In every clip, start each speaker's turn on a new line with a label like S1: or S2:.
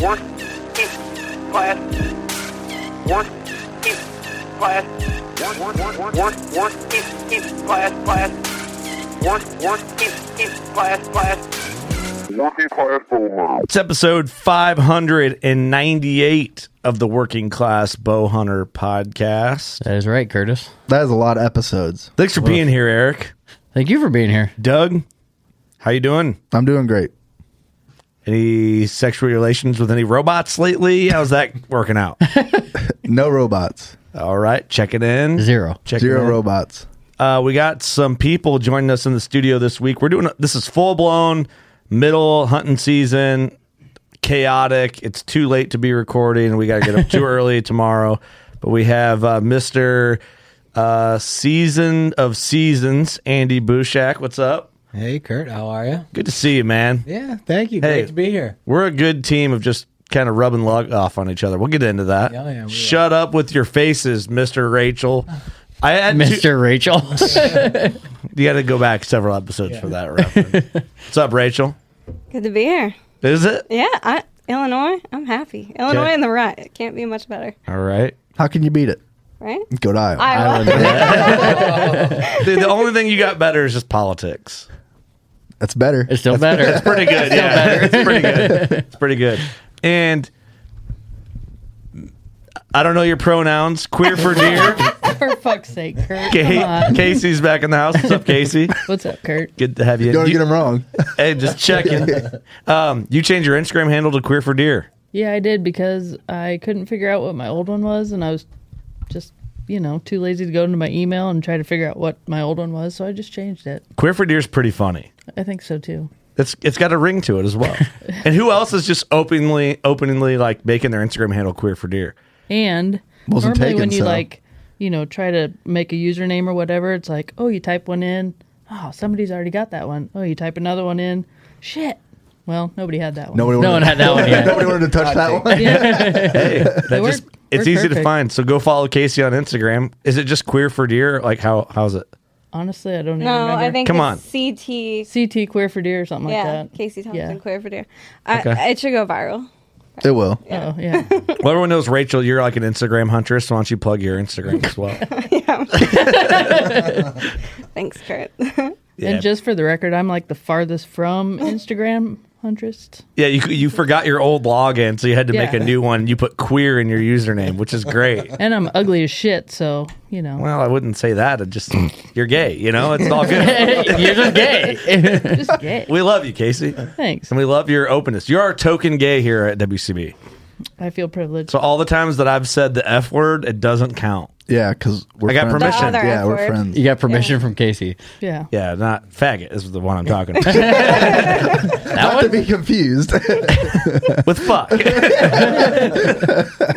S1: Working class. Working class. Work, work, work, work, work, class, class. Work, work, class, class.
S2: It's episode 598 of the Working Class Bow Hunter podcast.
S3: That is right, Curtis.
S4: That is a lot of episodes.
S2: Thanks for being here, Eric.
S3: Thank you for being here.
S2: Doug, how you doing?
S4: I'm doing great.
S2: Any sexual relations with any robots lately? How's that working out?
S4: No robots.
S2: All right, checking in.
S3: Zero.
S2: Checking
S4: Zero
S2: in.
S4: robots.
S2: Uh, we got some people joining us in the studio this week. We're doing this is full blown middle hunting season, chaotic. It's too late to be recording. We got to get up too early tomorrow. But we have uh, Mister uh, Season of Seasons, Andy Bushak. What's up?
S5: Hey, Kurt, how are you?
S2: Good to see you, man.
S5: Yeah, thank you.
S2: Hey.
S5: Great to be here.
S2: We're a good team of just kind of rubbing lug off on each other. We'll get into that.
S5: Yeah, yeah, we
S2: Shut up with your faces, Mister Rachel. I had two-
S3: Mr. Rachel.
S2: You got to go back several episodes for that reference. What's up, Rachel?
S6: Good to be here.
S2: Is it
S6: Yeah, I, Illinois, I'm happy. Illinois in the right. It can't be much better,
S2: all right?
S4: How can you beat it?
S6: right?
S4: Go to Iowa.
S6: Iowa.
S2: The, the only thing you got better is just politics.
S4: That's better.
S3: it's still better.
S2: Pretty good, yeah. it's pretty good. It's pretty good. And I don't know your pronouns. Queer for dear.
S7: For fuck's sake, Kurt. Come
S2: Kate,
S7: on.
S2: Casey's back in the house. What's up, Casey?
S7: What's up, Kurt?
S2: Good to have you.
S4: Don't
S2: you
S4: get them wrong.
S2: hey, just checking. Um, you changed your Instagram handle to Queer for Deer.
S7: Yeah, I did because I couldn't figure out what my old one was, and I was just, you know, too lazy to go into my email and try to figure out what my old one was, so I just changed it.
S2: Queer for Deer's pretty funny.
S7: I think so too.
S2: It's it's got a ring to it as well. and who else is just openly openly like making their Instagram handle queer for deer?
S7: And
S4: Wasn't
S7: normally
S4: taken,
S7: when you
S4: so.
S7: like, you know, try to make a username or whatever, it's like, oh, you type one in. Oh, somebody's already got that one. Oh, you type another one in. Shit. Well, nobody had that one.
S4: Nobody wanted,
S3: no one had that one yet.
S4: nobody wanted to touch that one.
S2: Hey, that
S7: we're-
S2: just it's
S7: we're
S2: easy to
S7: perfect.
S2: find. So go follow Casey on Instagram. Is it just queer for deer? Like how how's it?
S7: Honestly, I don't even
S4: No,
S7: remember.
S4: I think it's CT.
S7: CT Queer for Deer or something
S4: yeah,
S7: like that.
S4: Casey Thompson,
S7: Yeah.
S4: Queer for Deer. I,
S2: Okay.
S4: It should go viral.
S2: It will.
S7: Oh, yeah.
S2: Well, everyone knows Rachel. You're like an Instagram huntress. So why don't you plug your Instagram as well?
S7: Thanks, Kurt.
S2: Yeah.
S7: And just for the record, I'm like the farthest from Instagram huntress.
S2: yeah, you you forgot your old login, so you had to make
S7: Yeah.
S2: a new one. You put queer in your username, which is great.
S7: And I'm ugly as shit, so, you know.
S2: Well, I wouldn't say that. I just you're gay. You know, it's all good.
S7: You're just gay. just gay.
S2: we love you, Casey.
S7: Thanks.
S2: And we love your openness. You're our token gay here at WCB.
S7: I feel privileged.
S2: So all the times that I've said the F word, it doesn't count.
S6: Yeah, because
S2: I got permission.
S5: You got permission from Casey.
S7: Yeah.
S2: Yeah, not faggot is the one I'm talking about.
S6: Not to be confused.
S2: With fuck. For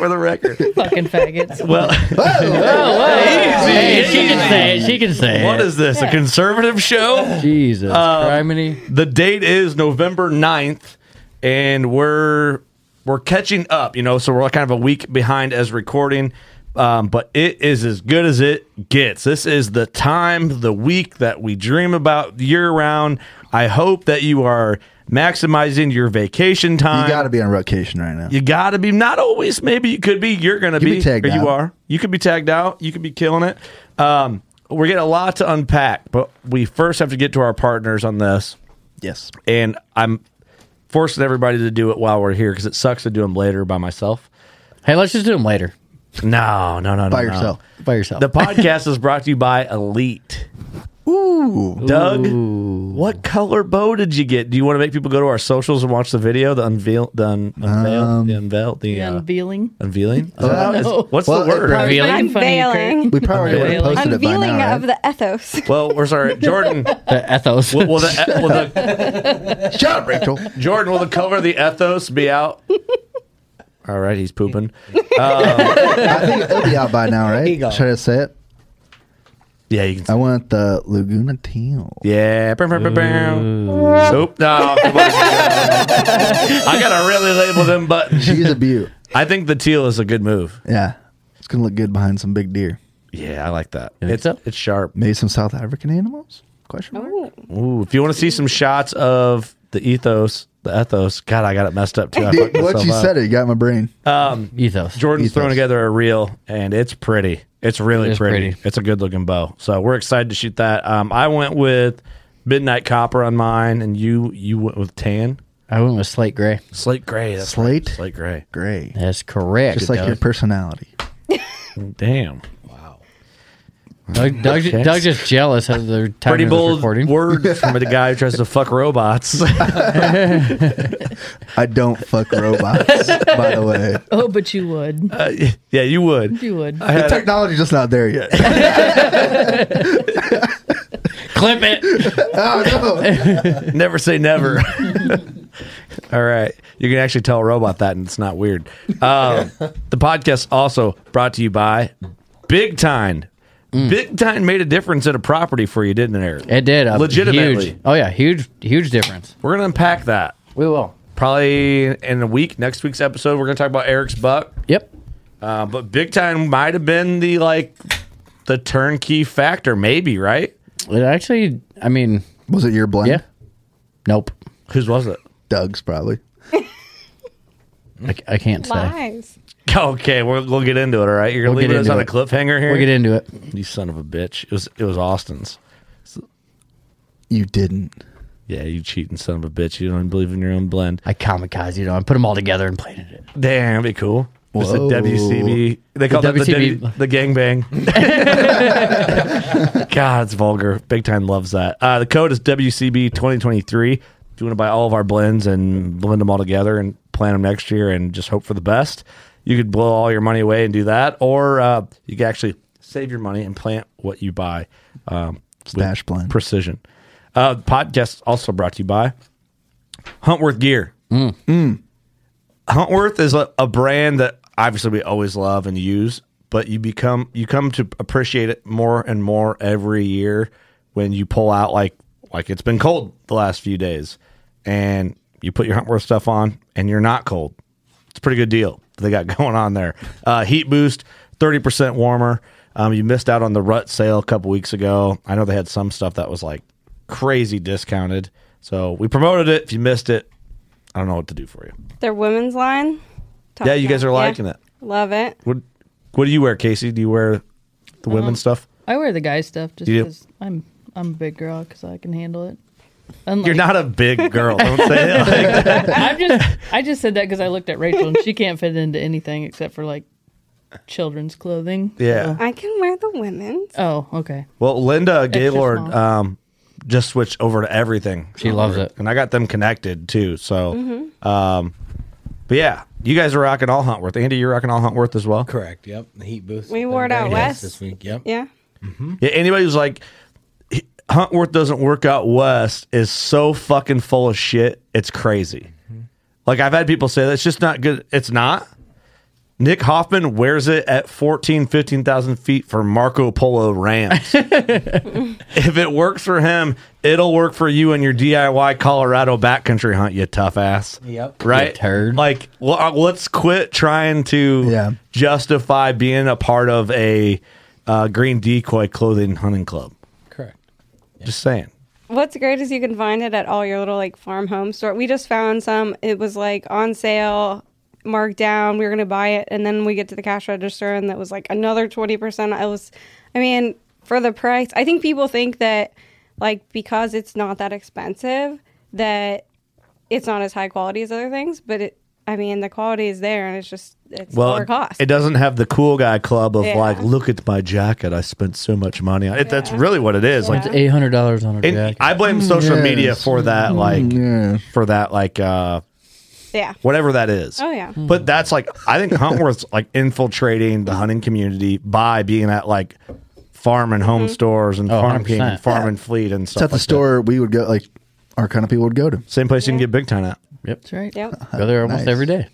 S2: the record.
S7: Fucking faggots.
S2: Well,
S7: whoa.
S5: Easy.
S7: Hey,
S5: she can say it. She can say it.
S2: What is this? A conservative show?
S5: Jesus.
S2: Um, The date is November 9th, and we're we're catching up, you know, so we're kind of a week behind as recording. Um, but it is as good as it gets. This is the time, the week that we dream about year round. I hope that you are maximizing your vacation time.
S6: you got to be on vacation right now.
S2: You got to be not always. Maybe you could be. You're going to
S6: You
S2: be,
S6: be tagged
S2: or You
S6: out.
S2: are. You could be tagged out. You could be killing it. Um, we're getting a lot to unpack, but we first have to get to our partners on this.
S6: Yes.
S2: And I'm forcing everybody to do it while we're here because it sucks to do them later by myself.
S5: Hey, let's just do them later.
S2: No, no, no, no.
S5: By
S2: no.
S5: yourself. By yourself.
S2: The podcast is brought to you by Elite.
S6: Ooh.
S2: Doug, what color bow did you get? Do you want to make people go to our socials and watch the video, the unveil, the un- unveil, the unveil, the, uh,
S7: unveiling?
S2: unveiling?
S7: I don't know.
S2: What's
S7: Well,
S2: the word?
S4: Unveiling.
S6: We probably would have
S2: Unveiling.
S6: posted it by
S4: Unveiling
S6: now.
S4: of the ethos.
S2: Well, we're sorry, Jordan.
S5: the ethos.
S2: Will, will the, will the
S6: shut up, Rachel?
S2: Jordan, will the cover of the ethos be out? All right, he's pooping. Um,
S6: I think it'll be out by now, right? Should I say it?
S2: Yeah, you can.
S6: I want the Laguna Teal.
S2: yeah. Bam, bam, bam, bam. Oop, no, come on. I gotta really label them buttons.
S6: She's a beaut.
S2: I think the teal is a good move.
S6: Yeah, it's gonna look good behind some big deer.
S2: Yeah, I like that. It's it's sharp.
S6: Maybe some South African animals. Question mark.
S2: Ooh, if you want to see some shots of the ethos, the ethos. God, I got it messed up too. I fucked
S6: Dude, what
S2: myself
S6: you
S2: up.
S6: said, it got in my brain.
S2: Um,
S5: Ethos.
S2: Jordan's throwing together a reel, and it's pretty. It's really
S5: It is
S2: pretty.
S5: pretty.
S2: It's a good looking bow. So we're excited to shoot that. Um, I went with midnight copper on mine, and you you went with tan,
S5: I went with slate gray.
S2: slate gray, that's
S6: slate,
S2: slate gray,
S6: gray.
S5: That's correct.
S6: Just like your personality.
S2: Damn.
S5: Doug, Doug,
S2: Okay.
S5: Doug's just jealous of the time
S2: Pretty
S5: of this
S2: bold
S5: recording.
S2: words from the guy who tries to fuck robots.
S6: I don't fuck robots, by the way.
S7: Oh, but you would.
S2: Uh, yeah, you would.
S7: You would.
S2: I had
S6: the
S2: a-
S6: technology's just not there yet.
S5: Clip it.
S2: never say never. All right. You can actually tell a robot that, and it's not weird. Um, the podcast also brought to you by Big Time. Big Time made a difference in a property for you, didn't it, Eric?
S5: Mm. It did. A
S2: Legitimately.
S5: Huge, oh yeah, huge, huge difference.
S2: We're going to unpack that.
S5: We will.
S2: Probably in a week, next week's episode, we're going to talk about Eric's buck.
S5: Yep.
S2: Uh, but Big Time might have been the, like, the turnkey factor, maybe, right?
S5: It actually. I mean,
S6: Was it your blend?
S5: yeah. Nope.
S2: Whose was it?
S6: Doug's probably.
S2: Hmm.
S5: I, I can't say.
S4: Lies.
S2: Okay, we'll, we'll get into it. All right, you're gonna
S5: We'll
S2: leave
S5: get
S2: us
S5: into
S2: on a
S5: it.
S2: cliffhanger here.
S5: We'll get into it.
S2: You son of a bitch. It was it was Austin's.
S6: You didn't.
S2: Yeah, you cheating son of a bitch. You don't even believe in your own blend.
S5: I kamikaze. You know, I put them all together and played it.
S2: Damn, that'd be cool. It's a
S6: Whoa.
S2: WCB. They call
S5: The
S2: that the,
S5: WCB.
S2: W- the gangbang. God, it's vulgar. Big time loves that. Uh, the code is WCB2023. If you want to buy all of our blends and blend them all together and plan them next year and just hope for the best, you could blow all your money away and do that. Or uh, you could actually save your money and plant what you buy um,
S6: Stash blend.
S2: precision. Uh, the podcast also brought to you by Huntworth Gear. Mm. Huntworth is a, a brand that obviously we always love and use, but you become you come to appreciate it more and more every year when you pull out like like it's been cold the last few days, and you put your Huntworth stuff on and you're not cold. It's a pretty good deal they got going on there. Uh, heat boost, thirty percent warmer. Um, you missed out on the rut sale a couple weeks ago. I know they had some stuff that was like crazy discounted. So we promoted it. If you missed it, I don't know what to do for you.
S6: Their women's line. Talk
S2: yeah, you guys
S6: about-
S2: are liking
S6: yeah.
S2: it.
S6: Love it.
S2: What What do you wear, Casey? Do you wear the women's stuff?
S7: I wear the guy stuff just
S2: You do?
S7: because I'm I'm a big girl because I can handle it. Unlike-
S2: You're not a big girl. Don't say it like that.
S7: I'm just I just said that because I looked at Rachel and she can't fit into anything except for like children's clothing.
S2: Yeah.
S6: I can wear the women's.
S7: Oh, okay.
S2: Well, Linda
S7: Extra
S2: Gaylord
S7: small.
S2: um, just switched over to everything. She
S3: loves it,
S2: and I got them connected too. So, um, but yeah, you guys are rocking all Huntworth. Andy, you're rocking all Huntworth as well.
S5: Correct. Yep. The heat booth.
S6: We wore it out
S5: Yes,
S6: west.
S5: this week. Yep.
S6: Yeah.
S2: Yeah, anybody who's like "He- Huntworth doesn't work out west is so fucking full of shit. It's crazy. Like I've had people say that's just not good. It's not. Nick Hoffman wears it at 14, 15,000 feet for Marco Polo Rams. if it works for him, it'll work for you and your DIY Colorado backcountry hunt, you tough ass.
S5: Yep.
S2: Right? Like, well, uh, let's quit trying to justify being a part of a uh, green decoy clothing hunting club.
S5: Correct.
S2: Just saying.
S6: What's great is you can find it at all your little like farm home store. We just found some. It was like on sale, marked down. We were gonna buy it, and then we get to the cash register, and that was like another twenty percent. I was, I mean, for the price, I think people think that like because it's not that expensive that it's not as high quality as other things, but it. I mean, the quality is there, and it's just it's
S2: Well,
S6: lower
S2: it-
S6: cost.
S2: it doesn't have the cool guy club of
S6: Yeah.
S2: like, look at my jacket. I spent so much money on it. That's really what it is. Like,
S3: eight hundred dollars on a
S2: and
S3: jacket.
S2: I blame social
S3: Yes.
S2: media for that, like, for that, like, uh,
S6: yeah.
S2: whatever that is.
S6: Oh yeah.
S2: But that's like I think Huntworth's like infiltrating the hunting community by being at like farm and home
S6: Mm-hmm.
S2: stores and
S4: Oh,
S2: farm king and
S4: 100%.
S2: farm and fleet and
S4: It's
S2: stuff.
S4: at the
S2: like
S4: store we would go, like, our kind of people would go to.
S2: Same place you can get big time at.
S3: Yep, that's
S7: right. Yep.
S3: Go there almost every day.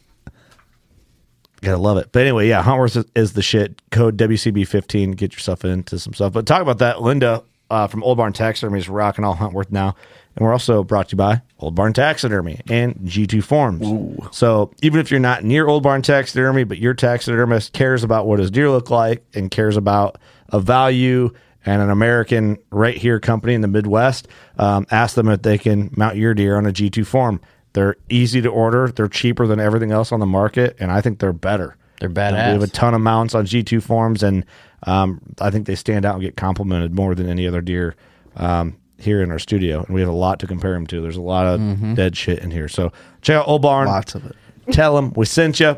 S2: that. Gotta love it. But anyway, yeah, Huntworth is, is the shit. Code WCB15, get yourself into some stuff. But talk about that. Linda uh, from Old Barn Taxidermy is rocking all Huntworth now. And we're also brought to you by Old Barn Taxidermy and G2 Forms. So even if you're not near Old Barn Taxidermy, but your taxidermist cares about what his deer look like and cares about a value and an American right here company in the Midwest, um, ask them if they can mount your deer on a G2 form. They're easy to order. They're cheaper than everything else on the market, and I think they're better. They're
S3: badass.
S2: They have a ton of mounts on G2 forms, and um, I think they stand out and get complimented more than any other deer um, here in our studio. And we have a lot to compare them to. There's a lot of
S3: Mhm.
S2: dead shit in here. So check out Old Barn.
S4: Lots of it.
S2: Tell them we sent you.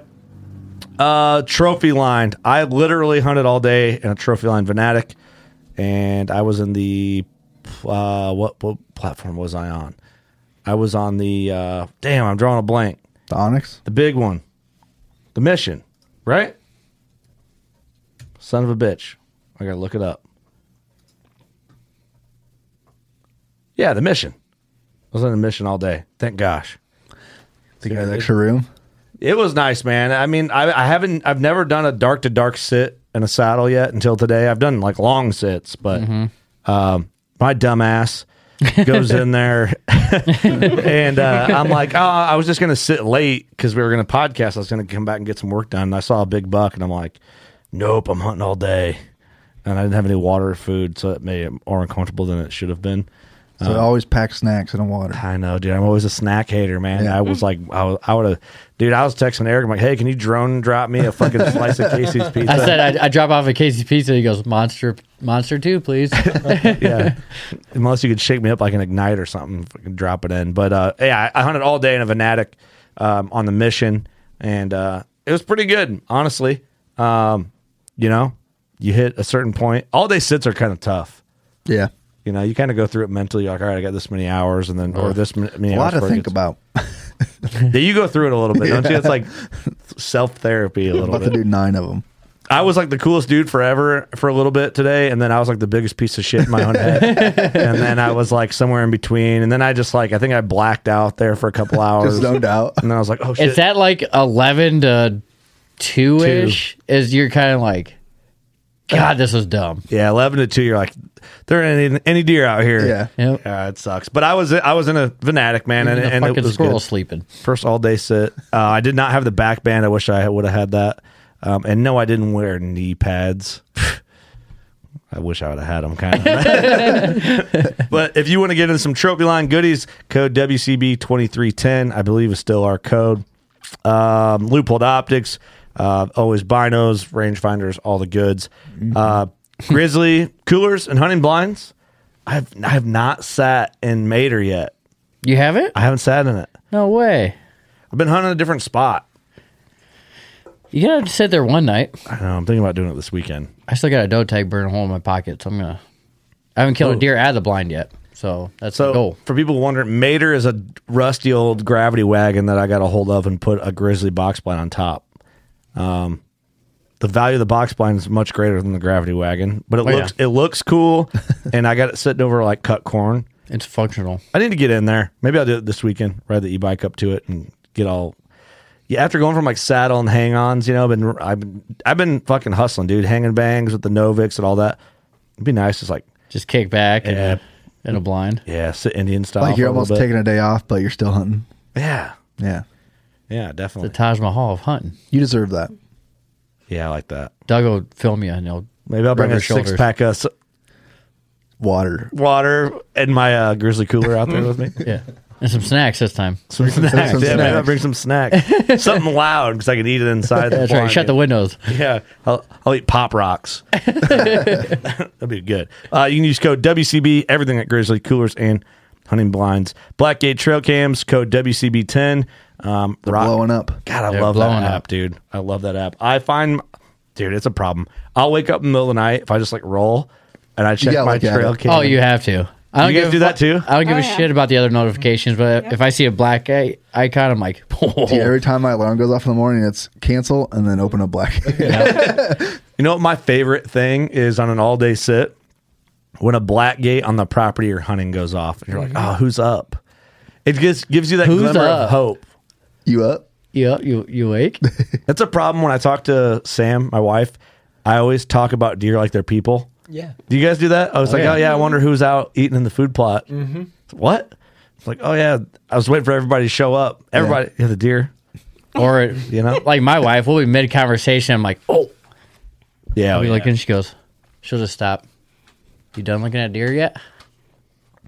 S2: Uh, trophy lined. I literally hunted all day in a trophy line Venatic, and I was in the uh, what what platform was I on? I was on the uh, damn. I'm drawing a blank.
S4: The Onyx,
S2: the big one, the Mission, right? Son of a bitch. I gotta look it up. Yeah, the Mission. I was on the Mission all day. Thank gosh.
S4: The guy in the extra room.
S2: It was nice, man. I mean, I, I haven't, I've never done a dark to dark sit in a saddle yet until today. I've done like long sits, but um, my dumb ass goes in there and uh, I'm like, oh, I was just going to sit late because we were going to podcast. I was going to come back and get some work done. And I saw a big buck and I'm like, nope, I'm hunting all day. And I didn't have any water or food, so it made it more uncomfortable than it should have been.
S4: So I
S2: Um,
S4: always pack snacks and a water.
S2: I know, dude. I'm always a snack hater, man. I was like, I, was, I would have, dude. I was texting Eric. I'm like, hey, can you drone drop me a fucking slice of Casey's pizza?
S3: I said I, I drop off a Casey's Pizza. He goes Monster, Monster Two, please.
S2: yeah. Unless you could shake me up like an ignite or something, fucking drop it in. But uh, yeah, I I hunted all day in a Venatic um, on the mission, and uh, it was pretty good, honestly. Um, you know, you hit a certain point. All day sits are kind of tough.
S4: Yeah.
S2: You know, you kind of go through it mentally. You're like, all right, I got this many hours, and then or this many.
S4: A
S2: hours
S4: lot to
S2: before it
S4: think
S2: gets-
S4: about.
S2: Yeah, you go through it a little bit, don't you?
S4: Yeah.
S2: It's like self therapy a
S4: I'm
S2: little
S4: about to
S2: bit.
S4: do nine of them.
S2: I was like the coolest dude forever for a little bit today, and then I was like the biggest piece of shit in my own head. and then I was like somewhere in between, and then I just like I think I blacked out there for a couple hours,
S4: no doubt.
S2: And then I was like, oh shit,
S3: Is that like eleven to two ish? Is you're kind of like, God, this was dumb.
S2: Yeah, eleven to two. You're like, there ain't any, any deer out here. Yeah, yeah, it sucks. But I was I was in a Venatic man, and,
S3: Even the
S2: and it
S3: fucking
S2: was
S3: squirrel
S2: good.
S3: sleeping.
S2: First all day sit. Uh, I did not have the back band. I wish I would have had that. Um, and no, I didn't wear knee pads. I wish I would have had them kind of. but if you want to get in some trophy line goodies, code WCB2310, I believe is still our code. Um, loophole optics, uh, always binos, rangefinders, all the goods. Uh, grizzly coolers and hunting blinds. I've I have not sat in Mater yet.
S5: You haven't?
S2: I haven't sat in it.
S5: No way.
S2: I've been hunting a different spot.
S5: You gotta sit there one night.
S2: I know. Um, I'm thinking about doing it this weekend.
S5: I still got a doe tag burning hole in my pocket, so I'm gonna. I haven't killed
S2: Oh.
S5: a deer out of the blind yet, so that's the goal.
S2: For people wondering, Mater is a rusty old gravity wagon that I got a hold of and put a grizzly box blind on top. Um, the value of the box blind is much greater than the gravity wagon, but it
S5: Oh, yeah.
S2: looks it looks cool, and I got it sitting over like cut corn.
S5: It's functional.
S2: I need to get in there. Maybe I'll do it this weekend. Ride the e bike up to it and get all. Yeah, after going from like saddle and hang ons, you know, I've been I've been I've been fucking hustling, dude. Hanging bangs with the Novix and all that. It'd be nice, just like
S5: just kick back
S2: yeah.
S5: in a blind.
S2: Yeah, sit Indian style.
S6: Like you're
S2: for a little
S6: almost
S2: bit.
S6: taking a day off, but you're still hunting.
S2: Yeah.
S6: Yeah.
S2: Yeah, definitely.
S5: The Taj Mahal of hunting.
S6: You deserve that.
S2: Yeah, I like that.
S5: Doug will film you and he'll
S2: Maybe I'll bring
S5: rub
S2: a
S5: your shoulders.
S2: six pack of s-
S6: water,
S2: water, and my uh, grizzly cooler out there with me.
S5: yeah, and some snacks this time.
S2: Some snacks. yeah, maybe I'll bring some snacks. Something loud because I can eat it inside.
S5: That's
S2: the
S5: right.
S2: blind.
S5: Shut the windows.
S2: Yeah, I'll, I'll eat pop rocks. That'd be good. Uh, you can use code WCB everything at Grizzly Coolers and Hunting Blinds. Blackgate Trail Cams code WCB ten. Um, rock-
S6: blowing up.
S2: God, I
S5: They're
S2: love
S5: blowing
S2: that app,
S5: up.
S2: dude. I love that app. I find, dude, it's a problem. I'll wake up in the middle of the night if I just like roll and I check
S5: gotta
S2: my
S5: look at
S2: trail
S5: it.
S2: cam.
S5: Oh, you have to. I don't
S2: You guys
S5: give a
S2: do that
S5: fu-
S2: too?
S5: I don't give
S2: Oh,
S5: a
S2: yeah.
S5: shit about the other notifications, but if I see a black i- icon, I'm like, oh,
S6: Dude, every time my alarm goes off in the morning, it's cancel and then open a black.
S2: You know what my favorite thing is on an all day sit when a black gate on the property you're hunting goes off and you're like,
S5: Mhm.
S2: oh, who's up? It gives gives you that
S5: Who's
S2: glimmer
S5: up?
S2: of hope.
S6: You up?
S5: Yeah, you you awake?
S2: That's a problem when I talk to Sam, my wife. I always talk about deer like they're people.
S8: Yeah.
S2: Do you guys do that? I was
S8: Oh,
S2: like,
S8: yeah.
S2: oh yeah, I wonder who's out eating in the food plot.
S5: Mm-hmm.
S8: Mhm.
S2: What? It's like, oh yeah, I was waiting for everybody to show up. Everybody, yeah, the deer.
S5: or
S2: you know,
S5: like my wife, we'll be mid conversation. I'm like, oh,
S2: yeah.
S5: I'll be
S2: Oh, yeah.
S5: looking. She goes, she'll just stop. You done looking at deer yet?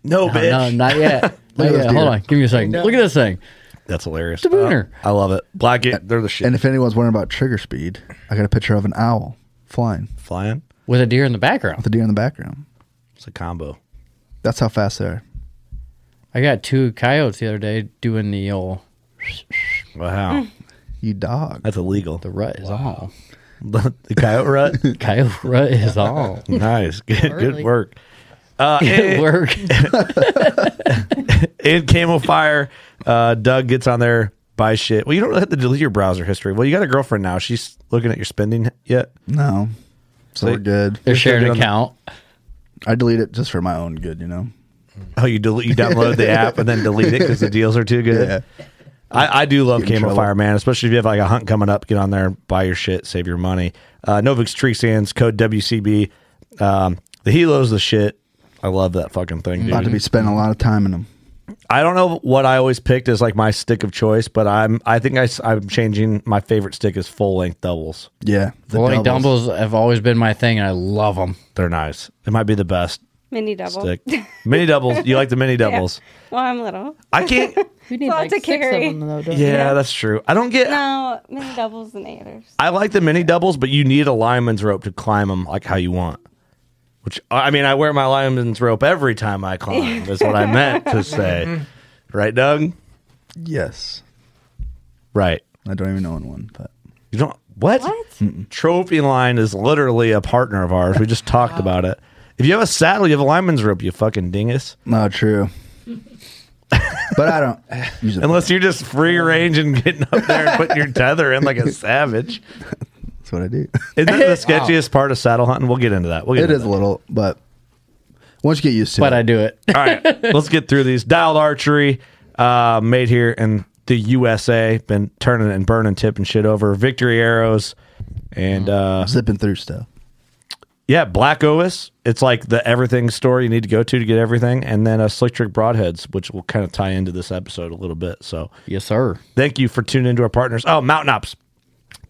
S2: No, bitch.
S5: Oh, no, not yet.
S2: Look
S5: Not
S2: at those
S5: yet. Hold
S2: deer.
S5: on, give me a second.
S2: No.
S5: Look at this thing.
S2: That's hilarious.
S5: It's a booner.
S2: I love it. Black gate, they're the shit.
S6: And if anyone's wondering about trigger speed, I got a picture of an owl flying
S2: Flying.
S5: with a deer in the background.
S6: with a deer in the background.
S2: It's a combo.
S6: That's how fast they are.
S5: I got two coyotes the other day doing the old
S2: Wow.
S6: You dog.
S2: That's illegal.
S5: The rut is all.
S2: the coyote rut.
S5: coyote rut is all.
S2: Nice. Good, good
S5: Early.
S2: work. Uh,
S5: Good
S2: and-
S5: work.
S2: and Camel Fire, uh, Doug gets on there, buys shit. Well, you don't have to delete your browser history. Well, you got a girlfriend now. She's looking at your spending yet.
S6: No. So
S2: So
S6: we're good.
S5: They're
S2: You're still
S5: sharing an
S2: doing-
S5: account.
S6: I delete it just for my own good, you know?
S2: Oh, you delete, you download the app and then delete it because the deals are too good. I, I do love
S6: Get in
S2: Camel
S6: trouble.
S2: Fire, man. Especially if you have like a hunt coming up, get on there, buy your shit, save your money. Uh, Novix Tree Sands code WCB. Um, the Helo's the shit. I love that fucking thing. Dude.
S6: About to be spending a lot of time in them.
S2: I don't know what I always picked as like my stick of choice, but I'm I think I, am changing my favorite stick is full length doubles.
S6: Yeah. the
S5: Rolling
S6: doubles.
S5: dumbbells have always been my thing, and I love them.
S2: They're nice. It might be the best
S9: Mini double.
S2: stick. mini doubles. You like the mini doubles?
S9: Well, I'm little.
S2: I can't.
S7: We need
S9: Well,
S7: like
S9: it's a
S7: six of
S9: kickery.
S7: them though.
S2: Yeah,
S7: Don't
S2: that's true. I don't get.
S9: No, mini doubles and eighters.
S2: I like the mini doubles, but you need a lineman's rope to climb them like how you want. Which I mean, I wear my lineman's rope every time I climb. is what I meant to say. Right, Doug?
S6: Yes.
S2: Right.
S6: I don't even know in one, but
S2: You don't what? Trophy line is literally a partner of ours. We just talked about it. If you have a saddle, you have a lineman's rope, you fucking dingus.
S6: not true. but I don't use it.
S2: Unless you're just free range and getting up there and putting your tether in like a savage.
S6: That's what I do.
S2: Isn't that the sketchiest part of saddle hunting? We'll get into that. We'll get
S6: It
S2: into
S6: is a little, but once you get used to
S5: But
S6: it,
S5: I do it.
S2: All right, let's get through these. Dialed archery, uh, made here in the USA. Been turning and burning, tipping shit over. Victory arrows, and uh,
S6: zipping through stuff.
S2: yeah, Black Ovis. It's like the everything store you need to go to to get everything, and then uh, Slick Trick Broadheads, which will kind of tie into this episode a little bit. So
S5: Yes, sir.
S2: Thank you for tuning into our partners. Oh, Mountain Ops.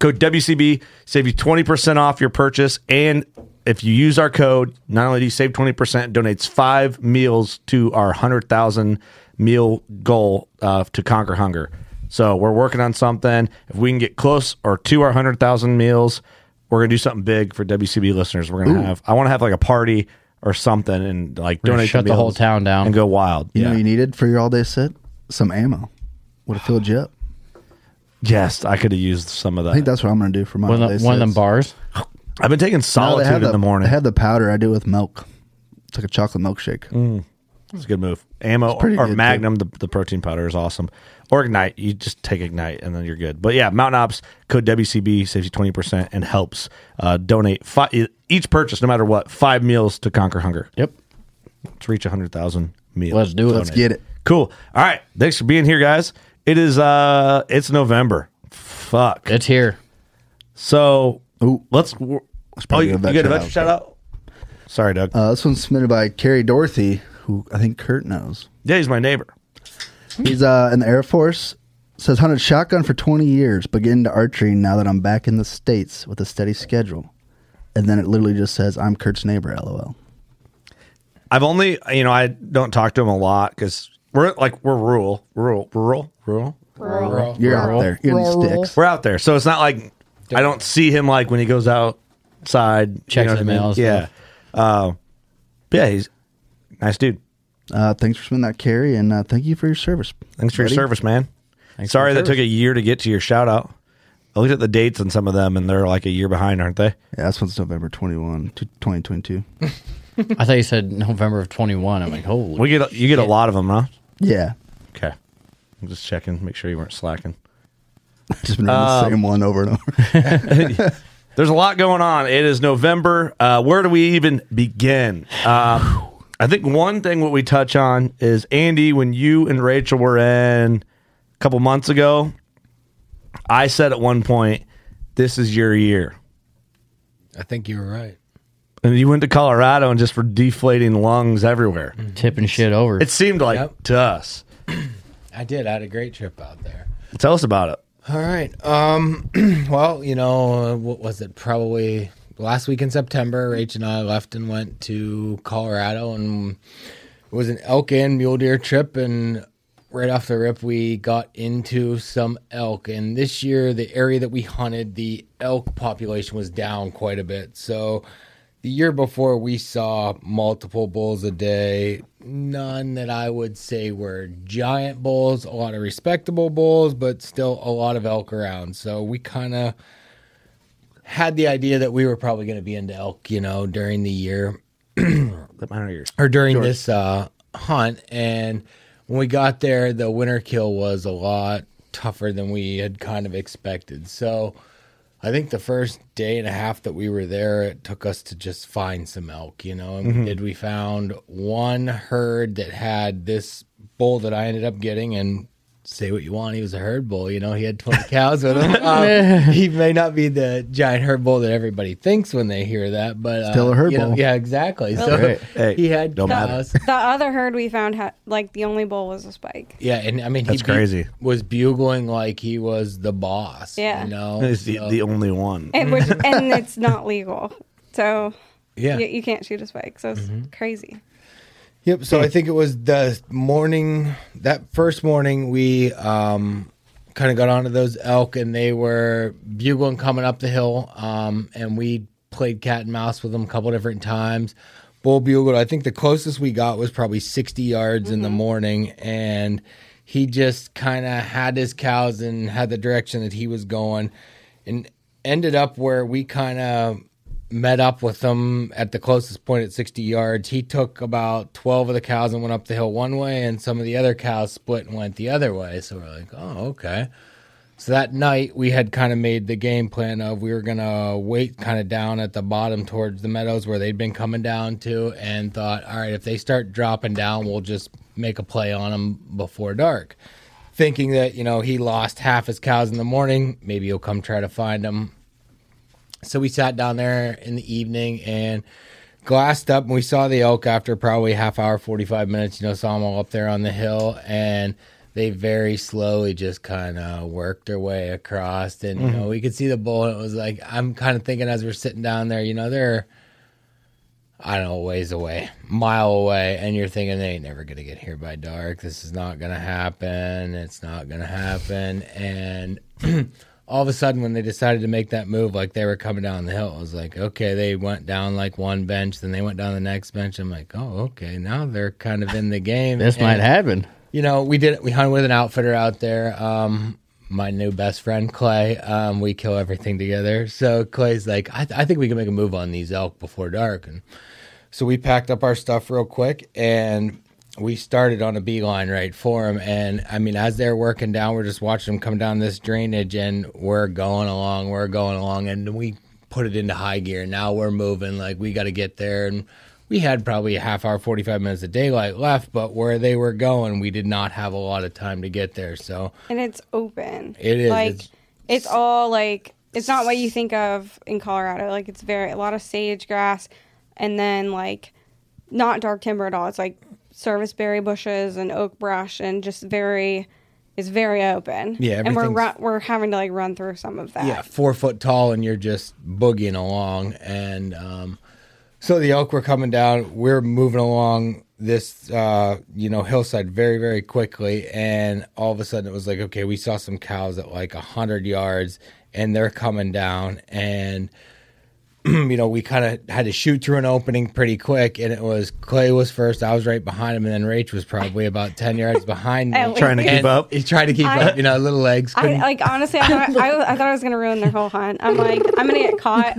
S2: Code WCB, save you 20% off your purchase and if you use our code, not only do you save 20%, donates five meals to our 100,000 meal goal uh, to conquer hunger. So we're working on something. If we can get close or to our 100,000 meals, we're going to do something big for WCB listeners. We're going to
S3: Ooh.
S2: have, I want to have like a party or something and like
S3: We're gonna
S2: donate
S3: shut the whole
S2: meals
S3: town down.
S2: and go wild.
S4: You know, you needed for your all day sit some ammo. Would have filled you up.
S2: Yes, I could have used some of that.
S4: I think that's what I'm going to do for my
S2: One
S4: all
S2: of
S4: day
S2: the- one of them bars. I've been taking solitude in the morning.
S4: I had the powder. I do it with milk. It's like a chocolate milkshake.
S2: Mm. It's a good move. Ammo
S4: It's pretty
S2: or
S4: good,
S2: Magnum, the, the protein powder is awesome. Or Ignite, you just take Ignite and then you're good. But yeah, Mountain Ops code WCB saves you twenty percent and helps uh, donate fi- each purchase, no matter what, five meals to conquer hunger. Yep, let's reach hundred thousand meals.
S4: Let's do it. Let's get it.
S2: Cool. All right, thanks for being here, guys. It is uh, it's November. Fuck, it's here. So let's. oh,
S4: probably
S2: you, you
S4: give that
S2: got a
S4: shout
S2: veteran
S4: out.
S2: shout out? Sorry, Doug.
S4: Uh, this one's submitted by Carrie Dorothy, who I think Kurt knows.
S2: Yeah, he's my neighbor.
S4: He's uh, in the Air Force. Says hunted shotgun for 20 years, but get into archery now that I'm back in the states with a steady schedule. And then it literally just says, "I'm Kurt's neighbor." LOL.
S2: I've only, you know, I don't talk to him a lot because we're like we're rural, rural, rural, rural.
S4: Rural. You're out there. You're in the Rural. sticks.
S2: We're out there, so it's not like I don't see him like when he goes outside,
S4: Checks
S2: what
S4: the
S2: I mean?
S4: mail and
S2: Yeah,
S4: stuff.
S2: uh, yeah, he's a nice dude.
S4: Uh, thanks for submitting that, Carrie, and uh, thank you for your service.
S2: Thanks for
S4: buddy.
S2: your service, man. Sorry
S4: for your
S2: that took a year to get to your shout out. I looked at the dates on some of them, and they're like a year behind, aren't they?
S4: Yeah, this one's November 21 to 2022.
S3: I thought you said November of 21. I'm like, holy.
S2: We get you get a lot of them, huh?
S4: Yeah.
S2: Okay, I'm just checking, make sure you weren't slacking.
S4: Just been reading the
S2: Um,
S4: same one over and over.
S2: There's a lot going on. It is November. Uh, where do we even begin? Uh, I think one thing what we touch on is Andy. When you and Rachel were in a couple months ago, I said at one point, "This is your year,"
S5: I think you were right.
S2: and you went to Colorado and just were deflating lungs everywhere,
S3: tipping shit over.
S2: It seemed like to us.
S5: I did. I had a great trip out there.
S2: Tell us about it.
S5: All right. Um, well, you know, uh, what was it? Probably last week in September, Rach and I left and went to Colorado, and it was an elk and mule deer trip. And right off the rip, we got into some elk. And this year, the area that we hunted, the elk population was down quite a bit. So the year before, we saw multiple bulls a day. None that I would say were giant bulls, a lot of respectable bulls, but still a lot of elk around. So we kind of had the idea that we were probably going to be into elk, you know, during the year
S2: Let my ears.
S5: or during
S2: George.
S5: this uh, hunt. And when we got there, the winter kill was a lot tougher than we had kind of expected. So I think the first day and a half that we were there, it took us to just find some elk, you know. And
S4: Mm-hmm.
S10: Mhm.
S5: we did we found one herd that had this bull that I ended up getting and say what you want he was a herd bull you know he had 20 cows with him um, he may not be the giant herd bull that everybody thinks when they hear that but uh,
S4: Still a herd
S5: you know,
S4: bull.
S5: yeah exactly
S6: Well,
S5: so
S4: Right.
S2: Hey,
S5: he had
S2: don't matter.
S5: cows
S6: The other herd we found, had, like the only bull was a spike.
S5: Yeah, and I mean,
S2: That's
S5: he bu-
S2: crazy.
S5: was bugling like he was the boss.
S6: Yeah.
S5: you know,
S2: He's the, the only one.
S6: It was, and it's not legal, so
S5: Yeah.
S6: you, you can't shoot a spike. So it's crazy.
S5: Yep. So I think it was the morning that first morning we um, kind of got onto those elk, and they were bugling coming up the hill, um, and we played cat and mouse with them a couple different times. Bull bugled. I think the closest we got was probably sixty yards in the morning, and he just kind of had his cows and had the direction that he was going, and ended up where we kind of met up with them at the closest point at 60 yards. He took about 12 of the cows and went up the hill one way, and some of the other cows split and went the other way. So we're like, oh, okay. So that night, we had kind of made the game plan of we were going to wait kind of down at the bottom towards the meadows where they'd been coming down to, and thought, all right, if they start dropping down, we'll just make a play on them before dark. Thinking that, you know, he lost half his cows in the morning, maybe he'll come try to find them so we sat down there in the evening and glassed up and we saw the elk after probably half hour 45 minutes you know saw them all up there on the hill and they very slowly just kind of worked their way across and you know
S10: Mhm.
S5: we could see the bull and it was like i'm kind of thinking as we're sitting down there you know they're I don't know, a ways away, mile away, and you're thinking they ain't never gonna get here by dark. This is not gonna happen. It's not gonna happen. And all of a sudden, when they decided to make that move, like they were coming down the hill, it was like, okay, they went down like one bench, then they went down the next bench. I'm like, oh, okay, now they're kind of in the game.
S3: This might happen.
S5: You know, we did. We hunted with an outfitter out there. Um, my new best friend Clay. Um, we kill everything together. So Clay's like, I, I think we can make a move on these elk before dark. And so we packed up our stuff real quick and we started on a beeline right for them. And I mean, as they're working down, we're just watching them come down this drainage and we're going along, we're going along, and we put it into high gear. Now we're moving, like, we got to get there. And we had probably a half hour, 45 minutes of daylight left, but where they were going, we did not have a lot of time to get there. So,
S6: and it's open.
S5: It is.
S6: like
S5: It's-
S6: it's, all like it's not what you think of in Colorado. Like it's very a lot of sage grass, and then like not dark timber at all. It's like serviceberry bushes and oak brush, and just very it's very open.
S5: Yeah,
S6: and we're
S5: everything's-
S6: run, we're having to like run through some of that.
S5: Yeah, four foot tall, and you're just boogieing along. And um, so the elk were coming down. We're moving along this, uh, you know, hillside very, very quickly. And all of a sudden, it was like, okay, we saw some cows at like a hundred yards, and they're coming down. And you know, we kind of had to shoot through an opening pretty quick, and it was Clay was first. I was right behind him, and then Rach was probably about ten yards behind me,
S6: At least. Trying to keep
S5: And
S2: up?
S5: He tried to keep
S6: I-
S5: up, you know, little legs.
S6: I
S5: couldn't-
S6: like honestly, I thought I, I thought I was gonna ruin their whole hunt. I'm like, I'm gonna get caught.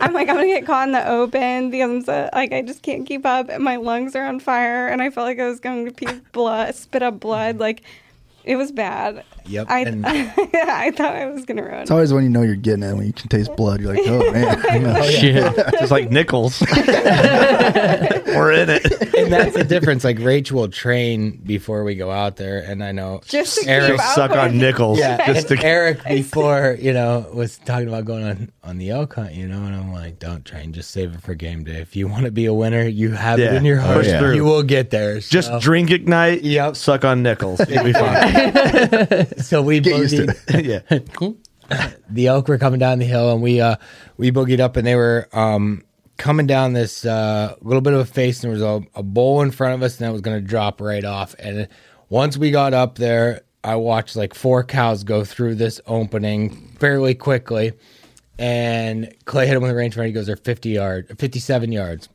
S6: I'm like, I'm gonna get caught in the open because I'm so, like, I just can't keep up. And my lungs are on fire, and I felt like I was going to puke blood, spit up blood. Like, it was bad.
S5: Yep,
S6: I
S5: and-
S6: I thought I was gonna ruin.
S4: It's always when you know you're getting it when you can taste blood. You're like, oh man,
S2: Shit. Just like nickels. We're in it.
S5: and that's the difference. Like Rach will train before we go out there, and I know
S6: Just to keep Just up suck with- on nickels,
S5: Yeah,
S2: just
S5: and
S2: to-
S5: Eric before you know was talking about going on on the elk hunt, you know, and I'm like, don't train, just save it for game day. If you want to be a winner, you have it in your heart.
S2: Push through.
S5: You will get there.
S2: Just
S5: so.
S2: drink ignite. Yep. Suck on nickels. You'll be fine.
S5: so we get yeah. the elk were coming down the hill, and we uh we boogied up, and they were um coming down this uh little bit of a face, and there was a, a bowl in front of us, and that was going to drop right off. And once we got up there, I watched like four cows go through this opening fairly quickly, and Clay hit him with a range He goes, "They're fifty yard, fifty-seven yards."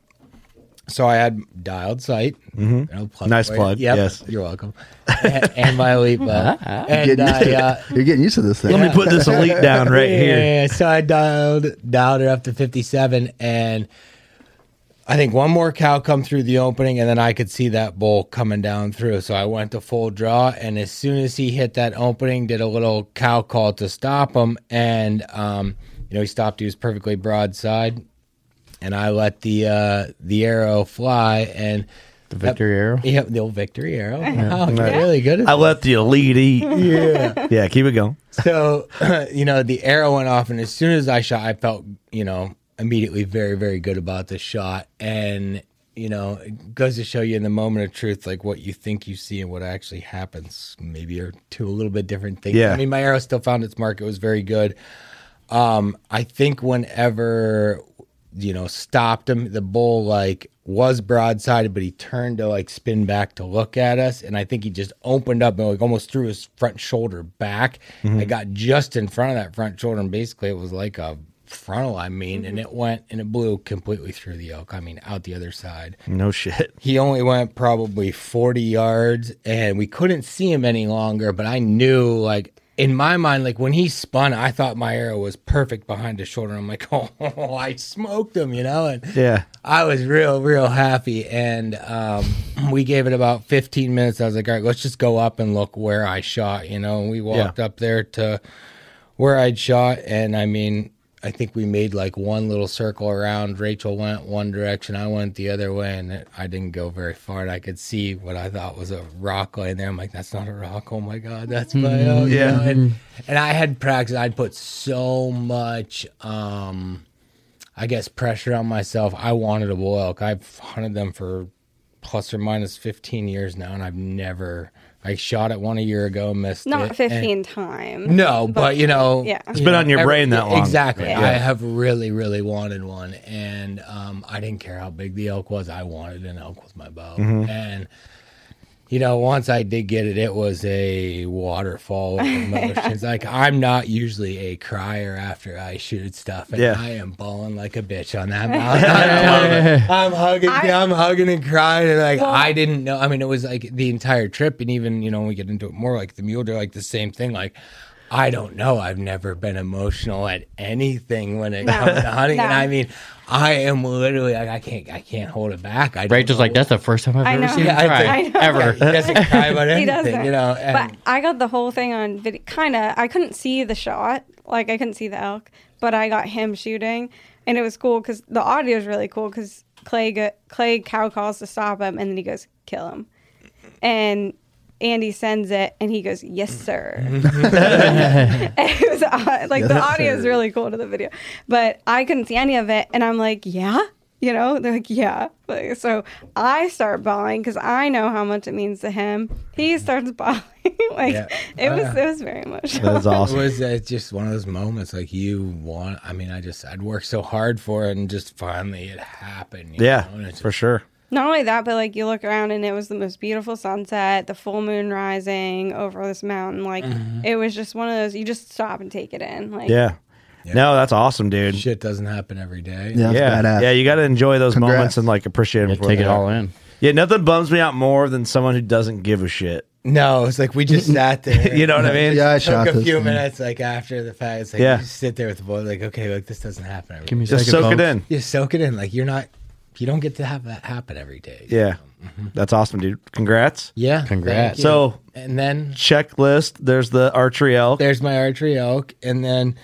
S5: So I had dialed sight.
S2: Mhm.
S5: I'll
S2: Nice
S5: for you.
S2: plug,
S5: Yep,
S2: yes.
S5: You're welcome. and, and my elite bud.
S4: you're,
S5: And
S4: getting used
S5: I,
S4: to,
S5: uh,
S4: you're getting used to this thing.
S2: Let me put this elite down right here.
S5: yeah, so I dialed dialed her up to 57, and I think one more cow come through the opening, and then I could see that bull coming down through. So I went to full draw, and as soon as he hit that opening, did a little cow call to stop him, and um, you know he stopped. He was perfectly broadside, and I let the uh, the arrow fly, and the
S3: victory arrow?
S5: Yeah, the old victory arrow.
S3: Yeah.
S5: Wow,
S2: Yeah.
S5: you're really good. At
S2: I
S5: this.
S2: let the elite eat.
S5: Yeah.
S2: Yeah, keep it going.
S5: So, you know, the arrow went off, and as soon as I shot, I felt, you know, immediately very, very good about the shot. And, you know, it goes to show you in the moment of truth, like what you think you see and what actually happens, maybe are two a little bit different things.
S2: Yeah.
S5: I mean, my arrow still found its mark. It was very good. Um, I think whenever, you know, stopped him, the bull, like, was broadsided, but he turned to like spin back to look at us, and I think he just opened up and like almost threw his front shoulder back.
S10: Mhm.
S5: I got just in front of that front shoulder, and basically it was like a frontal. I mean, and it went and it blew completely through the elk. I mean, out the other side.
S2: No shit.
S5: He only went probably 40 yards and we couldn't see him any longer, but I knew like in my mind, like when he spun, I thought my arrow was perfect behind his shoulder. I'm like, oh, I smoked him, you know? And
S2: Yeah.
S5: I was real, real happy. And um, we gave it about 15 minutes. I was like, all right, let's just go up and look where I shot, you know? And we walked up there to where I'd shot. And I mean, I think we made like one little circle around. Rachel went one direction, I went the other way, and it, I didn't go very far. And I could see what I thought was a rock laying there. I'm like, that's not a rock. Oh my God, that's my
S3: Mhm.
S5: own.
S3: Yeah.
S5: Yeah. And, and I had practiced, I'd put so much. um I guess pressure on myself. I wanted a bull elk. I've hunted them for plus or minus 15 years now, and I've never I shot it one a year ago, missed it.
S6: Not
S5: and-
S6: 15 times.
S5: No, but, you know,
S6: yeah.
S2: It's been on your brain that long.
S5: Exactly.
S2: Yeah.
S5: I have really, really wanted one, and um, I didn't care how big the elk was. I wanted an elk with my bow,
S2: Mhm.
S5: and you know, once I did get it, it was a waterfall of emotions. like I'm not usually a crier after I shoot stuff, and
S2: Yeah.
S5: I am bawling like a bitch on that mountain. I'm, hugging, I'm hugging and crying, and like
S2: Well-
S5: I didn't know. I mean, it was like the entire trip, and even you know, when we get into it more, like the mule deer, like the same thing, like. I don't know. I've never been emotional at anything when it
S3: No,
S5: comes to hunting, and
S3: no.
S5: I mean, I am literally like I can't, I can't hold it back. I don't
S3: Rachel's
S5: know
S3: like, that's the first time I've
S6: I
S3: ever
S6: know.
S3: seen
S6: Yeah,
S3: him
S6: I
S3: cry.
S6: think- I know.
S3: Ever.
S5: He doesn't cry about anything, you know. And
S6: but I got the whole thing on video. Kind of, I couldn't see the shot. Like I couldn't see the elk, but I got him shooting, and it was cool because the audio is really cool because Clay go- Clay cow calls to stop him, and then he goes kill him, and Andy sends it, and he goes yes sir. And it was au- like the
S10: Yes,
S6: audio is
S10: sir.
S6: really cool to the video, but I couldn't see any of it, and I'm like, yeah, you know, they're like, yeah. Like, so I start bawling because I know how much it means to him. He starts bawling. like
S5: Yeah. Oh,
S6: it was,
S5: Yeah.
S6: it was very emotional.
S5: It was uh, just one of those moments like you want. I mean, I just I'd worked so hard for it, and just finally it happened. you
S2: Yeah,
S5: know, and it's
S2: for sure.
S6: Not only that, but like you look around and it was the most beautiful sunset, the full moon rising over this mountain. Like
S5: Mm-hmm.
S2: Mhm.
S6: it was just one of those you just stop and take it in. Like
S2: Yeah. No, that's awesome, dude.
S5: Shit doesn't happen every day.
S2: Yeah, yeah, you got to enjoy those
S5: Congrats.
S2: moments and like appreciate them.
S5: Yeah,
S2: for
S5: take it
S2: they
S5: all
S2: are. Yeah, nothing bums me out more than someone who doesn't give a shit.
S5: No, it's like we just sat there.
S2: You know what I mean? Yeah, I
S5: It
S2: shot
S5: took a
S2: this
S5: few
S2: thing.
S5: minutes, like after the fact. It's like
S2: Yeah.
S5: you just sit there with the boy, like okay, like this doesn't happen. Every
S2: Give me a
S5: day.
S2: Just second, soak it folks. in.
S5: You soak it in. Like you're not, you don't get to have that happen every day.
S2: Yeah, that's awesome, dude. Congrats.
S5: Mm-hmm. Yeah, thank you.
S2: So
S5: and then
S2: checklist. There's the archery elk.
S5: There's my archery elk, and then,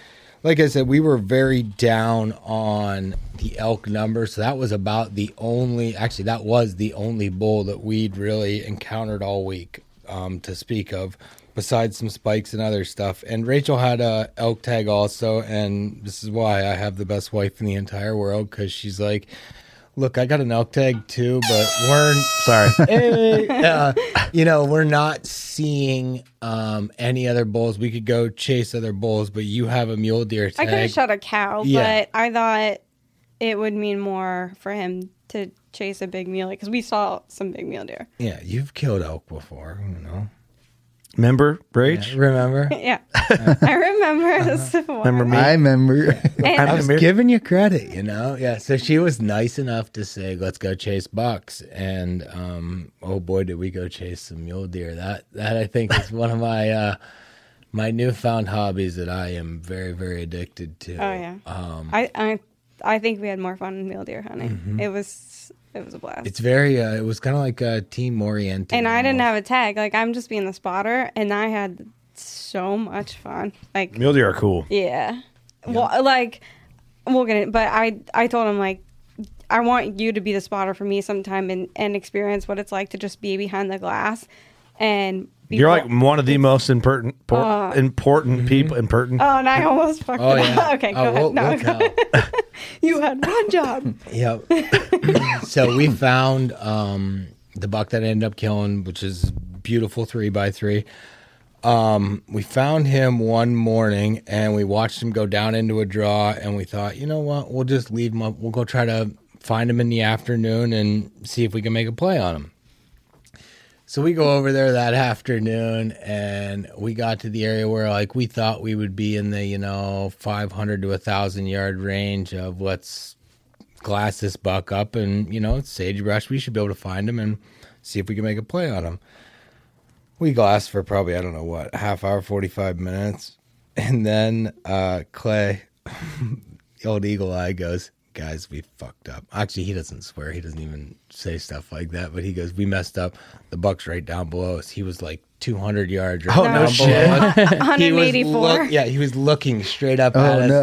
S5: like I said, we were very down on the elk number, so that was about the only. Actually, that was the only bull that we'd really encountered all week, um, to speak of, besides some spikes and other stuff. And Rachel had a elk tag also, and this is why I have the best wife in the entire world because she's like. Look, I got an elk tag too, but we're
S2: sorry.
S5: uh, you know, we're not seeing um, any other bulls. We could go chase other bulls, but you have a mule deer
S6: I
S5: tag.
S6: could have shot a cow,
S5: Yeah.
S6: but I thought it would mean more for him to chase a big mule because we saw some big mule deer.
S5: yeah, you've killed elk before, you know.
S2: Remember, Rach?
S5: remember?
S6: yeah,
S5: Uh-huh.
S6: I remember this one.
S4: I remember.
S6: And-
S5: I was giving you credit, you know. Yeah, so she was nice enough to say, "Let's go chase bucks," and um, oh boy, did we go chase some mule deer. That that I think is one of my uh, my newfound hobbies that I am very very addicted to.
S6: Oh yeah.
S5: Um, Mm-hmm.
S6: I, I I think we had more fun in mule deer hunting. It was it was a blast.
S5: It's very. Uh, it was kind of like uh, team oriented.
S6: and I didn't have a tag. Like I'm just being the spotter, and I had so much fun. Like
S2: Mule deer are cool.
S6: Yeah. Well, like we'll get it, but I I told him like I want you to be the spotter for me sometime and and experience what it's like to just be behind the glass and. be
S2: You're
S6: pull-
S2: like one of the most important por-
S6: Uh,
S2: important people. Important.
S6: Oh, and I almost fucked
S2: Oh,
S6: it
S2: yeah.
S6: up. Okay, go
S2: Oh,
S6: ahead.
S2: we'll-
S6: no,
S2: we'll
S6: go ahead. you had one job.
S5: Yep. so we found um, the buck that I ended up killing, which is beautiful three by three. Um, we found him one morning and we watched him go down into a draw, and we thought, you know what, we'll just leave him up. We'll go try to find him in the afternoon and see if we can make a play on him. So we go over there that afternoon and we got to the area where like we thought we would be in the, you know, 500 to 1000 yard range of let's glass this buck up and, you know, it's sagebrush, we should be able to find him and see if we can make a play on him. We glassed for probably I don't know what, half hour, 45 minutes. And then uh Clay the old eagle eye goes, guys, we fucked up. Actually, he doesn't swear. He doesn't even say stuff like that. But he goes, we messed up. The buck's right down below us. He was like 200 yards. Right
S2: Oh,
S5: down
S2: no shit.
S5: below us. He was
S6: 184.
S5: look- yeah, he was looking straight up at
S2: Oh,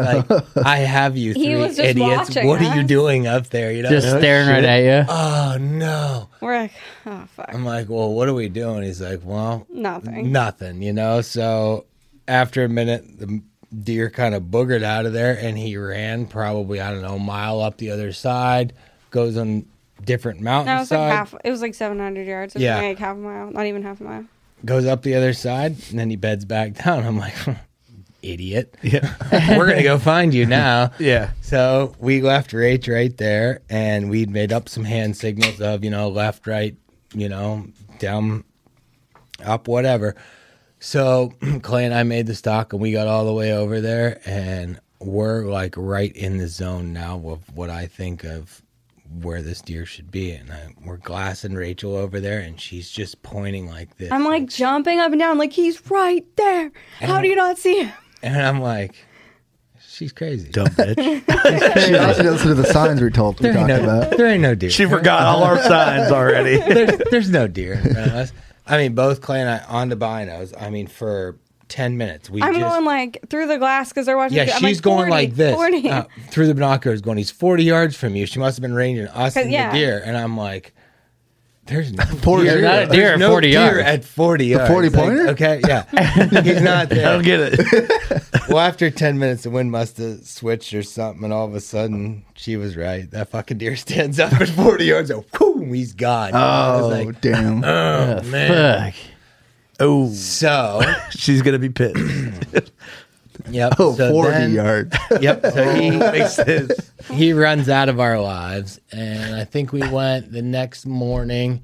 S5: us like, I have you
S6: He
S5: three
S6: was just
S5: idiots.
S6: watching
S5: What are you
S6: us.
S5: doing up there? You know,
S3: Just
S5: No
S3: staring right
S5: shit.
S3: at you.
S5: Oh no.
S6: We're like, oh fuck,
S5: I'm like, well, what are we doing? He's like, well,
S6: nothing.
S5: Nothing, you know. So after a minute, the deer kind of boogered out of there, and he ran probably I don't know a mile up the other side, goes on different
S6: No, it was like
S5: mountainside.
S6: half. It was like 700 yards. It was
S5: Yeah.
S6: like half a mile, not even half a mile.
S5: goes up the other side, and then he beds back down. I'm like, idiot. Yeah. We're going to go find you now.
S2: Yeah.
S5: So we left Rach right there, and we'd made up some hand signals of, you know, left, right, you know, down, up, whatever. So Clay and I made the stock, and we got all the way over there, and we're like right in the zone now of what I think of where this deer should be. And I, we're glassing Rachel over there, and she's just pointing like this.
S6: I'm like jumping up and down, like he's right there. How do you not see him?
S5: And I'm like, she's crazy.
S2: Dumb bitch.
S4: she also didn't listen to the signs we told we
S5: There ain't,
S4: talked
S5: no,
S4: about.
S5: there ain't no deer.
S2: She forgot all our signs already.
S5: there's, there's no deer in front of us. I mean, both Clay and I on the binos. I mean, for 10 minutes. We
S6: I'm
S5: just,
S6: going like through the glass because they're watching.
S5: yeah,
S6: TV. I'm
S5: she's going
S6: 40,
S5: like this
S6: 40.
S5: uh, through the binoculars, going, he's 40 yards from you. She must have been ranging us
S6: 'Cause-
S5: and
S6: yeah.
S5: the deer. And I'm like, there's no
S4: 40
S5: deer.
S4: There's not a
S5: There's
S3: deer at
S5: no
S3: 40
S5: deer
S3: yards.
S5: at 40
S4: The
S5: yards.
S4: 40
S5: Like,
S4: pointer?
S5: okay, yeah. he's not
S2: I
S5: there.
S2: don't get it.
S5: Well, after 10 minutes, the wind must have switched or something, and all of a sudden, she was right. That fucking deer stands up at 40 yards, and whoom, he's gone. I
S4: Oh
S5: was like,
S4: damn!
S5: oh, man.
S3: Fuck.
S2: Oh,
S5: So,
S2: she's gonna be pissed.
S5: yep.
S4: Oh,
S5: so
S4: 40
S5: then-
S4: yards.
S5: Yep. So he,
S2: Makes sense.
S5: he runs out of our lives, and I think we went the next morning.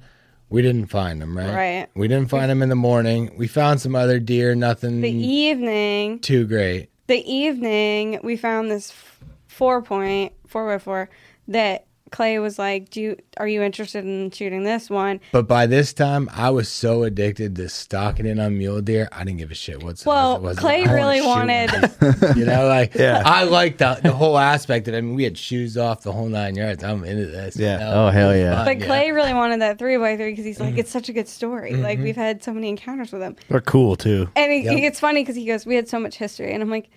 S5: We didn't find him, right?
S6: Right.
S5: We didn't find him in the morning. We found some other deer, nothing
S6: the e- evening,
S5: too great.
S6: the evening, we found this f- four point four by four that Clay was like, "Do you are you interested in shooting this one?"
S5: But by this time, I was so addicted to stalking in on mule deer, I didn't give a shit what size
S6: Well,
S5: it was.
S6: Clay
S5: I wanna
S6: really
S5: shoot
S6: wanted-
S5: one. you know, like
S2: Yeah.
S5: I liked the, the whole aspect of it. I mean, we had shoes off the whole nine yards. I'm into this. you
S2: Yeah.
S5: know?
S3: Oh, hell yeah.
S5: Fun,
S6: But Clay really wanted that three by three because he's
S5: Mm-hmm.
S6: like, "It's such a good story. Like we've had so many encounters with him."
S2: They're cool too.
S6: And he,
S5: Yep.
S6: it's funny because he goes, "We had so much history," and I'm like,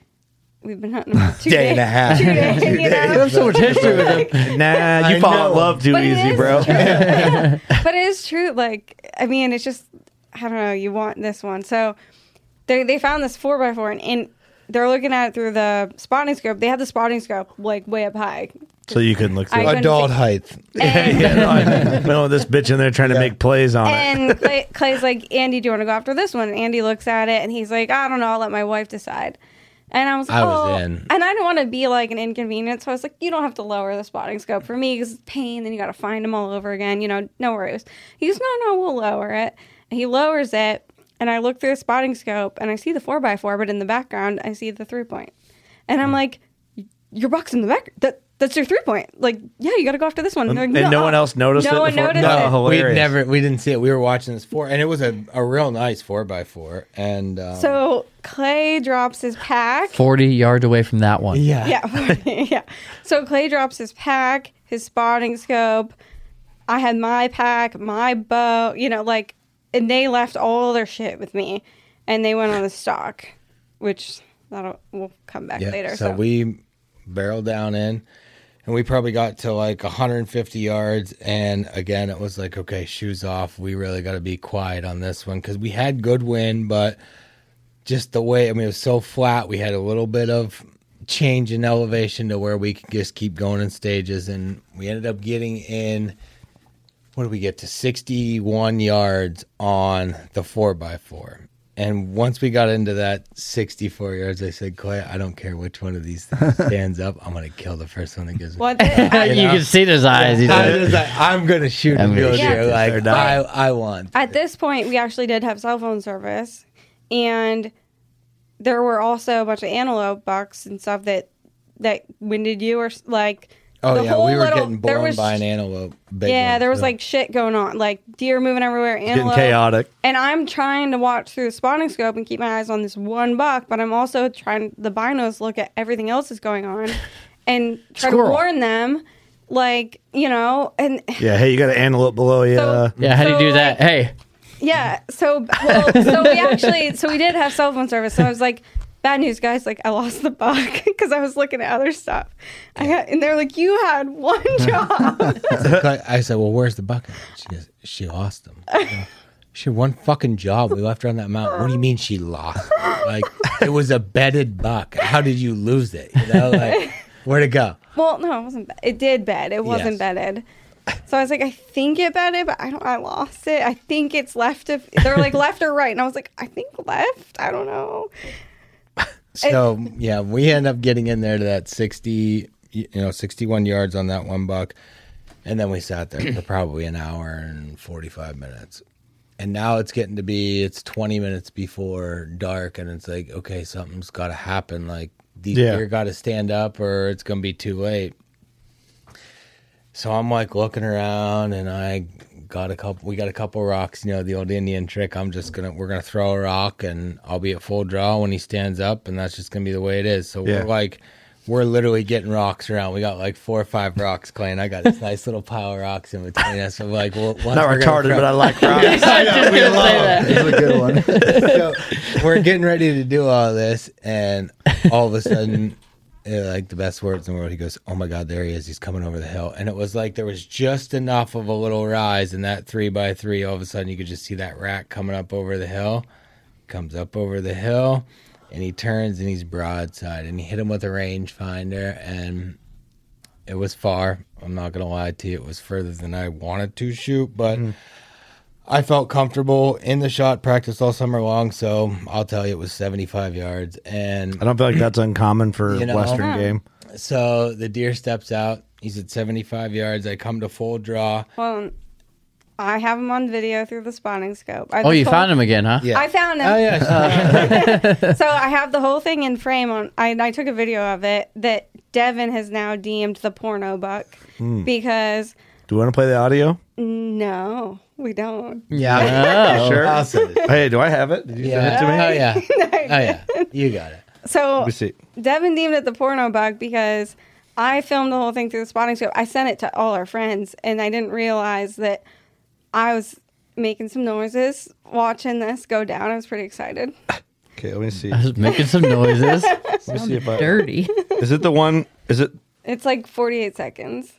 S6: "We've been hunting him for two
S5: Day
S6: days,
S5: and a half.
S6: two days,
S5: Two
S6: you
S5: days.
S6: know."
S3: You have so much history with him.
S2: Nah, you
S5: I
S2: fall in
S5: know.
S2: love too
S6: But it
S2: easy,
S6: is
S2: bro.
S6: but it is true. Like, I mean, it's just, I don't know. You want this one, so they they found this four by four, and, and they're looking at it through the spotting scope. They had the spotting scope like way up high.
S2: So you couldn't look through.
S6: I
S2: it.
S6: couldn't
S5: Adult
S6: see-
S5: height.
S6: And,
S2: yeah, no, I we don't want this bitch in there trying to make plays on it.
S6: and Clay, Clay's like, Andy, do you want to go after this one? And Andy looks at it, and he's like, I don't know. I'll let my wife decide. And I was like,
S5: I was
S6: oh.
S5: in.
S6: and I didn't want to be like an inconvenience. So I was like, you don't have to lower the spotting scope for me because it's pain. Then you got to find them all over again. You know, no worries. He goes, no, no, we'll lower it. And he lowers it, and I look through the spotting scope, and I see the four by four, but in the background, I see the three point, and
S2: Hmm.
S6: I'm like, your buck's in the back. That that's your three point. Like, yeah, you got to go after this one.
S2: And,
S6: They're like,
S2: and no one else noticed
S6: no
S2: it.
S6: one
S2: before?
S6: noticed
S2: no,
S6: it.
S5: We
S2: hilarious.
S5: never, we didn't see it. We were watching this four, and it was a, a real nice four by four. And um,
S6: So Clay drops his pack.
S3: 40 yards away from that
S2: Oh,
S3: one.
S5: yeah,
S6: Yeah, yeah. So Clay drops his pack, his spotting scope. I had my pack, my bow. You know, like, and they left all their shit with me, and they went on the stock, which that'll we'll come back
S5: Yeah,
S6: later.
S5: So, we barreled down in, and we probably got to like 150 yards. And again, it was like, okay, shoes off. We really got to be quiet on this one because we had good wind, but just the way I mean, it was so flat. We had a little bit of change in elevation to where we could just keep going in stages, and we ended up getting in. What did we get to 61 yards on the 4x4? And once we got into that 64 yards, I said, Clay, I don't care which one of these things stands up. I'm going to kill the first one that gives me.
S6: what? I,
S3: you can see in his eyes. He's
S5: I
S3: like,
S5: was like, I'm going to shoot a
S3: I'm gonna
S5: mule
S6: shoot
S5: deer.
S6: this
S5: Like,
S2: or not.
S5: I, I want.
S6: at this point, we actually did have cell phone service, and there were also a bunch of antelope bucks and stuff that that winded you or s- like.
S5: Oh,
S6: the
S5: yeah.
S6: whole
S5: We were
S6: little-
S5: getting
S6: there
S5: blown
S6: was
S5: by an antelope. Big
S6: yeah,
S5: one.
S6: there was like shit going on, like deer moving everywhere,
S2: Getting
S6: antelope,
S2: chaotic.
S6: and I'm trying to watch through the spotting scope and keep my eyes on this one buck, but I'm also trying the binos look at everything else that's going on, and try to
S3: Squirrel.
S6: warn them, like you know, and
S2: Yeah, hey, you got an antelope below you.
S6: So-
S2: uh,
S3: yeah, how do you
S6: So,
S3: do that?
S6: like-
S3: Hey,
S6: yeah. So well, so we actually so we did have cell phone service. So I was like, bad news, guys. Like I lost the buck because I was looking at other stuff. I had, and they're like, you had one job.
S5: Clay- I said, "Well, where's the bucket?" She goes, "She lost them." She had one fucking job. We left her on that mountain. What do you mean she lost? them? Like it was a bedded buck. How did you lose it? You know, like where'd it go?
S6: well, no, it wasn't. Bed. It did bed. It
S5: Yes.
S6: wasn't bedded. So I was like, I think it betted, but I don't. I lost it. I think it's left. If they're like left or right, and I was like, I think left. I don't know.
S5: So yeah, we end up getting in there to that sixty, you know, sixty-one yards on that one buck, and then we sat there for probably an hour and forty-five minutes, and now it's getting to be it's twenty minutes before dark, and it's like okay, something's got to happen. Like these
S2: Yeah.
S5: deer got to stand up, or it's gonna be too late. So I'm like looking around, and I got a couple. We got a couple rocks, you know, the old Indian trick. I'm just gonna we're gonna throw a rock, and I'll be at full draw when he stands up, and that's just gonna be the way it is. So
S2: Yeah.
S5: we're like, we're literally getting rocks around. We got like four or five rocks, Clay, and I got this nice little pile of rocks in between us. I'm like, well, once
S2: Not
S5: we're gonna
S2: retarded,
S5: throw-
S2: but I like rocks. Yeah, I was just
S5: We
S2: gonna
S5: love
S2: say
S5: them.
S2: that. That's a good one.
S5: so we're getting ready to do all this, and all of a sudden, eh, like the best words in the world, he goes, "Oh my God, there he is! He's coming over the hill!" And it was like there was just enough of a little rise in that three by three. All of a sudden, you could just see that rack coming up over the hill. Comes up over the hill, and he turns and he's broadside, and he hit him with a rangefinder, and it was far. I'm not gonna lie to you, it was further than I wanted to shoot, but. I felt comfortable in the shot practice all summer long, so I'll tell you it was 75 yards. And
S2: I don't feel like that's uncommon for
S5: you know,
S2: Western game.
S5: So the deer steps out. He's at 75 yards. I come to full draw.
S6: Well, I have him on video through the spotting scope. I
S3: Oh, you
S6: told-
S3: found him again, huh?
S6: I found him.
S3: Oh,
S6: so I have the whole thing in frame on. I, I took a video of it that Devin has now deemed the porno buck
S2: Hmm.
S6: because
S2: Do you want to play the audio?
S6: no, we don't.
S2: Yeah.
S5: Oh.
S2: sure.
S5: Awesome.
S2: Hey, do I have it? Did you send it to me?
S5: Oh, yeah. Oh, yeah. You got it.
S6: So
S2: Let me see.
S6: Devin deemed it the porno bug because I filmed the whole thing through the spotting scope. I sent it to all our friends, and I didn't realize that I was making some noises watching this go down. I was pretty excited.
S2: Okay, let me see.
S3: I was making some noises.
S2: Let me see if I
S6: Dirty.
S2: Is it the one? Is it?
S6: It's like 48 seconds.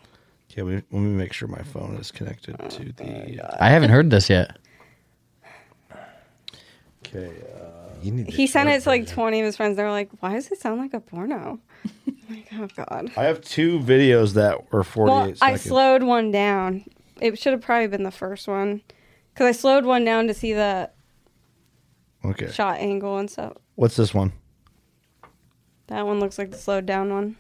S2: Okay, let me, let me make sure my phone is connected to the.
S3: I haven't heard this yet.
S2: Okay. Uh,
S5: you need
S6: He sent it to like 20 of his friends. They were like, why does it sound like a porno? I'm like, oh, God.
S2: I have two videos that were 48
S6: Well,
S2: seconds.
S6: I slowed one down. It should have probably been the first one because I slowed one down to see the
S2: Okay.
S6: shot angle and stuff.
S2: What's this one?
S6: That one looks like the slowed down one.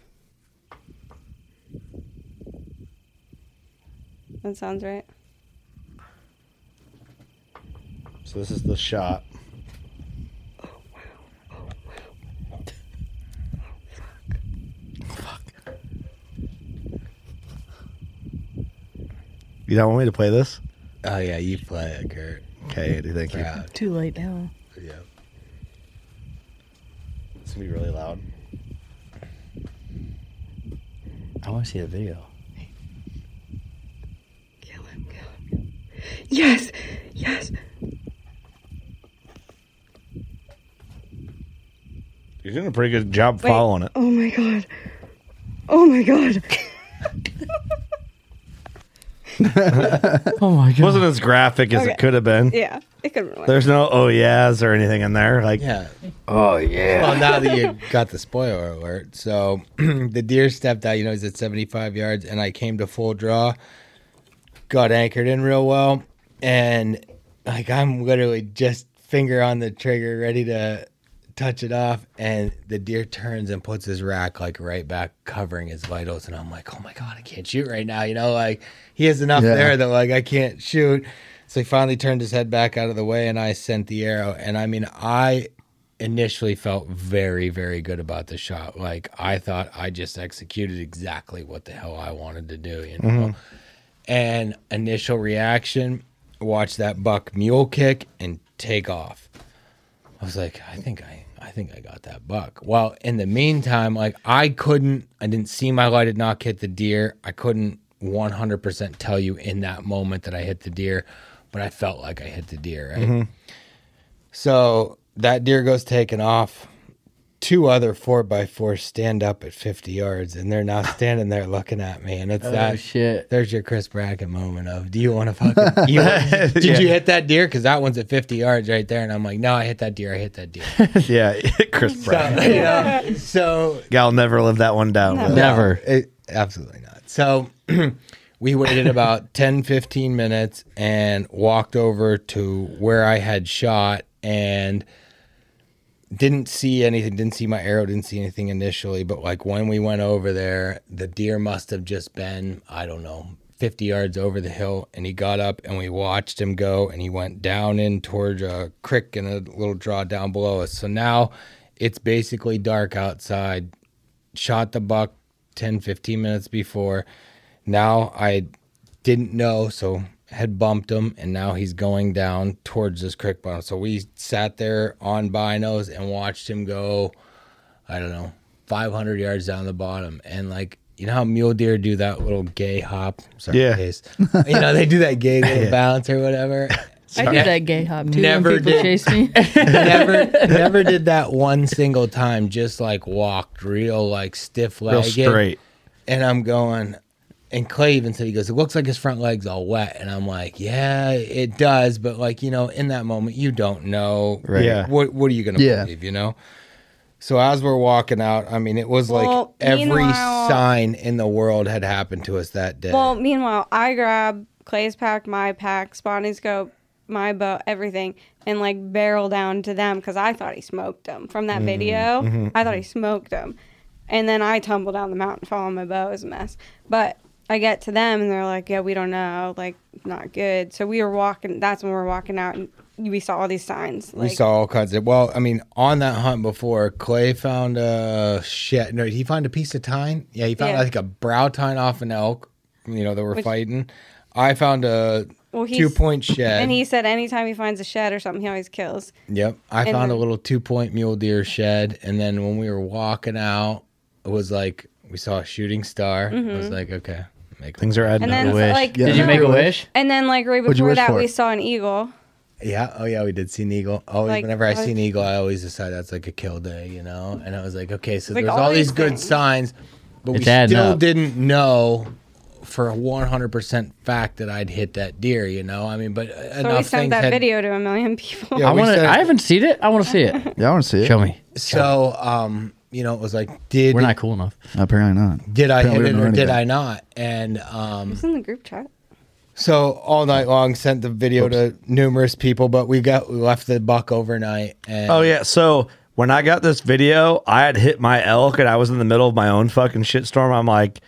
S6: That sounds right.
S2: So this is the shot. You don't want me to play this?
S5: Oh, yeah. You play it, Kurt.
S2: Okay, Andy, thank you.
S5: Proud.
S7: Too late now.
S5: Yeah.
S2: It's gonna be really loud.
S3: I want to see the video.
S10: Yes, yes.
S2: You're doing a pretty good job following it.
S10: Oh my god. Oh my god.
S3: oh my god!
S2: Wasn't as graphic as
S6: Okay.
S2: it could have been.
S6: Yeah, it could have been.
S2: There's no oh yeahs or anything in there. Like
S5: Yeah.
S2: oh yeah.
S5: Well, now that you got the spoiler alert, so the deer stepped out. You know, he's at 75 yards, and I came to full draw. Got anchored in real well, and like I'm literally just finger on the trigger, ready to touch it off, and the deer turns and puts his rack like right back, covering his vitals, and I'm like, oh my god, I can't shoot right now. You know, like he has enough
S1: Yeah.
S5: there that like I can't shoot. So he finally turned his head back out of the way, and I sent the arrow. And I mean, I initially felt very, very good about the shot. Like I thought I just executed exactly what the hell I wanted to do. You know
S1: Mhm.
S5: and initial reaction watch that buck mule kick and take off i was like i think i i think i got that buck well in the meantime like i couldn't i didn't see my lighted knock hit the deer i couldn't 100% tell you in that moment that i hit the deer but i felt like i hit the deer right
S1: Mhm.
S5: so that deer goes taken off two other four by fours stand up at 50 yards and they're now standing there looking at me and it's
S3: Oh,
S5: that
S3: shit
S5: there's your chris brackett moment of do you want to fucking you, did you hit that deer because that one's at 50 yards right there and i'm like no i hit that deer i hit that deer
S2: yeah, Chris Brown.
S5: you know, so
S2: I'll never live that one down.
S5: Never. absolutely not so We waited about 10, 15 minutes and walked over to where I had shot and didn't see anything, didn't see my arrow, didn't see anything initially. But like when we went over there, the deer must have just been, I don't know, 50 yards over the hill. And he got up and we watched him go and he went down in towards a creek and a little draw down below us. So now it's basically dark outside. Shot the buck 10, 15 minutes before. Now I didn't know, so had bumped him, and now he's going down towards this creek bottom. So we sat there on binos and watched him go, I don't know, 500 yards down the bottom. And like, you know how mule deer do that little gay hop? Sorry,
S7: Yeah.
S5: Case. You know, they do that gay little
S7: Yeah.
S5: bounce or whatever.
S7: I do that gay hop too.
S5: Never
S7: when people
S5: did.
S7: chase me.
S5: never never did that one single time just like walked real like stiff
S2: Real
S5: legged
S2: straight.
S5: and i'm going and clay even said he goes it looks like his front leg's all wet and i'm like yeah it does but like you know in that moment you don't know
S2: Right. Yeah.
S5: what, what are you gonna
S2: Yeah.
S5: believe you know so as we're walking out i mean it was like
S6: Well,
S5: every
S6: meanwhile-
S5: sign in the world had happened to us that day
S6: Well, meanwhile, I grab Clay's pack, my pack, Spotty scope, my bow, everything, and like barrel down to them because I thought he smoked them from
S5: Mm-hmm.
S6: that
S11: Mm,
S6: video.
S11: mhm.
S6: I thought he smoked them, and then I tumble down the mountain, following my bow is a mess. But I get to them and they're like, "Yeah, we don't know, like not good." So we were walking. That's when we were walking out and we saw all these signs.
S5: We
S6: Like,
S5: saw all kinds of. Well, I mean, on that hunt before, Clay found a shit. No, he found a piece of tine. Yeah, he found
S6: Yeah.
S5: I think a brow tine off an elk. You know, that were
S6: Which-
S5: fighting. I found a
S6: Well, he's-
S5: two point shed.
S6: and he said, anytime he finds a shed or something, he always kills.
S5: Yep. I
S6: And
S5: found a
S6: then-
S5: little two point mule deer shed. And then when we were walking out, it was like we saw a shooting star. It was
S6: Mhm.
S5: like, okay. Make
S2: Things are adding
S6: And
S2: up.
S6: then so, like,
S5: Did you make a wish?
S6: And then like right
S5: What'd you
S6: before
S5: wish
S6: that,
S5: for?
S6: we saw an eagle.
S5: Yeah. Oh, yeah. We did see an eagle. Always,
S6: Like,
S5: whenever I
S6: what-
S5: see an eagle, I always decide that's like a kill day, you know. And I was like, okay, so
S6: Like,
S5: there's
S6: all
S5: all these
S6: these
S5: good
S6: things.
S5: signs, but we
S3: It's adding
S5: still
S3: up.
S5: didn't know for a 100 percent fact that I'd hit that deer, you know. I mean, but uh,
S6: so we
S5: enough
S6: sent
S5: things
S6: that
S5: had.
S6: video to a million people.
S5: Yeah,
S3: I
S5: we
S3: want
S5: said-
S3: to. I haven't seen it. I want to see it.
S4: Yeah, I want to see it.
S3: Show me.
S5: So, um, you know, it was like, did
S3: We're not cool enough.
S4: Apparently not.
S5: Did I
S4: Apparently
S5: hit it
S4: we
S5: or
S4: don't know
S5: did I
S4: anything.
S5: not? And um,
S6: It's in the group chat.
S5: So all night long, sent the video to numerous people, but we got we left the buck overnight. And
S2: Oh yeah. So when I got this video, I had hit my elk and I was in the middle of my own fucking shitstorm. I'm like,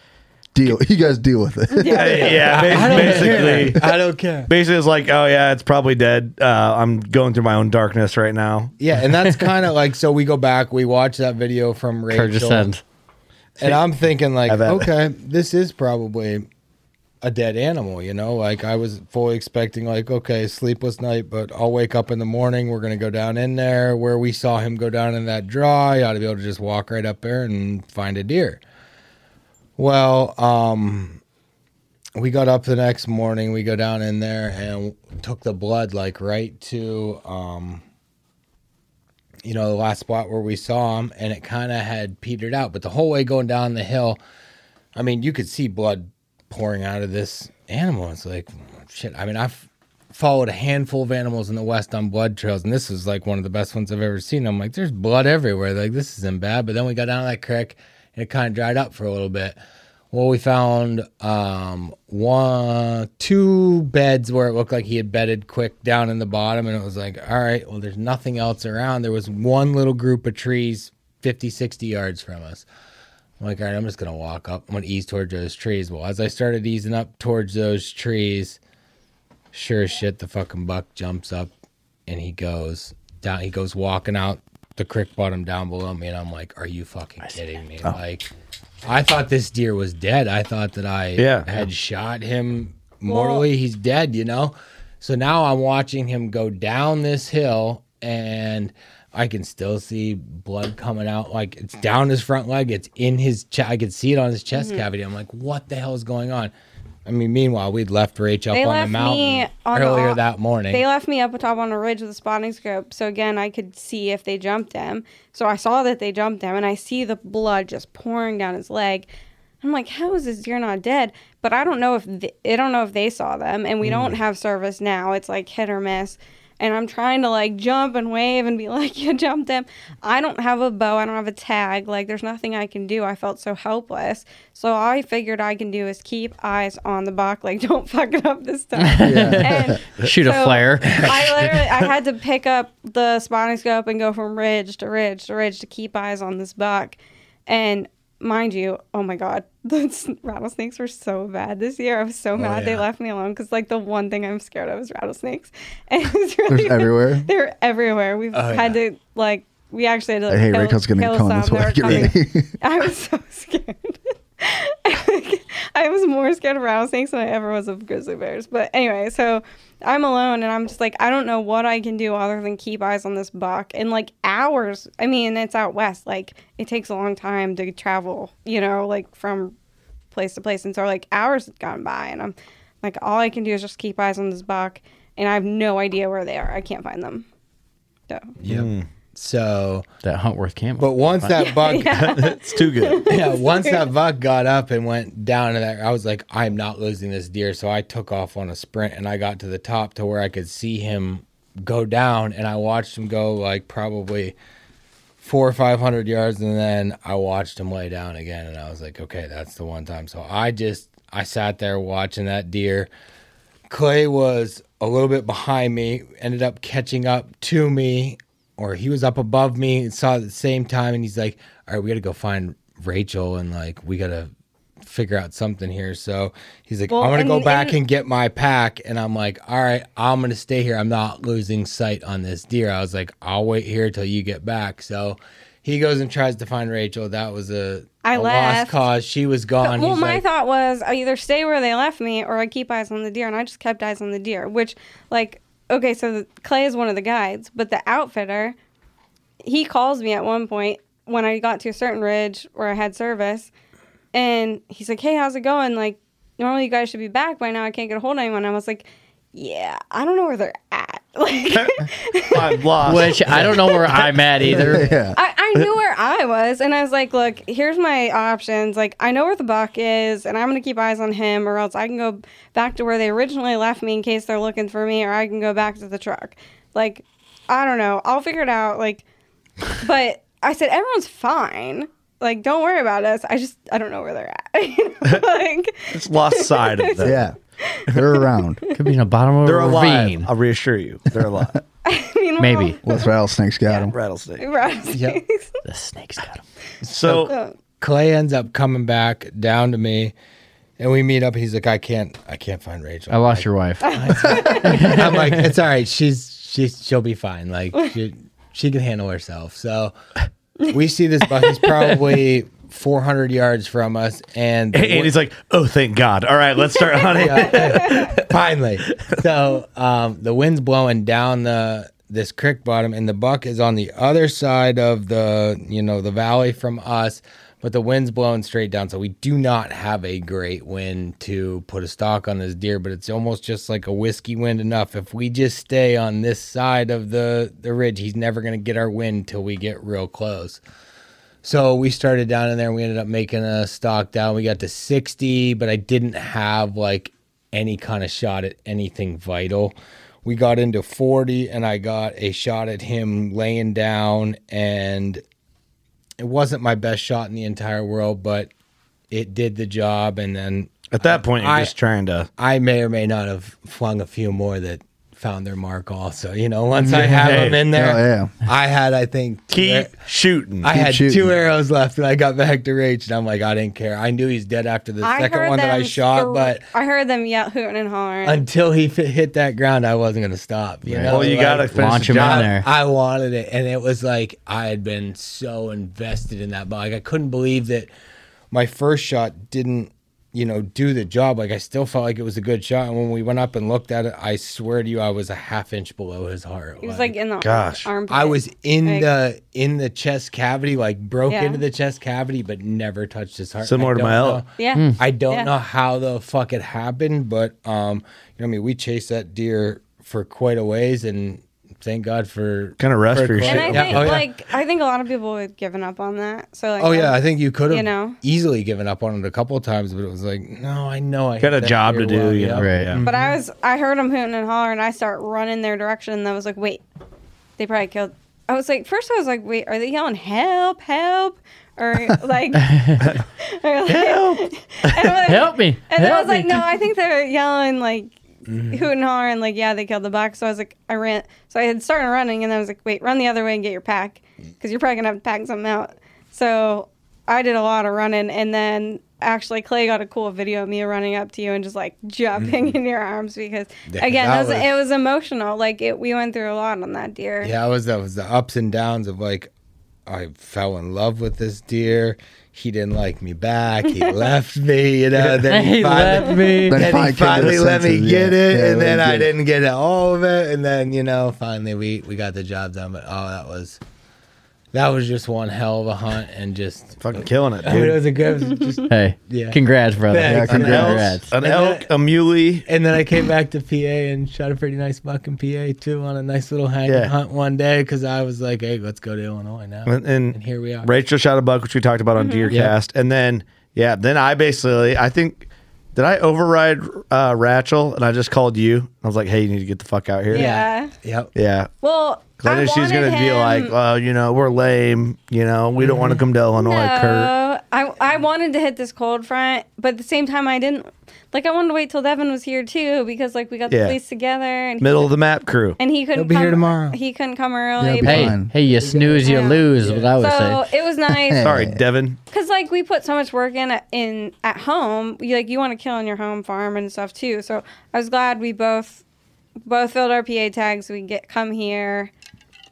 S4: deal. You guys deal with it.
S2: yeah, yeah, ba-
S5: I don't
S2: basically.
S5: care. I don't care.
S2: Basically, it's like, oh yeah, it's probably dead. Uh, I'm going through my own darkness right now.
S5: Yeah, and that's kind of like so we go back, we watch that video from Rachel,
S2: Descent.
S5: and I'm thinking like,
S2: I've had-
S5: okay, this is probably a dead animal, you know. Like I was fully expecting like, okay, sleepless night, but I'll wake up in the morning. We're gonna go down in there where we saw him go down in that draw. You ought to be able to just walk right up there and find a deer. Well, um, we got up the next morning. We go down in there and took the blood like right to um, you know, the last spot where we saw him, and it kind of had petered out. But the whole way going down the hill, I mean, you could see blood pouring out of this animal. It's like, shit. I mean, I've followed a handful of animals in the West on blood trails, and this is like one of the best ones I've ever seen. I'm like, there's blood everywhere. Like, this isn't bad. But then we got down to that creek, and it kind of dried up for a little bit. Well, we found um, one, two beds where it looked like he had bedded quick down in the bottom, and it was like, all right, well, there's nothing else around. There was one little group of trees 50, 60 yards from us. I'm like, all right, I'm just gonna walk up. I'm gonna ease towards those trees. Well, as I started easing up towards those trees, sure as shit, the fucking buck jumps up and he goes down. He goes walking out the creek bottom down below me, and I'm like, are you fucking kidding me?
S2: Oh.
S5: Like, I thought this deer was dead. I thought that I
S2: Yeah.
S5: had shot him mortally. He's dead, you know. So now I'm watching him go down this hill and I can still see blood coming out. Like it's down his front leg, it's in his chest. I could see it on his chest
S6: Mhm.
S5: cavity. I'm like, what the hell is going on? I mean, meanwhile, we'd left Rach up
S6: They
S5: on
S6: left
S5: the mountain
S6: me on the
S5: earlier
S6: au-
S5: that morning.
S6: They left me up atop on a ridge with a spotting scope, so again, I could see if they jumped him. So I saw that they jumped him, and I see the blood just pouring down his leg. I'm like, how is this deer not dead? But I don't know if th- I don't know if they saw them, and we don't
S11: Mm.
S6: have service now. It's like hit or miss. and I'm trying to like jump and wave and be like, you jumped him. I don't have a bow. I don't have a tag. Like, there's nothing I can do. I felt so helpless. So I figured I can do is keep eyes on the buck. Like, don't fuck it up this time.
S3: Shoot a
S6: So,
S3: flare.
S6: I literally I had to pick up the spotting scope and go from ridge to ridge to ridge to keep eyes on this buck. And mind you, oh my god, the rattlesnakes were so bad this year. I was so mad they
S4: Oh, yeah.
S6: left me alone because like the one thing I'm scared of is rattlesnakes. And it was really
S4: everywhere?
S6: They're everywhere. We've
S4: Oh,
S6: had to like we actually had to like,
S4: hey,
S6: kill-
S4: Rachel's gonna
S6: kill
S4: come this
S6: some. They
S4: way.
S6: were
S4: Get
S6: coming.
S4: ready.
S6: I was so scared. I was more scared of rattlesnakes than I ever was of grizzly bears. But anyway, so I'm alone and I'm just like, I don't know what I can do other than keep eyes on this buck. And like hours, I mean, it's out west. Like it takes a long time to travel, you know, like from place to place. And so like hours had gone by and I'm like, all I can do is just keep eyes on this buck. And I have no idea where they are. I can't find them. So
S5: Yep. So
S3: that Huntworth camel.
S5: But once that buck,
S6: Yeah.
S5: it's
S2: too good.
S5: Yeah, once that buck got up and went down to that, I was like, I'm not losing this deer. So I took off on a sprint and I got to the top to where I could see him go down, and I watched him go like probably four or five hundred yards, and then I watched him lay down again, and I was like, okay, that's the one time. So I just I sat there watching that deer. Clay was a little bit behind me, ended up catching up to me, or he was up above me and saw it at the same time. And he's like, All right, we got to go find Rachel and like, we got to figure out something here. So he's like,
S12: Well,
S5: I'm going to go
S12: and-
S5: back
S12: and-
S5: and get my pack. And I'm like, All right, I'm going to stay here. I'm not losing sight on this deer. I was like, I'll wait here till you get back. So he goes and tries to find Rachel. That was a
S6: I
S5: a
S6: left.
S5: lost cause. She was gone.
S6: Well,
S5: He's
S6: my
S5: like,
S6: thought was I either stay where they left me or I keep eyes on the deer, and I just kept eyes on the deer. Which, like, okay, so the, Clay is one of the guides, but the outfitter, he calls me at one point when I got to a certain ridge where I had service, and he's like, "Hey, how's it going? Like, normally you guys should be back by now. I can't get a hold of anyone." I was like, "Yeah, I don't know where they're at. Like,
S2: I'm lost.
S3: Which I don't know where I'm at either.
S6: I, I knew where I was, and I was like, look, here's my options. Like, I know where the buck is, and I'm going to keep eyes on him, or else I can go back to where they originally left me in case they're looking for me, or I can go back to the truck. Like, I don't know. I'll figure it out. Like, but I said, everyone's fine. Like, don't worry about us. I just, I don't know where they're at. You know, like,
S2: It's lost sight of them.
S4: Yeah. They're around.
S3: Could be in the bottom of
S2: They're alive. I reassure you, they're alive.
S6: I mean, we're
S3: Maybe.
S4: With rattlesnakes got him.
S2: Rattlesnake.
S6: all- Right.
S5: Yep.
S3: The snake's got him.
S5: So Clay ends up coming back down to me, and we meet up. He's like, "I can't, I can't find Rachel."
S3: I lost your wife.
S5: I'm like, "It's all right. She's she's she'll be fine. Like she she can handle herself." So we see this buck. He's probably 400 yards from us, and
S2: And he's like, oh, thank God. All right, let's start hunting.
S5: Finally. So um, the wind's blowing down the this creek bottom, and the buck is on the other side of the you know the valley from us, but the wind's blowing straight down. So we do not have a great wind to put a stock on this deer, but it's almost just like a whiskey wind enough. If we just stay on this side of the the ridge, he's never gonna get our wind till we get real close. So we started down in there. and We ended up making a stock down. We got to 60, but I didn't have like any kind of shot at anything vital. We got into 40 and I got a shot at him laying down. And it wasn't my best shot in the entire world, but it did the job. And then
S2: At that point, you're
S5: I-
S2: just trying to.
S5: I may or may not have flung a few more that found their mark also. You know, once I have
S2: Hey.
S5: them in there,
S2: Oh, yeah.
S5: I had, I think, two
S2: Keep
S5: ar-
S2: shooting.
S5: I
S2: Keep
S5: had
S2: shooting.
S5: two arrows left and I got back to Rach and I'm like, I didn't care. I knew he's dead after the
S6: I
S5: second
S6: heard
S5: one that I
S6: them
S5: shot,
S6: scr-
S5: but
S6: I heard them yell, hooting and hollering.
S5: until he fi hit that ground, I wasn't going to stop. You
S3: Right.
S5: know,
S3: Well, you
S5: Like,
S3: gotta finish Launch the him in job. there.
S5: I wanted it. And it was like, I had been so invested in that buck. Like, I couldn't believe that my first shot didn't, you know, do the job. Like, I still felt like it was a good shot. And when we went up and looked at it, I swear to you, I was a half inch below his heart.
S6: He was like in the
S5: Gosh.
S6: armpit.
S5: I was in
S6: Like-
S5: the in the chest cavity, like broke
S6: Yeah.
S5: into the chest cavity, but never touched his heart.
S2: Similar
S5: I
S2: to
S5: don't
S2: my
S5: know-
S2: elk. Yeah. Hmm.
S5: I don't
S2: Yeah.
S5: know how the fuck it happened, but um, you know, I mean, we chased that deer for quite a ways, and thank God for
S2: Kinda rest
S5: for
S2: for your
S5: Clay.
S6: And I
S5: Yeah,
S6: think
S5: oh, yeah.
S6: like I think a lot of people would have given up on that. So like
S5: oh yeah, I think you could have
S6: You know.
S5: easily given up on it a couple of times, but it was like, no, I know I
S2: Got
S5: hit
S2: a
S5: that Mm.
S2: job to
S5: very
S2: do,
S5: well.
S2: you know,
S5: Yep.
S2: right, yeah.
S6: But I was I heard them hooting and hollering and I start running their direction and I was like, wait, they probably killed I was like first I was like, wait, are they yelling help, help? Or like, or, like-
S3: Help me.
S6: And then I
S3: Help
S6: was like,
S3: me.
S6: no, I think they're yelling like
S3: Mhm.
S6: hoot and holler and like, yeah, they killed the buck. So I was like, I ran. So I had started running and I was like, wait, run the other way and get your pack because you're probably gonna have to pack something out. So I did a lot of running and then actually Clay got a cool video of me running up to you and just like jumping in your arms because
S5: Yeah,
S6: again,
S5: that
S6: it was,
S5: was-
S6: it was emotional. Like it, we went through a lot on that deer.
S5: Yeah, it was that was the ups and downs of like I fell in love with this deer. He didn't like me back. He left me, you know. Then he,
S3: He
S5: finally,
S3: left me. Then
S5: Then
S3: finally
S5: he
S3: came to
S5: finally
S3: the
S5: let me
S3: senses,
S5: get
S3: yeah.
S5: it,
S3: Yeah,
S5: and
S3: we
S5: then I
S3: did.
S5: didn't get all of it. And then you know, finally we we got the job done. But oh, that was that was just one hell of a hunt, and just
S2: fucking killing it.
S5: I mean, it was a good. it was just-
S3: Hey,
S5: yeah.
S3: congrats, brother.
S5: Thanks.
S3: Congrats.
S5: And then-
S2: a muley.
S5: And then I came back to PA and shot a pretty nice buck in PA too on a nice little hang
S2: Yeah.
S5: hunt one day because I was like, hey, let's go to Illinois now.
S2: And, and,
S5: here we are.
S2: Rachel shot a buck, which we talked about
S6: Mm-hmm.
S2: on Deercast, and then yeah, then I basically I think did I override uh, Rachel and I just called you. I was like, hey, you need to get the fuck out here.
S6: Yeah.
S5: Yep.
S2: Yeah.
S6: Well,
S2: 'Cause I, knew she's gonna be like, well, you know, we're lame. You know, we don't want to
S5: Mm-hmm.
S2: come to Illinois, Kurt.
S6: No, I I wanted to hit this cold front, but at the same time, I didn't. Like, I wanted to wait till Devin was here too, because like we got
S2: Yeah.
S6: the police together and
S2: Middle of the map crew.
S6: and he couldn't
S2: He'll be
S6: come,
S2: here tomorrow.
S6: He couldn't come early.
S3: hey, hey, you snooze, you lose. is What I would
S6: So
S3: say.
S6: it was nice.
S2: Sorry, Devin.
S6: Cause like we put so much work in at, in at home, you, like you want to kill on your home farm and stuff too. So I was glad we both both filled our PA tags. We get come here,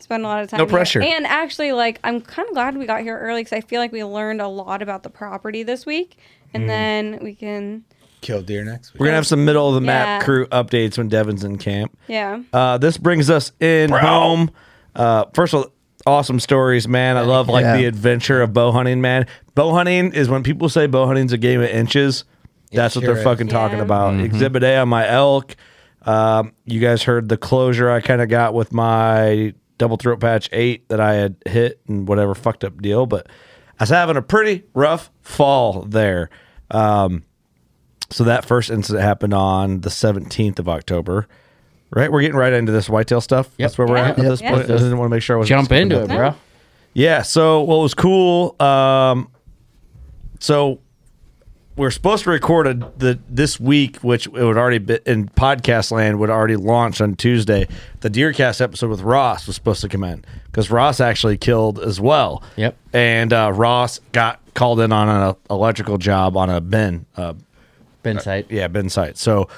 S6: spend a lot of time.
S2: No
S6: here.
S2: pressure.
S6: And actually, like I'm kind of glad we got here early because I feel like we learned a lot about the property this week, and
S2: Mhm.
S6: then we can
S5: Kill deer next week.
S2: We're gonna have some middle of the map
S6: Yeah.
S2: crew updates when Devin's in camp.
S6: yeah.
S2: Uh, this brings us in home. Uh, first of all, awesome stories, man. I love like
S4: Yeah.
S2: the adventure of bow hunting, man. Bow hunting is when people say bow hunting's a game of inches. That's what
S4: sure
S2: they're fucking
S4: is.
S2: talking
S4: Yeah.
S2: about.
S4: Mhm.
S2: Exhibit A on my elk. Um, you guys heard the closure I kind of got with my double throat patch eight that I had hit and whatever fucked up deal, but I was having a pretty rough fall there. Um, so that first incident happened on the 17th of October. Right, we're getting right into this whitetail stuff. That's where we're at at
S3: Yep.
S2: this point. I
S3: Yep.
S2: didn't want to make sure I was
S3: Jump into it, bro.
S2: Yeah. So what was cool? Um, so we're supposed to record a, the this week, which it would already be in podcast land would already launch on Tuesday. The Deercast episode with Ross was supposed to come in because Ross actually killed as well. Yep. And uh, Ross got called in on an electrical job on a bin. Uh,
S3: bin site.
S2: yeah, bin site. So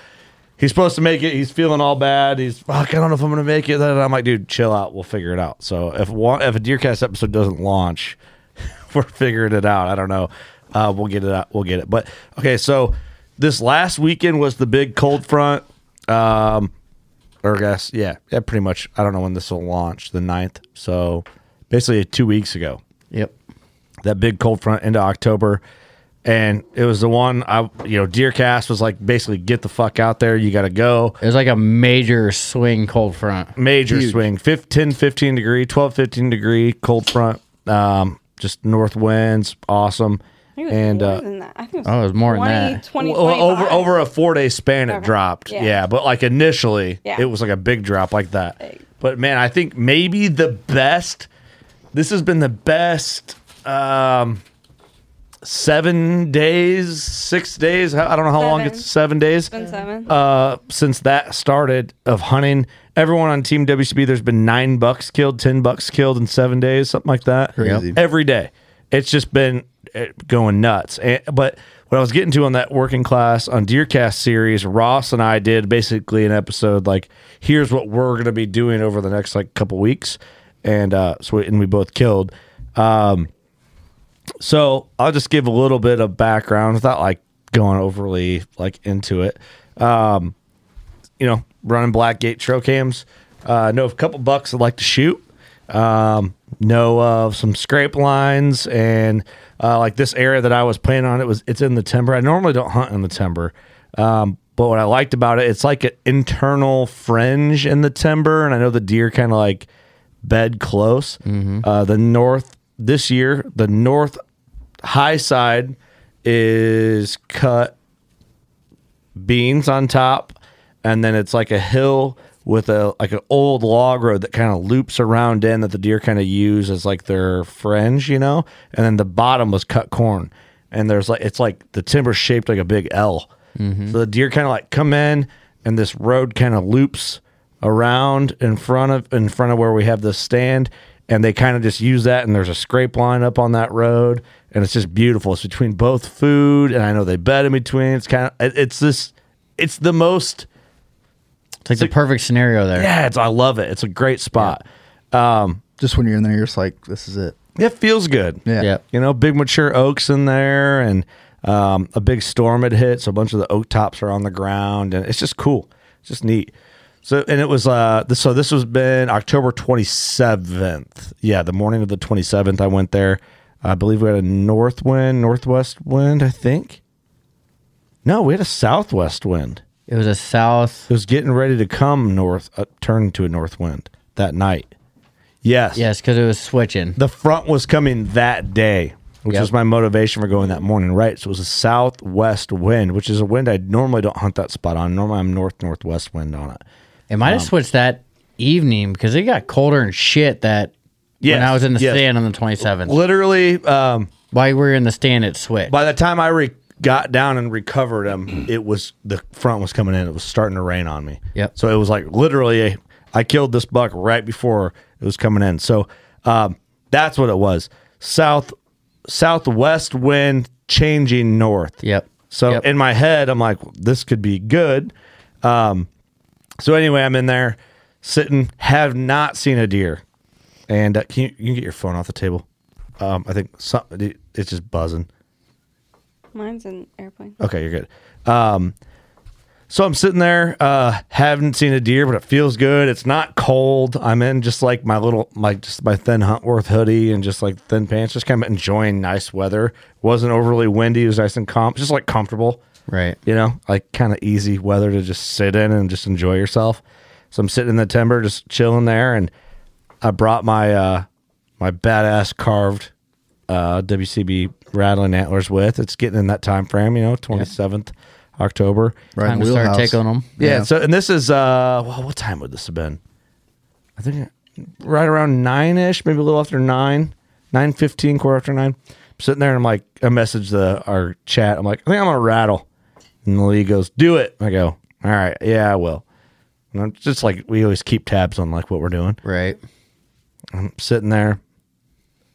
S2: he's supposed to make it. He's feeling all bad. He's fuck. I don't know if I'm gonna make it. And I'm like, dude, chill out. We'll figure it out. So if one, if a DeerCast episode doesn't launch, we're figuring it out. I don't know. Uh, we'll get it out. We'll get it. But okay, so this last weekend was the big cold front. Um, or I guess yeah, yeah, pretty much. I don't know when this will launch. The 9th. So basically two weeks ago.
S3: Yep.
S2: That big cold front into October. And it was the one I, you know, Deercast was like basically get the fuck out there. You got to go.
S3: It was like a major swing cold front.
S2: Major
S3: Huge.
S2: swing. Fif- 10, 15 degree, 12, 15 degree cold front. Um, just north winds. Awesome.
S6: I think it was
S2: and
S6: more
S2: uh,
S6: than that. I think it was
S2: oh, it was more
S6: than 20, that. 20,
S2: Well, over
S6: 25.
S2: over a four day span, it
S6: Okay.
S2: dropped. Yeah.
S6: Yeah.
S2: but like initially,
S6: Yeah.
S2: it was like a big drop like that. But man, I think maybe the best. This has been the best um, seven days, six days. I I don't know how long
S6: Seven.
S2: it's seven days.
S6: It's been seven.
S2: Uh, since that started of hunting, everyone on Team WCB, there's been nine bucks killed, ten bucks killed in seven days, something like that.
S4: Crazy.
S2: Every day, it's just been eh, going nuts. And, but what I was getting to on that working class on Deercast series, Ross and I did basically an episode like, here's what we're gonna be doing over the next like couple weeks, and uh, so we, and we both killed. Um, so I'll just give a little bit of background without like going overly like into it. Um, you know, running black gate trail cams. Uh, know of a couple bucks I'd like to shoot. Um, know of some scrape lines and uh, like this area that I was playing on. It was it's in the timber. I normally don't hunt in the timber, um, But what I liked about it, it's like an internal fringe in the timber, and I know the deer kind of like bed close. Uh, the north this year, the north high side is cut beans on top, and then it's like a hill with a like an old log road that kind of loops around in that the deer kind of use as like their fringe, you know. And then the bottom was cut corn, and there's like it's like the timber shaped like a big L. So the deer kind of like come in, and this road kind of loops around in front of in front of where we have the stand, and they kind of just use that. And there's a scrape line up on that road, and it's just beautiful. It's between both food, and I know they bed in between. It's kind of it's this, it's the most.
S3: It's like the perfect scenario there.
S2: Yeah, it's I love it. It's a great spot. Um,
S4: Just when you're in there, you're just like, this is it.
S2: it feels good.
S4: Yeah. Yeah.
S2: You know, big mature oaks in there and um, a big storm had hit. So a bunch of the oak tops are on the ground and it's just cool. It's just neat. So, and it was, uh, this, so this was been October 27th. Yeah. The morning of the 27th, I went there. I believe we had a north wind, northwest wind, I think. No, we had a southwest wind.
S3: It was a south.
S2: It was getting ready to come north, uh, turn to a north wind that night. Yes.
S3: Yes, because it was switching.
S2: The front was coming that day, which
S3: Yep.
S2: was my motivation for going that morning. Right. So it was a southwest wind, which is a wind I normally don't hunt that spot on. Normally I'm north northwest wind on it.
S3: It might have
S2: Um,
S3: switched that evening because it got colder and shit that when
S2: Yes,
S3: I was in the
S2: yes.
S3: stand on the 27th.
S2: Literally, um,
S3: while we were in the stand, it switched.
S2: By the time I re- got down and recovered him, it was the front was coming in. It was starting to rain on me.
S3: Yep.
S2: So it was like literally, I killed this buck right before it was coming in. So um, that's what it was. South southwest wind changing north.
S3: Yep.
S2: So in my head, I'm like, this could be good. Um, so anyway, I'm in there sitting, have not seen a deer. And uh, can you, you can get your phone off the table? Um, I think some, it's just buzzing.
S6: Mine's an airplane.
S2: Okay, you're good. Um, so I'm sitting there, uh, haven't seen a deer, but it feels good. It's not cold. I'm in just like my little, my just my thin Huntworth hoodie and just like thin pants, just kind of enjoying nice weather. wasn't overly windy. It was nice and calm, just like comfortable.
S3: Right.
S2: You know, like kind of easy weather to just sit in and just enjoy yourself. So I'm sitting in the timber, just chilling there, and I brought my uh my badass carved uh WCB rattling antlers with. It's getting in that time frame, you know, twenty seventh October.
S4: Right in Time to start wheelhouse. tickling 'em.
S2: Yeah,
S4: Yeah.
S2: So and this is uh well, what time would this have been? I think right around nine ish, maybe a little after nine, nine fifteen, quarter after nine. I'm sitting there and I'm like, I message the our chat. I'm like, I think I'm gonna rattle. And Lee goes, Do it. I go, All right, yeah, I will. And I'm just like we always keep tabs on like what we're doing.
S3: Right.
S2: I'm sitting there,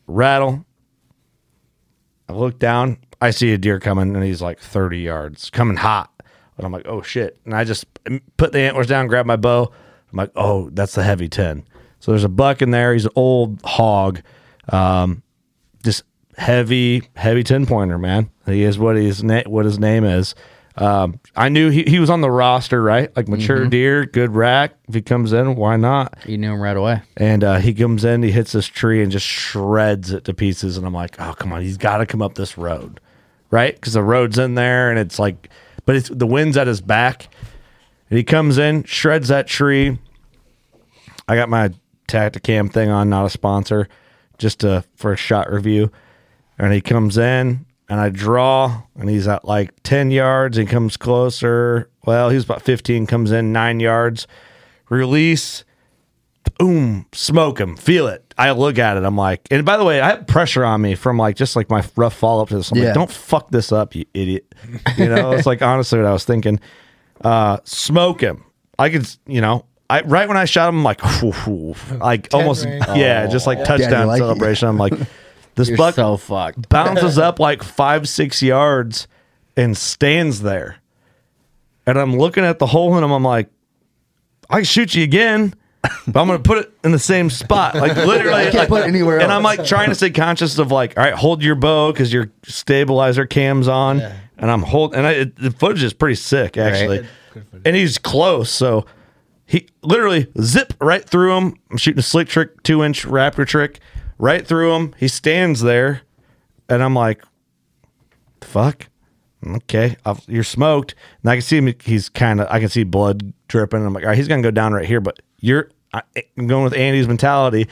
S2: rattle. I look down, I see a deer coming, and he's like 30 yards, coming hot. And I'm like, oh shit. And I just put the antlers down, grab my bow. I'm like, oh, that's the heavy 10. So there's a buck in there. He's an old hog. Um, just heavy, heavy 10 pointer, man. He is what his, na- what his name is. Um, I knew he, he was on the roster, right? Like mature deer, good rack. If he comes in, why not?
S3: You knew him right away.
S2: And uh, he comes in, he hits this tree and just shreds it to pieces. And I'm like, oh, come on, he's got to come up this road, right? Because the road's in there and it's like, but it's the wind's at his back. And he comes in, shreds that tree. I got my Tacticam thing on, not a sponsor, just to, for a shot review. And he comes in and I draw and he's at like 10 yards. He comes closer. Well, he was about 15, comes in nine yards. Release boom, smoke him, feel it. I look at it, I'm like, and by the way, I have pressure on me from like just like my rough follow up to this. I'm
S12: Yeah.
S2: like, don't fuck this up, you idiot. You know, it's like honestly what I was thinking. Uh, smoke him. I could, you know, I right when I shot him, I'm like, like almost,
S12: range.
S2: yeah, just like
S12: Oh.
S2: touchdown
S12: Yeah, you like it.
S2: celebration. I'm like, this
S3: You're
S2: buck
S3: so fucked.
S2: bounces up like five, six yards and stands there. And I'm looking at the hole in him. I'm like, I can shoot you again, but I'm going to put it in the same spot. Like literally.
S4: I can't
S2: like-
S4: put it anywhere
S2: And
S4: else.
S2: I'm like trying to stay conscious of like, all right, hold your bow because your stabilizer cam's on. And I'm holding, and I, it, the footage is pretty sick actually. And he's close. So he literally zip right through him. I'm shooting a slick trick, two inch raptor trick, right through him. He stands there, and I'm like, the fuck? okay, I've, you're smoked. And I can see him. He's kind of. I can see blood dripping. I'm like, all right, he's gonna go down right here. But you're. I- I'm going with Andy's mentality.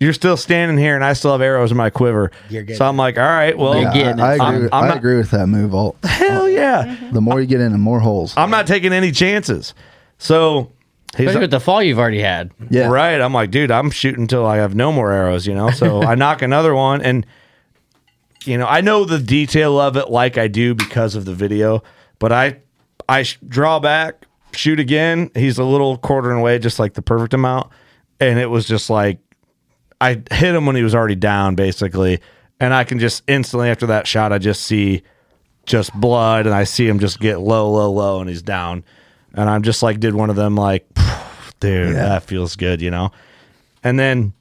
S2: You're still standing here, and I still have arrows in my quiver.
S13: Mm-hmm. You're getting
S2: so I'm like, all right, well,
S13: Yeah, I, I agree,
S2: I'm,
S13: with-
S2: I'm
S13: I
S2: not,
S13: agree with that move. All
S2: hell yeah.
S13: The more you get in, the more holes.
S2: I'm not taking any chances. So he's
S7: Especially with the fall you've already had.
S13: Yeah.
S2: Right. I'm like, dude, I'm shooting till I have no more arrows, you know? So I knock another one and you know, I know the detail of it like I do because of the video, but I I sh- draw back, shoot again. He's a little quartering away just like the perfect amount and it was just like I hit him when he was already down basically, and I can just instantly after that shot I just see just blood and I see him just get low, low, low, and he's down. And I'm just like, did one of them like, dude, that feels good, you know? And then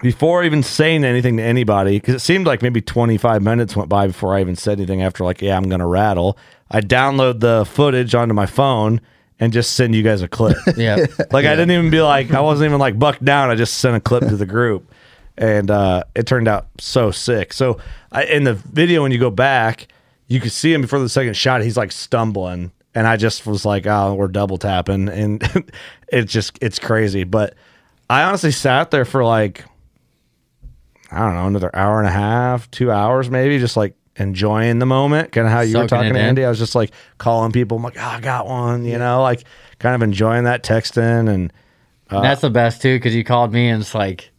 S2: before even saying anything to anybody, because it seemed like maybe 25 minutes went by before I even said anything after, like, yeah, I'm going to rattle, I download the footage onto my phone and just send you guys a clip.
S7: Yeah.
S2: Like, I didn't even be like, I wasn't even like bucked down. I just sent a clip to the group. And uh, it turned out so sick. So, I, in the video, when you go back, you could see him before the second shot. He's like stumbling. And I just was like, oh, we're double tapping. And it's just, it's crazy. But I honestly sat there for like, I don't know, another hour and a half, two hours maybe, just like enjoying the moment. Kind of how you were
S7: Soaking it
S2: talking to
S7: in.
S2: Andy. I was just like calling people. I'm like, oh, I got one, you know, like kind of enjoying that texting. And uh,
S7: That's the best too, because you called me and it's like,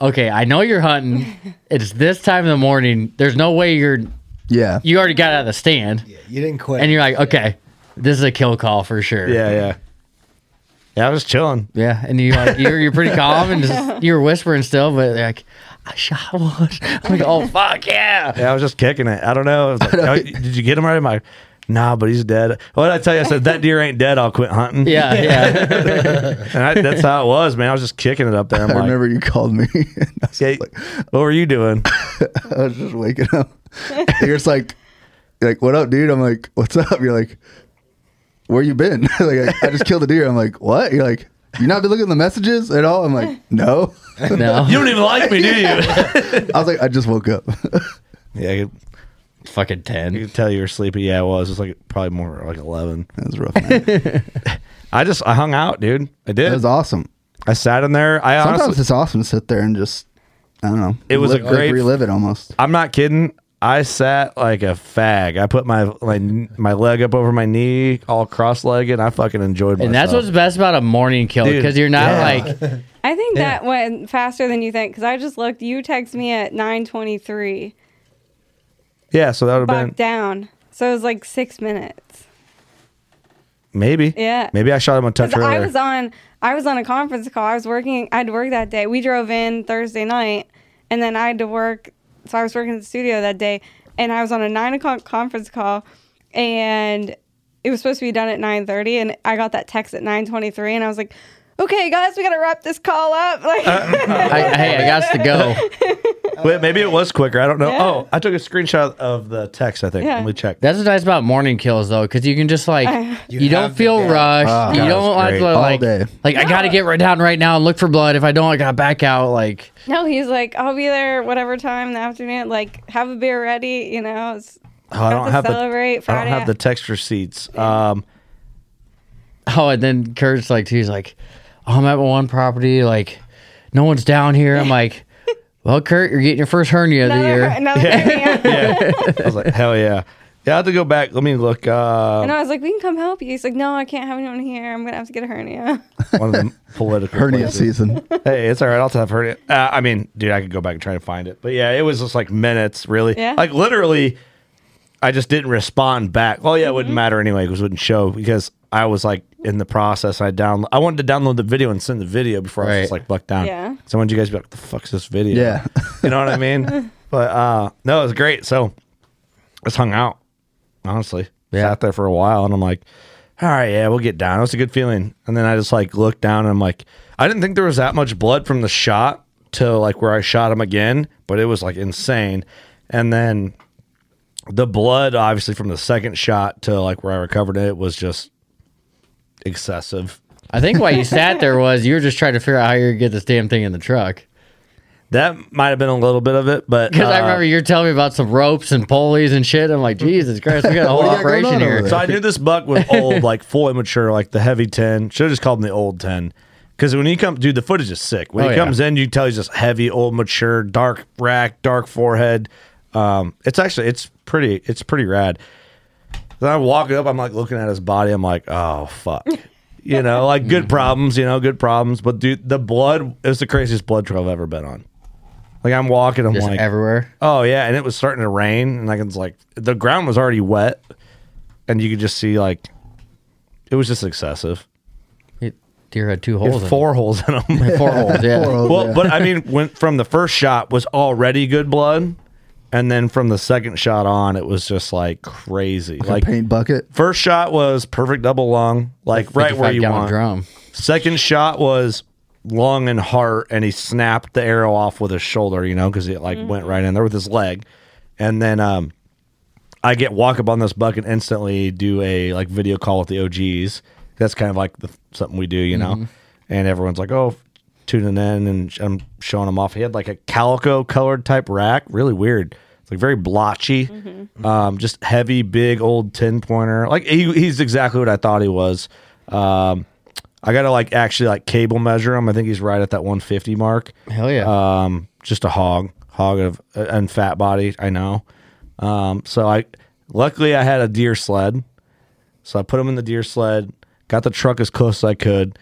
S7: okay, I know you're hunting. it's this time of the morning. There's no way you're.
S13: Yeah.
S7: You already got out of the stand,
S5: You didn't quit.
S7: and you're like, okay, this is a kill call for sure.
S2: yeah, yeah. Yeah, I was chilling.
S7: Yeah, and you like you're you're pretty calm and just you're whispering still, but like I shot one. I'm like, oh fuck yeah.
S2: Yeah, I was just kicking it. I don't know. I was like, "Oh, did you get him right? I'm like, nah, but he's dead. What did I tell you? I said, that deer ain't dead. I'll quit hunting.
S7: Yeah, yeah.
S2: and I, that's how it was, man. I was just kicking it up there. I'm
S13: I
S2: like,
S13: remember you called me.
S2: "Yeah, what were you doing?
S13: I was just waking up. You're just like, you're like, what up, dude? I'm like, what's up? You're like, where you been? like, I, I just killed a deer. I'm like, what? You're like, you not been looking at the messages at all? I'm like, no,
S7: No.
S2: You don't even like me, do you?
S13: I was like, I just woke up.
S2: Yeah, you,
S7: fucking ten.
S2: You could tell you were sleepy. Yeah, it was. It was like probably more like eleven.
S13: That was rough. man.
S2: I just I hung out, dude. I did.
S13: That was awesome.
S2: I sat in there. I
S13: Sometimes
S2: honestly,
S13: it's awesome to sit there and just, I don't know.
S2: It was a
S13: like
S2: great-
S13: relive it almost.
S2: I'm not kidding. I sat like a fag. I put my my my leg up over my knee, all cross legged. and I fucking enjoyed myself.
S7: And that's what's best about a morning kill
S2: Dude,
S7: because you're not
S2: yeah.
S7: like
S6: I think
S2: Yeah.
S6: that went faster than you think because I just looked. You text me at nine twenty three,
S2: yeah. So that would have been
S6: buck down. So it was like six minutes.
S2: maybe.
S6: Yeah.
S2: Maybe I shot him a touch
S6: 'Cause I
S2: earlier.
S6: was on, I was on a conference call. I was working. I had to work that day. We drove in Thursday night, and then I had to work. So I was working at the studio that day, and I was on a nine o'clock conference call, and it was supposed to be done at nine thirty, and I got that text at nine twenty three, and I was like, "Okay, guys, we gotta wrap this call up." Like,
S7: I, hey, I got to go.
S2: Wait, maybe it was quicker. I don't know.
S6: Yeah.
S2: Oh, I took a screenshot of the text. I think.
S6: Yeah.
S2: Let me check.
S7: That's what's nice about morning kills though, because you can just like you, don't
S5: have the
S7: feel
S5: day.
S7: rushed.
S2: Oh,
S7: you
S2: God,
S7: don't
S2: it's
S7: want to
S2: great.
S13: All
S7: like
S13: day.
S7: like I gotta get right down right now and look for blood. If I don't, I gotta back out. Like
S6: no, he's like, "I'll be there whatever time in the afternoon. Like, have a beer ready." You know, it's,
S2: Oh, I
S6: got
S2: don't
S6: to
S2: have
S6: celebrate
S2: the I
S6: Friday.
S2: don't have the text receipts. Um,
S7: oh, and then Kurt's like he's like, oh, I'm at my one property. Like no one's down here. I'm like, well, Kurt, you're getting your first hernia of the
S6: another,
S7: year.
S6: another thing.
S2: yeah. I was like, hell yeah. Yeah, I have to go back. Let me look.
S4: Um,
S2: Uh,
S6: And I was like, we can come help you. He's like, no, I can't have anyone here. I'm going to have to get a hernia.
S2: one of the political
S13: Hernia
S2: places.
S13: season.
S2: Hey, it's all right. I'll have hernia. Uh, I mean, dude, I could go back and try to find it, but yeah, it was just like minutes, really.
S6: Yeah.
S2: Like literally, I just didn't respond back. Well, yeah, it wouldn't matter anyway because it wouldn't show because I was like in the process. I download. I wanted to download the video and send the video before I was just like bucked down.
S6: Yeah.
S2: So I wanted you guys to be like, "What the fuck's this video?
S13: Yeah.
S2: you know what I mean. But uh, no, it was great. So just hung out. Honestly, sat there for a while, and I'm like, all right, yeah, we'll get down. It was a good feeling. And then I just like looked down, and I'm like, I didn't think there was that much blood from the shot to like where I shot him again, but it was like insane. And then the blood, obviously, from the second shot to like where I recovered it was just excessive.
S7: I think why you sat there was you were just trying to figure out how you're gonna get this damn thing in the truck.
S2: That might have been a little bit of it, but
S3: Because I
S2: uh,
S3: remember you're telling me about some ropes and pulleys and shit. I'm like, Jesus Christ, we got a whole operation here.
S2: So I knew this buck was old, like full immature, like the heavy 10. Should have just called him the old 10. Because when he comes, dude, the footage is sick. When
S3: Oh,
S2: he
S3: yeah.
S2: comes in, you can tell he's just heavy, old, mature, dark rack, dark forehead. Um, it's actually, it's pretty, it's pretty rad. Then I walk up, I'm like looking at his body, I'm like, oh, fuck. You know, like good problems, you know, good problems. But dude, the blood is the craziest blood trail I've ever been on. Like I'm walking, I'm
S3: Just
S2: like
S3: everywhere.
S2: Oh yeah, and it was starting to rain, and I was like, the ground was already wet, and you could just see like, it was just excessive.
S3: It, deer had two
S2: It had
S3: holes in
S2: four
S3: it.
S2: holes in
S3: Yeah,
S2: them.
S3: four holes, yeah. Four holes,
S2: well,
S3: yeah.
S2: but I mean, when from the first shot was already good blood, and then from the second shot on, it was just like crazy.
S4: Like
S2: Like
S4: a paint bucket.
S2: First shot was perfect double long, like right where
S3: 55
S2: you
S3: gallon
S2: want.
S3: drum.
S2: Second shot was long and heart, and he snapped the arrow off with his shoulder, you know, because it like
S3: Mm-hmm.
S2: went right in there with his leg. And then um, I get walk up on this buck and instantly do a like video call with the OGs. That's kind of like the, something we do, you know.
S3: Mhm.
S2: And everyone's like, "Oh, tuning in," and sh- I'm showing him off. He had like a calico colored type rack, really weird. It's like very blotchy, um, just heavy, big old ten pointer. Like he, he's exactly what I thought he was. Um, I gotta like actually like cable measure him. I think he's right at that 150 mark.
S3: Hell yeah.
S2: Um, just a hog, hog of uh, and fat body. I know. Um, so I luckily I had a deer sled, so I put him in the deer sled. Got the truck as close as I could,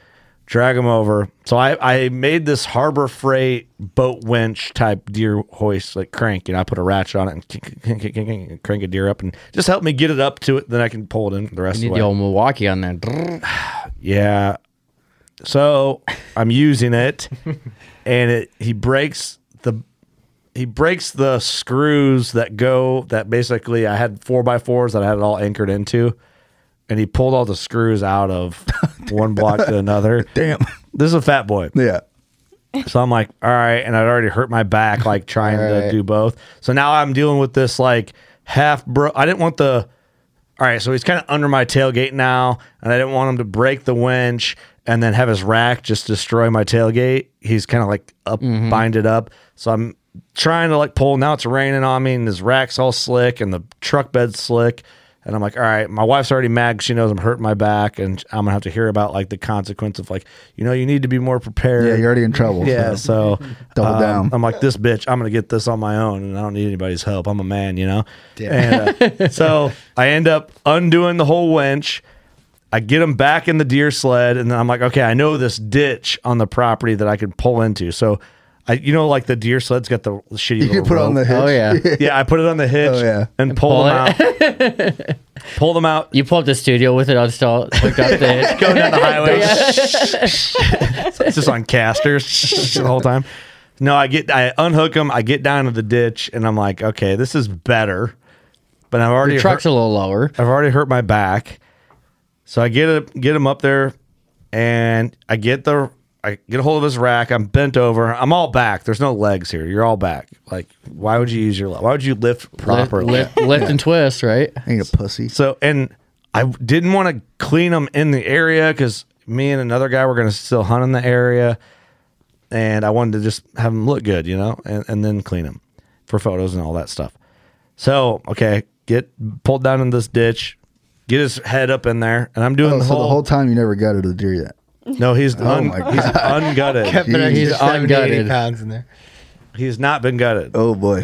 S2: drag him over. So I I made this Harbor Freight boat winch type deer hoist like crank. You know, I put a ratchet on it and kink, kink, kink, kink, kink, crank a deer up and just help me get it up to it. Then I can pull it in the rest
S3: You
S2: of the
S3: need
S2: way.
S3: the old Milwaukee on there.
S2: Yeah. So I'm using it, and it he breaks the he breaks the screws that go that basically I had four by fours that I had it all anchored into, and he pulled all the screws out of one block to another.
S4: Damn.
S2: This is a fat boy.
S4: Yeah.
S2: So I'm like, all right, and I'd already hurt my back like trying to
S3: Right.
S2: do both. So now I'm dealing with this like half bro. I didn't want the. All right, so he's kind of under my tailgate now, and I didn't want him to break the winch and then have his rack just destroy my tailgate. He's kind of like up,
S4: Mm-hmm.
S2: binded up. So I'm trying to like pull. Now it's raining on me, and his rack's all slick, and the truck bed's slick. And I'm like, all right, my wife's already mad. 'cause She knows I'm hurting my back, and I'm gonna have to hear about like the consequence of like, you know, you need to be more prepared.
S4: Yeah, you're already in trouble,
S2: Yeah, so,
S4: so. Double
S2: um,
S4: down.
S2: I'm like, this bitch, I'm gonna get this on my own, and I don't need anybody's help. I'm a man, you know. And, uh, so I end up undoing the whole winch. I get him back in the deer sled, and then I'm like, okay, I know this ditch on the property that I can pull into. So, I, you know, like the deer sled's got the shitty.
S4: You
S2: little
S4: put it on
S2: rope.
S4: the hitch. Oh, yeah.
S2: yeah. I put it on the hitch.
S4: Oh, yeah.
S2: and, pull,
S3: pull
S2: them out. pull them out.
S3: You pull up the studio with it. I'll just all hooked up there.
S2: Going down the highway.
S3: Yeah.
S2: it's just on casters the whole time. No, I get I unhook them. I get down to the ditch, and I'm like, okay, this is better. But I've already
S3: Your truck's a little lower.
S2: I've already hurt my back, so I get it, get him up there, and I get the I get a hold of his rack. I'm bent over. I'm all back. There's no legs here. You're all back. Like, why would you use your? le- Why would you lift properly?
S3: Lift, lift and twist, right?
S4: Ain't a pussy.
S2: So, and I didn't want to clean them in the area because me and another guy were going to still hunt in the area. And I wanted to just have them look good, you know, and, and then clean them for photos and all that stuff. So, okay, get pulled down in this ditch, get his head up in there, and I'm doing
S4: Oh,
S2: the,
S4: so
S2: whole,
S4: the whole time you never gutted the deer yet.
S2: No, he's,
S4: Oh
S2: un,
S4: my
S2: he's ungutted.
S4: Kept an extra He's
S5: 70, 80 pounds in there.
S2: He's not been gutted.
S4: Oh boy.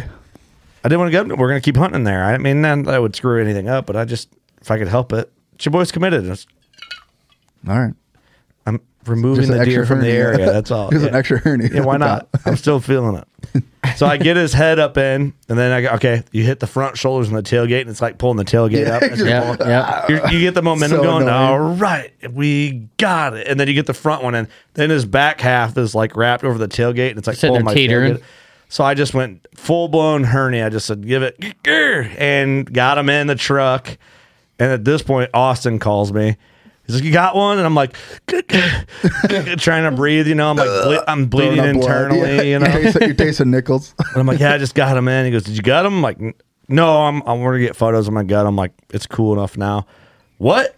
S2: I didn't want to get him. We're gonna keep hunting there. I mean, then I would screw anything up, but I just if I could help it. It's your boy's committed. It's-
S4: All right.
S2: I'm removing
S4: Just an
S2: the deer
S4: extra
S2: from the
S4: hernia.
S2: area. That's all.
S4: Just an extra hernia.
S2: Yeah, why not? I'm still feeling it. So I get his head up in, and then I go, okay, you hit the front shoulders and the tailgate, and it's like pulling the tailgate
S4: Yeah,
S2: up. It's
S4: just-
S2: pulling-
S4: yeah, yeah.
S2: You're- You get the momentum
S4: So
S2: going,
S4: annoying.
S2: all right, we got it. And then you get the front one, and then his back half is like wrapped over the tailgate, and it's like
S3: Sitting
S2: pulling
S3: there
S2: my
S3: teetering.
S2: tailgate. So I just went full blown hernia. I just said, give it, grr, and got him in the truck. And at this point, Austin calls me. He's like, "You got one?" And I'm like, trying to breathe. You know, I'm like, ble- I'm bleeding
S4: Uh, Throwing up blood.
S2: internally.
S4: Yeah.
S2: You
S4: You
S2: know,
S4: taste, you taste the nickels.
S2: and I'm like, yeah, I just got him in. He goes, did you gut him? I'm like, "N- no, I'm I'm gonna get photos of my gut. I'm like, it's cool enough now. What?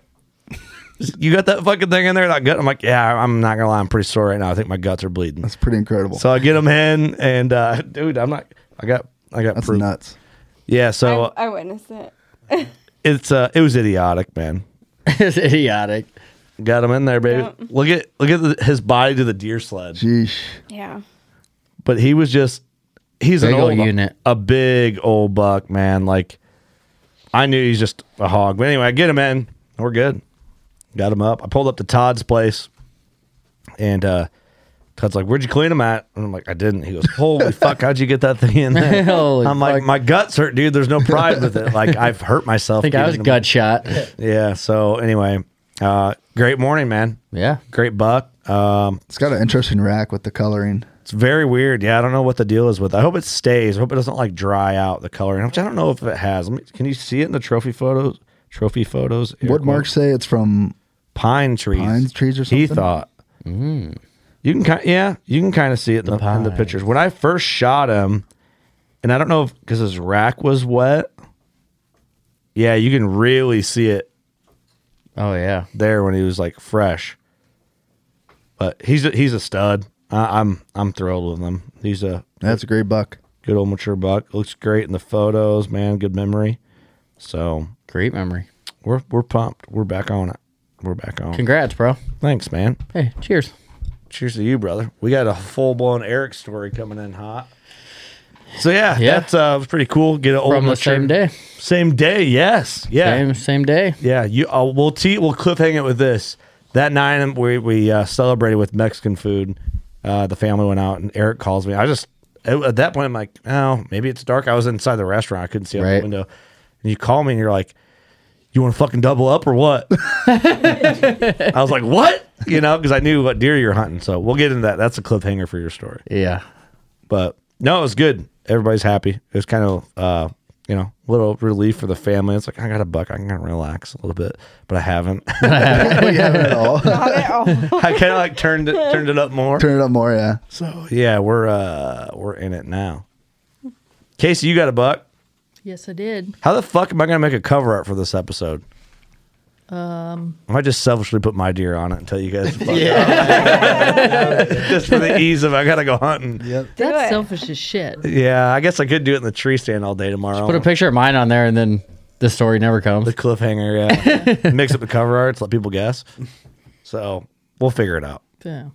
S2: you got that fucking thing in there? That gut? I'm like, yeah, I'm not gonna lie, I'm pretty sore right now. I think my guts are bleeding. That's
S4: pretty incredible.
S2: So I get them in, and uh, dude, I'm not. I got. I got. That's
S4: nuts.
S2: Yeah.
S4: uh,
S2: So
S6: I witnessed it.
S2: it's. Uh, it was idiotic, man.
S3: it's idiotic.
S2: Got him in there, baby. Look at look at the, his body to the deer sled.
S4: Sheesh.
S6: yeah.
S2: But he was just. He's
S3: Big
S2: an
S3: old
S2: old
S3: unit.
S2: a big old buck, man. Like I knew he's just a hog. But anyway, I get him in. We're good. Got him up. I pulled up to Todd's place, and uh, Todd's like, "Where'd you clean him at?" And I'm like, "I didn't." He goes, "Holy fuck! How'd you get that thing in there?"
S3: Holy
S2: I'm like, "My guts hurt, dude. There's no pride with it. Like I've hurt myself."
S3: Think I was
S2: getting him-
S3: gut shot.
S2: yeah. So anyway, uh, great morning, man.
S3: Yeah.
S2: Great buck. Um,
S4: it's got an interesting rack with the coloring.
S2: It's very weird. Yeah, I don't know what the deal is with. It. I hope it stays. I hope it doesn't like dry out the coloring, which I don't know if it has. Let me, can you see it in the trophy photos? Trophy photos. air
S4: What
S2: quotes.
S4: marks say it's from
S2: Pine trees.
S4: pines, trees, or something?
S2: He thought.
S3: Mm.
S2: You can kind yeah, you can kind of see it in the, in the pictures. When I first shot him, and I don't know if because his rack was wet. Yeah, you can really see it.
S3: Oh yeah,
S2: there when he was like fresh. But he's a, he's a stud. I, I'm I'm thrilled with him. He's a
S4: that's a great buck.
S2: Good old mature buck. Looks great in the photos, man. Good memory. So
S3: great memory.
S2: We're we're pumped. We're back on it. We're back on. it.
S3: Congrats, bro.
S2: Thanks, man.
S3: Hey, cheers.
S2: Cheers to you, brother. We got a full blown Eric story coming in hot. So yeah,
S3: Yeah.
S2: that uh, was pretty cool. Get an old
S3: From the
S2: mature-
S3: same day.
S2: Same day, yes, yeah.
S3: Same same day.
S2: Yeah, you. Uh, we'll te- we'll cliffhang it with this. That night we we uh, celebrated with Mexican food. Uh, the family went out, and Eric calls me. I just at at that point I'm like, oh, maybe it's dark. I was inside the restaurant. I couldn't see out the
S3: Right.
S2: window. And you call me, and you're like, you want to fucking double up or what? I was like, what? You know, because I knew what deer you're hunting. So we'll get into that. That's a cliffhanger for your story.
S3: Yeah.
S2: But no, it was good. Everybody's happy. It was kind of, uh, you know, a little relief for the family. It's like, I got a buck. I can kind of relax a little bit, but I haven't.
S4: we haven't at Oh, all.
S2: I kind of like turned it, turned it up more.
S4: Turn it up more, yeah.
S2: So yeah, we're, uh, we're in it now. Casey, you got a buck.
S7: Yes, I did.
S2: How the fuck am I going to make a cover art for this episode?
S7: Um,
S2: I might just selfishly put my deer on it and tell you guys. to fuck
S7: Yeah.
S2: off. just for the ease of I gotta go hunting. Yep.
S7: that's selfish as shit.
S2: Yeah, I guess I could do it in the tree stand all day tomorrow.
S3: Put a picture of mine on there, and then the story never comes. The
S2: cliffhanger, yeah. Mix up the cover arts, let people guess. So we'll figure it out.
S7: Yeah.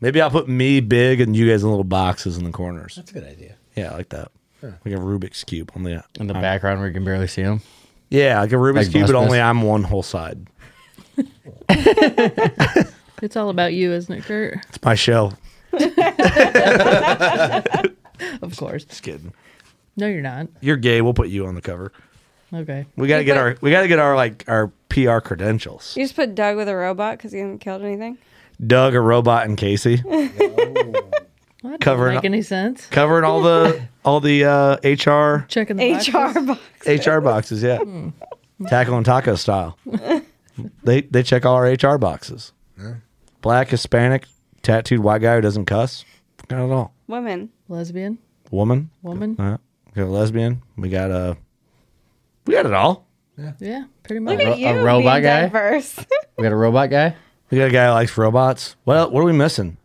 S2: Maybe I'll put me big and you guys in little boxes in the corners. That's
S5: a good idea.
S2: Yeah, I like that.
S5: Yeah.
S2: Like a Rubik's cube on the
S3: In the
S2: on-
S3: background, where you can barely see them.
S2: Yeah, like a Rubik's
S3: Like
S2: cube, but
S3: bus
S2: only
S3: miss.
S2: I'm one whole side.
S7: It's all about you, isn't it, Kurt?
S2: It's my show.
S7: of course.
S2: Just kidding.
S7: No, you're not.
S2: You're gay. We'll put you on the cover.
S7: Okay.
S2: We gotta get our we gotta get our like our PR credentials.
S6: You just put Doug with a robot because he hasn't killed anything.
S2: Doug, a robot, and Casey
S7: That
S2: covering
S7: doesn't make any sense.
S2: covering all the all the uh, HR
S7: Checking the
S6: HR
S7: boxes.
S6: box.
S2: HR boxes. Yeah,
S7: Hmm.
S2: tackle and taco style. they they check all our HR boxes.
S7: Yeah.
S2: Black, Hispanic, tattooed white guy who doesn't cuss. Got it all.
S6: Women.
S7: Lesbian.
S2: Woman.
S7: Woman.
S2: Yeah. We got a lesbian. We got a. We got it all.
S7: Yeah. pretty much.
S6: Look at you.
S3: a robot
S6: being
S3: guy?
S6: Diverse.
S2: We got a robot guy. We got a guy who likes robots. Well, what are we missing?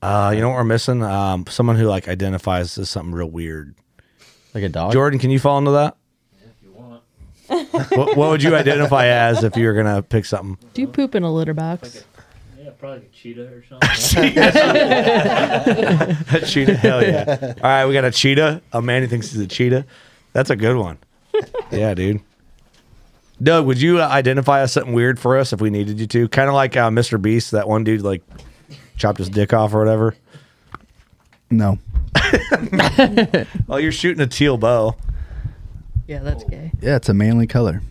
S2: Uh, you know what we're missing? Um, someone who like identifies as something real weird, like a dog. Jordan, can you fall into that? what, what would you identify as if you were gonna pick something?
S7: Do you poop in a litter box?
S12: Yeah, probably a cheetah or something.
S2: A cheetah, hell yeah! All right, we got a cheetah. A man who thinks he's a cheetah. That's a good one. Yeah, dude. Doug, would you uh, identify as something weird for us if we needed you to? Kind of like uh, Mr. Beast, that one dude like chopped his dick off or whatever.
S4: No.
S2: Oh, you're shooting a teal bow.
S7: Yeah, that's gay.
S4: Yeah, it's a manly color.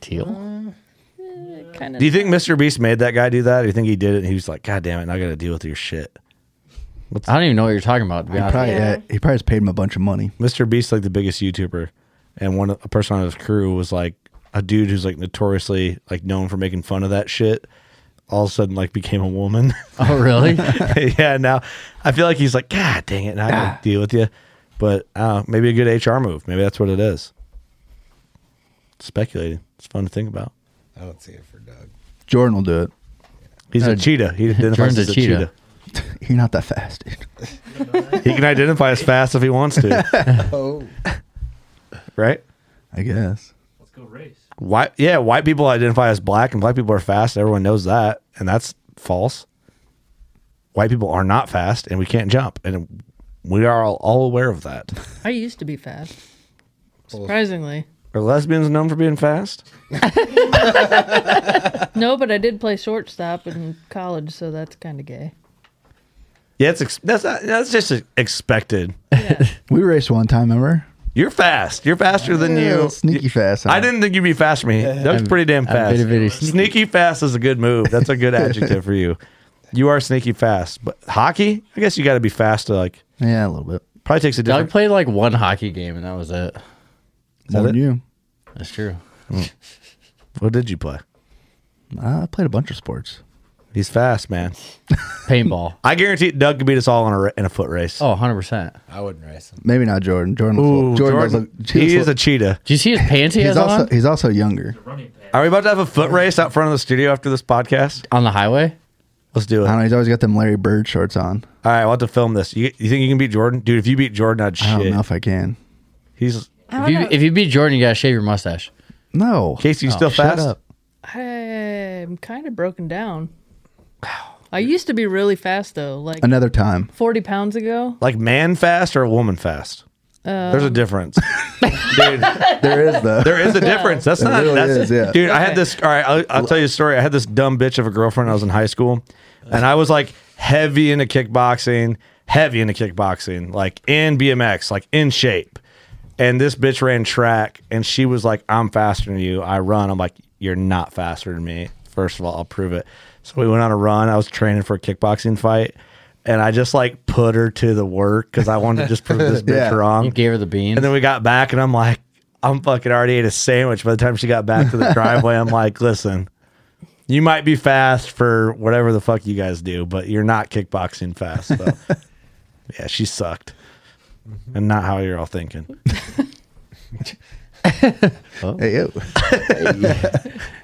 S2: Teal.
S7: Kind of.
S2: Do you think Mr. Beast made that guy do that? Do you think he did it? And he was like, "God damn it! Now I got to deal with your shit." I don't even know what you're talking about.
S4: He probably, yeah, he probably has paid him a bunch of money.
S2: Mr. Beast, like the biggest YouTuber, and one a person on his crew was like a dude who's like notoriously like known for making fun of that shit. All of a sudden, like became a woman.
S3: Oh, really?
S2: yeah. Now I feel like he's like, God dang it! Now I gotta deal with you. But uh, maybe a good HR move. Maybe that's what it is. Speculating. It's fun to think about.
S5: I don't see it for Doug.
S4: Jordan will do it.
S2: He's a cheetah. He identifies
S4: Jordan's
S2: as a cheetah.
S4: You're not that fast, dude.
S2: he can identify as fast if he wants to.
S5: Oh.
S2: right?
S4: I guess.
S2: White, yeah, white people identify as black, and black people are fast. Everyone knows that, and that's false. White people are not fast, and we can't jump, and we are all, all aware of that.
S7: I used to be fast. Surprisingly.
S2: Are lesbians known for being fast?
S7: no, but I did play shortstop in college, so that's kind of gay.
S2: Yeah, it's ex- that's not, that's just expected.
S4: We raced one time, remember?
S2: You're fast. You're faster than
S4: Yeah,
S2: you.
S4: Sneaky fast.
S2: I didn't think you'd be fast for me. That was
S4: I'm-
S2: pretty damn
S4: I'm
S2: fast.
S4: very, very
S2: sneaky. fast is a good move. That's a good adjective for you. You are sneaky fast. But hockey, I guess you got to be fast to like.
S4: Yeah, a little bit.
S2: Probably takes a
S3: Doug
S2: different.
S3: played like one hockey game, and that was it.
S2: More that than it?
S4: you.
S3: That's true.
S2: What did you play?
S4: I played a bunch of sports.
S2: He's fast, man.
S3: Paintball.
S2: I guarantee Doug could beat us all in a, ra- in a foot race.
S3: Oh, 100%.
S5: I wouldn't race him.
S4: Maybe not Jordan. Jordan.
S2: Ooh,
S4: Jordan,
S2: Jordan,
S4: does look-
S2: he
S4: does
S2: is a
S4: look-
S2: cheetah.
S3: Do you see his pants he
S4: he's
S3: has
S4: also
S3: on?
S4: he's also younger.
S2: Are we about to have a foot race out front of the studio after this podcast?
S3: On the highway?
S2: Let's do it.
S4: I don't
S2: All
S4: know. He's always got them Larry Bird shorts on.
S2: right, I'll have to film this. You, you think you can beat Jordan? Dude, if you beat Jordan, I'd shit.
S4: I don't know if I can.
S2: He's
S3: If you, if you beat Jordan, you got to shave your mustache.
S4: No.
S2: Casey, you
S3: Oh,
S2: still
S3: shut
S2: fast?
S3: up.
S7: I'm kind of broken down. I used to be really fast though, like
S4: Another time.
S7: 40 pounds ago.
S2: Like man fast or woman fast? There's a
S7: Um,
S2: difference. Dude,
S4: there is though.
S2: There is a difference. That's
S4: There
S2: not.
S4: really
S2: that's
S4: is, yeah.
S2: Dude, I had this. All right, I'll, I'll tell you a story. I had this dumb bitch of a girlfriend. when I was in high school, and I was like heavy into kickboxing, heavy into kickboxing, like in BMX, like in shape. And this bitch ran track, and she was like, "I'm faster than you. I run." I'm like, "You're not faster than me." First of all, I'll prove it. So we went on a run. I was training for a kickboxing fight, and I just like put her to the work because I wanted to just prove this bitch
S3: Yeah.
S2: wrong.
S3: You gave her the beans.
S2: And then we got back, and I'm like, I'm fucking already ate a sandwich by the time she got back to the driveway. I'm like, listen, you might be fast for whatever the fuck you guys do, but you're not kickboxing fast. So, yeah, she sucked. And not how you're all thinking.
S4: Hey, yo.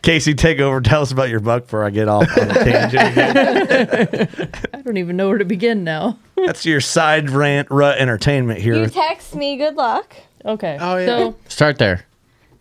S2: Casey, take over. Tell us about your buck before I get off on a tangent.
S7: I don't even know where to begin now.
S2: That's your side rant rut entertainment
S6: You
S2: here.
S6: text me. Good luck.
S7: Okay. Oh yeah. So
S3: Start there.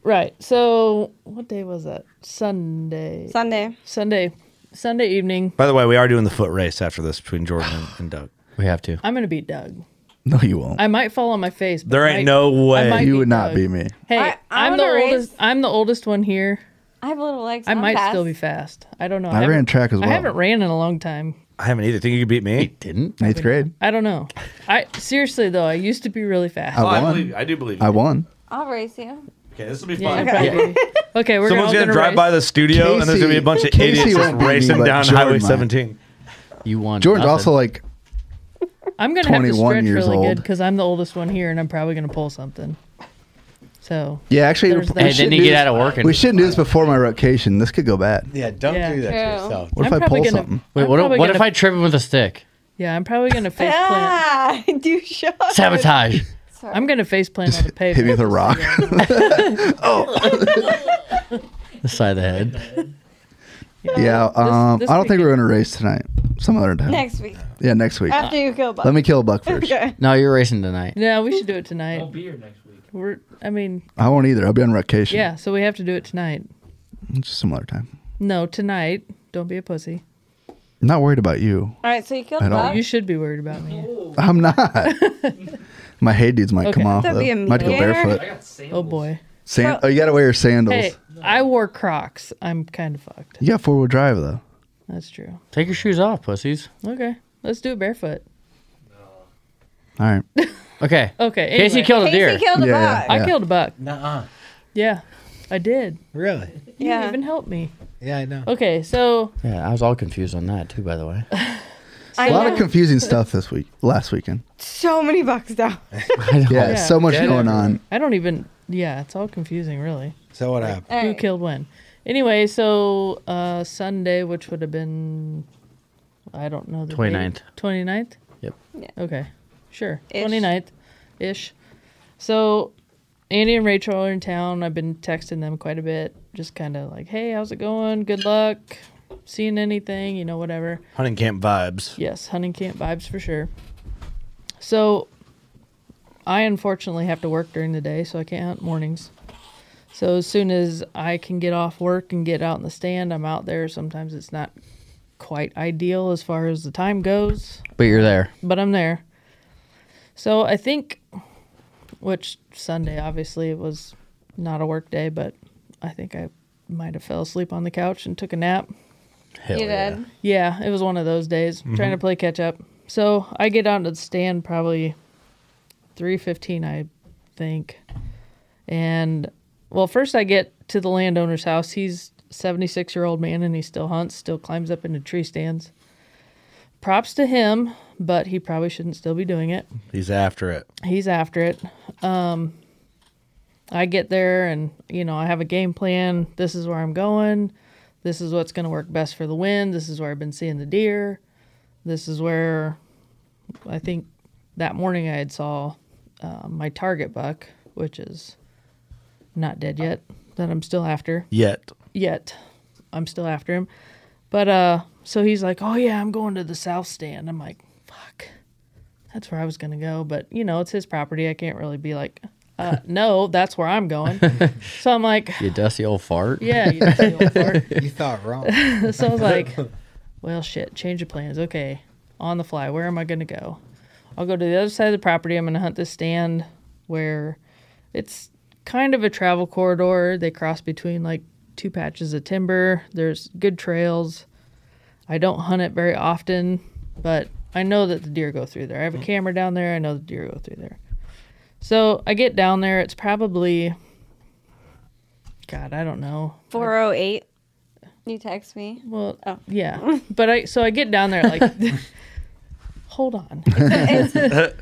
S7: Right. So what day was that? Sunday.
S6: Sunday.
S7: Sunday. Sunday evening.
S2: By the way, we are doing the foot race after this between Jordan and, and Doug.
S3: We have to.
S7: I'm gonna beat Doug.
S4: No, you won't.
S7: I might fall on my face. But
S2: There
S7: I
S2: ain't
S7: might-
S2: no
S7: I
S2: way.
S7: might
S4: You
S7: beat
S4: would not
S7: Doug.
S4: beat me.
S7: Hey,
S6: I- I
S7: I'm
S6: wanna
S7: the
S6: race.
S7: oldest. I'm the oldest one here.
S6: I have little legs.
S7: I
S6: I'll
S7: might
S6: pass.
S7: still be fast. I don't know.
S4: I ran
S7: haven't-
S4: track as
S7: I
S4: well.
S7: haven't ran in a long time.
S2: I haven't either. Think you could beat me?
S3: didn't.
S4: Eighth grade.
S7: I don't know. I seriously though, I used to be really fast.
S4: I won.
S2: do believe
S4: I won.
S6: I'll race you.
S2: Okay, this will be
S7: Yeah, probably. Okay, we're
S2: Someone's
S7: all
S2: gonna,
S7: gonna
S2: drive
S7: race.
S2: by the studio, and there's gonna be a
S4: Casey-
S2: bunch of
S4: Casey
S2: idiots just
S4: won't beat me,
S2: racing
S4: but
S2: down
S4: Jordan
S2: Highway
S4: might.
S2: 17.
S3: You won.
S4: Jordan's
S3: nothing.
S4: also like
S7: I'm gonna have to
S4: 21
S7: stretch
S4: years
S7: really good
S4: old.
S7: because I'm the oldest one here, and I'm probably gonna pull something. So
S4: yeah. Actually,
S7: There's
S4: we
S7: that. Hey,
S4: shouldn't
S7: then you
S4: do
S7: get
S4: this-
S7: out of work and-
S4: We shouldn't do this before my vacation. This could go bad.
S5: Yeah, don't
S7: Yeah.
S5: do that to
S7: True.
S5: yourself.
S4: What if
S7: I'm
S4: I pull
S7: probably gonna-
S4: something?
S3: Wait,
S7: I'm
S3: what, if,
S7: probably
S3: what
S7: gonna-
S3: if I trip him with a stick?
S7: yeah, I'm probably gonna face plant.
S6: Ah, I do shot.
S3: Sabotage.
S7: I'm gonna face plant on the pavement.
S4: Hit me with a rock.
S3: the side of the head.
S4: yeah. Um.
S7: this
S4: I don't think
S7: weekend-
S4: we're gonna race tonight. Some other time.
S6: Next week.
S4: Yeah, next week.
S6: After you kill a buck.
S4: Let me kill a buck first.
S6: Okay.
S3: No, you're racing tonight.
S7: No, we should do it tonight.
S12: I'll be here next week.
S7: We're, I mean,
S4: I won't either. I'll be on vacation.
S7: yeah, so we have to do it tonight.
S4: Just some other time.
S7: No, tonight. Don't be a pussy.
S4: I'm not worried about you.
S6: All right, so you killed
S4: I
S6: a
S4: don't-
S6: buck.
S7: You should be worried about me.
S4: I'm not. my hey dudes might
S7: Okay.
S4: come off.
S6: That'd
S4: though.
S6: be a
S4: Might go
S6: mediator.
S4: barefoot.
S7: Oh boy.
S4: Sand- oh, you gotta wear your sandals.
S7: Hey, I wore Crocs. I'm kind of fucked.
S4: You got four wheel drive though.
S7: That's true.
S3: Take your shoes off, pussies.
S7: Okay, let's do it barefoot.
S4: All right.
S3: Okay.
S7: Okay. Anyway.
S3: Casey killed a
S6: Casey
S3: deer.
S6: killed a
S4: Yeah.
S6: buck.
S7: I killed a buck.
S5: Nuh-uh.
S7: Yeah, I did.
S5: Really?
S7: You
S6: Yeah.
S7: didn't even help me.
S5: Yeah, I know.
S7: Okay, so
S3: Yeah, I was all confused on that too. By the way,
S4: A lot
S6: I
S4: of
S6: know
S4: confusing stuff this week. Last weekend.
S6: so many bucks down.
S4: Yeah,
S7: Yeah.
S4: so much
S5: Dead
S4: going
S5: everywhere.
S4: on.
S7: I don't even. Yeah, it's all confusing, really.
S5: So what happened?
S6: All
S7: Who
S6: right.
S7: killed when? Anyway, so uh, Sunday, which would have been, I don't know the
S3: 29th.
S7: Date. 29th?
S3: Yep.
S7: Okay, sure.
S6: Ish.
S7: 29th ish. So Andy and Rachel are in town. I've been texting them quite a bit. just kind of like, hey, how's it going? Good luck. Seeing anything, you know, whatever.
S5: Hunting camp vibes.
S7: Yes, hunting camp vibes for sure. So, I unfortunately have to work during the day, so I can't hunt mornings. So as soon as I can get off work and get out in the stand, I'm out there. Sometimes it's not quite ideal as far as the time goes,
S3: But you're there.
S7: but I'm there. So I think, which Sunday obviously it was not a work day, but I think I might have fell asleep on the couch and took a nap.
S6: Hell You yeah. did?
S7: Yeah, it was one of those days trying to
S6: Mhm.
S7: play catch up. So I get down to the stand probably three fifteen, I think. And well, first I get to the landowner's house. He's seventy six year old man and he still hunts, still climbs up into tree stands. Props to him, but he probably shouldn't still be doing it.
S5: He's after it.
S7: He's after it. Um, I get there and, you know, I have a game plan. This is where I'm going. This is what's going to work best for the wind. This is where I've been seeing the deer. This is where I think that morning I had saw uh, my target buck, which is not dead yet, that I'm still after
S5: Yet.
S7: yet. I'm still after him. But uh so he's like, "Oh yeah, I'm going to the south stand." I'm like, "Fuck. That's where I was going to go, but you know, it's his property. I can't really be like, uh, no, that's where I'm going." so I'm like,
S3: You dusty old fart.
S7: yeah, you, dusty old fart.
S5: You thought wrong.
S7: so I was like, well, shit, change of plans. Okay, on the fly, where am I going to go? I'll go to the other side of the property. I'm going to hunt this stand where it's kind of a travel corridor. They cross between like two patches of timber. There's good trails. I don't hunt it very often, but I know that the deer go through there. I have a camera down there. I know the deer go through there. So I get down there. It's probably, God, I don't know,
S6: 408. You text me.
S7: Well,
S6: oh.
S7: yeah. But I so I get down there like hold on.
S6: It's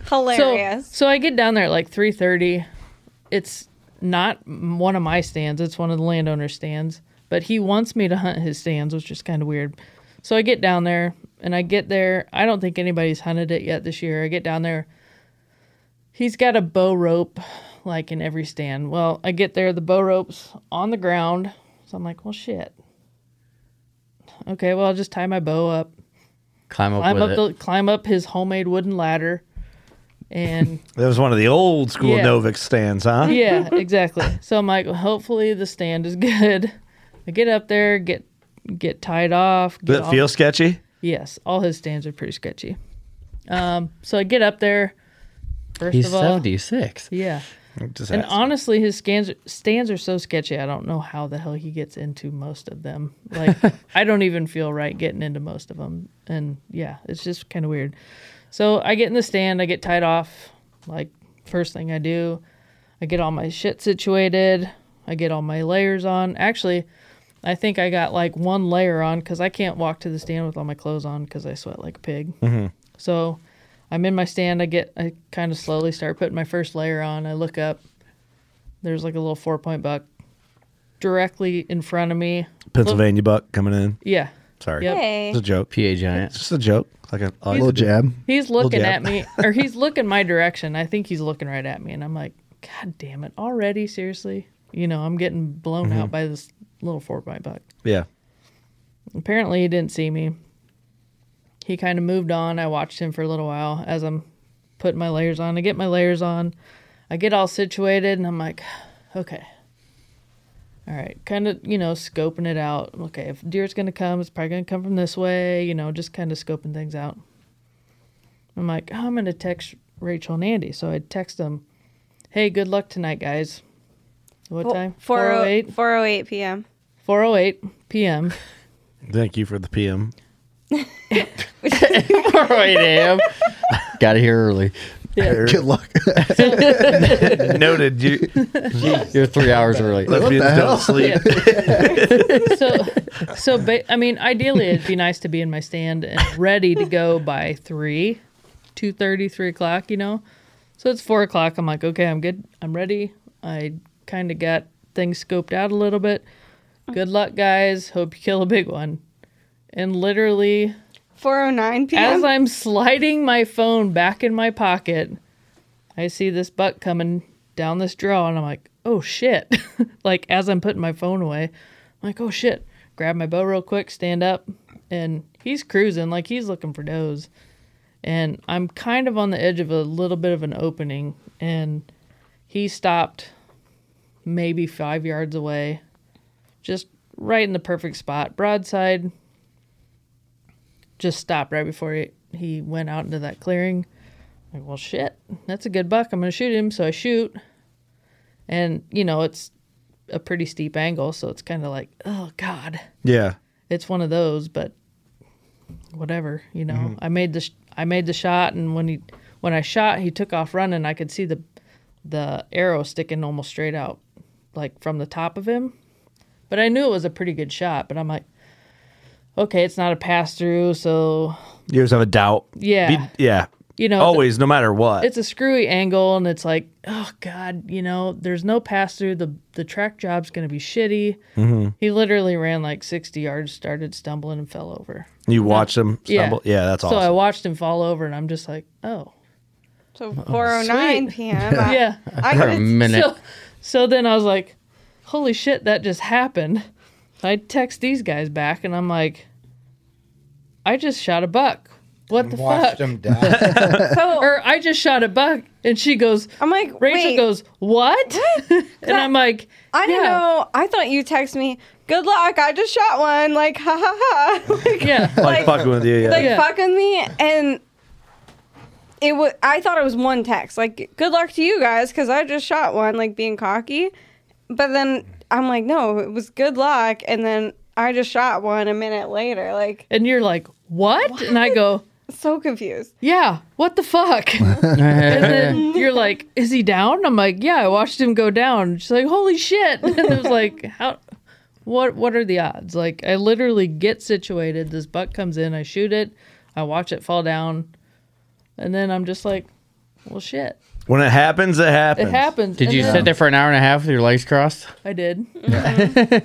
S6: hilarious.
S7: So, so I get down there at like 3:30. It's not m- one of my stands, it's one of the landowner's stands, but he wants me to hunt his stands, which is kind of weird. So I get down there and I get there. I don't think anybody's hunted it yet this year. I get down there. He's got a bow rope like in every stand. Well, I get there, the bow rope's on the ground. So I'm like, well, shit. Okay, well, I'll just tie my bow up
S3: Climb up
S7: climb
S3: with
S7: up
S3: it.
S7: the climb up his homemade wooden ladder and
S2: That was one of the old school
S7: Yeah.
S2: Novik stands, huh?
S7: yeah exactly so i'm like well, hopefully the stand is good i get up there get get tied off
S2: Did
S7: get
S2: it
S7: all-
S2: feel sketchy?
S7: yes all his stands are pretty sketchy um so i get up there first
S3: He's
S7: of all
S3: 76.
S7: yeah
S3: Just
S7: and
S3: ask.
S7: honestly his scans stands are so sketchy i don't know how the hell he gets into most of them like i don't even feel right getting into most of them and yeah it's just kind of weird so i get in the stand i get tied off like first thing i do i get all my shit situated i get all my layers on actually i think i got like one layer on because i can't walk to the stand with all my clothes on because i sweat like a pig
S14: Mhm.
S7: so I'm in my stand. I get, I kind of slowly start putting my first layer on. I look up. There's like a little four point buck directly in front of me.
S2: Pennsylvania buck coming in.
S7: Yeah.
S2: Sorry.
S7: Yep. Hey.
S2: It's a joke.
S3: PA giant.
S2: It's just a joke. Like a
S4: He's- Little jab.
S7: He's
S2: Little
S7: looking
S2: jab.
S7: at me, or he's looking my direction. I think he's looking right at me, and I'm like, God damn it! Already, seriously, you know, I'm getting blown
S2: Mhm.
S7: out by this little four point buck.
S2: Yeah.
S7: Apparently, he didn't see me. He kind of moved on. I watched him for a little while as I'm putting my layers on. I get my layers on. I get all situated and I'm like, okay. All right. Kind of, you know, scoping it out. Okay. If deer's going to come, it's probably going to come from this way, you know, just kind of scoping things out. I'm like, oh, I'm going to text Rachel and Andy. So I text them, hey, good luck tonight, guys. What
S6: Fo-
S7: time?
S6: 408 408 p.m.
S7: 4.08 p.m.
S2: Thank you for the PM.
S3: 408 a.m. Got it here early.
S7: Yeah.
S4: Good luck.
S2: Noted. You,
S3: You're three hours early.
S2: Lesbians don't sleep.
S7: so, so ba- I mean, ideally, it'd be nice to be in my stand and ready to go by three, two thirty, three o'clock. You know, so it's four o'clock. I'm like, okay, I'm good. I'm ready. I kind of got things scoped out a little bit. Good luck, guys. Hope you kill a big one. And literally,
S6: 409 p.m.
S7: as I'm sliding my phone back in my pocket, I see this buck coming down this draw, and I'm like, oh shit. like as I'm putting my phone away, I'm like, oh shit. Grab my bow real quick, stand up, and he's cruising, like he's looking for does. And I'm kind of on the edge of a little bit of an opening, and he stopped maybe five yards away, just right in the perfect spot, broadside. Just stopped right before he, he went out into that clearing. Like, well, shit, that's a good buck. I'm gonna shoot him. So I shoot, and you know it's a pretty steep angle, so it's kind of like, oh god,
S2: Yeah.
S7: it's one of those. But whatever, you know,
S2: Mhm.
S7: I made the sh- I made the shot, and when he when I shot, he took off running. I could see the the arrow sticking almost straight out, like from the top of him. But I knew it was a pretty good shot. But I'm like, okay, it's not a pass through, so
S2: You always have a doubt.
S7: Yeah.
S2: Be- yeah.
S7: You know,
S2: always, no matter what.
S7: it's a screwy angle and it's like oh god you know there's no pass through the the track job's gonna be shitty
S2: Mhm.
S7: he literally ran like 60 yards started stumbling and fell over
S2: you watch them stumble. Yeah, that's
S7: so
S2: awesome.
S7: i watched him fall over and i'm just like oh
S6: So 4:09 p.m. I-
S7: yeah
S6: I For a could've- minute.
S7: so, so then i was like holy shit that just happened i text these guys back and i'm like i just shot a buck what the fuck
S5: Watched him die.
S7: or I just shot a buck, and she goes,
S6: I'm like,
S7: Rachel
S6: wait.
S7: goes, what? and I'm like,
S6: I didn't
S7: yeah.
S6: know. I thought you text me, "Good luck. I just shot one." Like, ha ha ha.
S7: yeah,
S2: like, fucking with you. Yeah.
S6: like fucking me and it was i thought it was one text like good luck to you guys because i just shot one like being cocky but then i'm like no it was good luck and then i just shot one a minute later like
S7: and you're like what, and i go
S6: so confused
S7: yeah, what the fuck? and then you're like, is he down? I'm like, yeah, I watched him go down. She's like, holy shit! And it was like, how? What? What are the odds? Like, I literally get situated. This buck comes in. I shoot it. I watch it fall down, and then I'm just like, well, shit.
S2: When it happens, it happens.
S7: It happens.
S3: Did
S7: And
S3: you
S7: then-
S3: sit there for an hour and a half with your legs crossed?
S7: I did.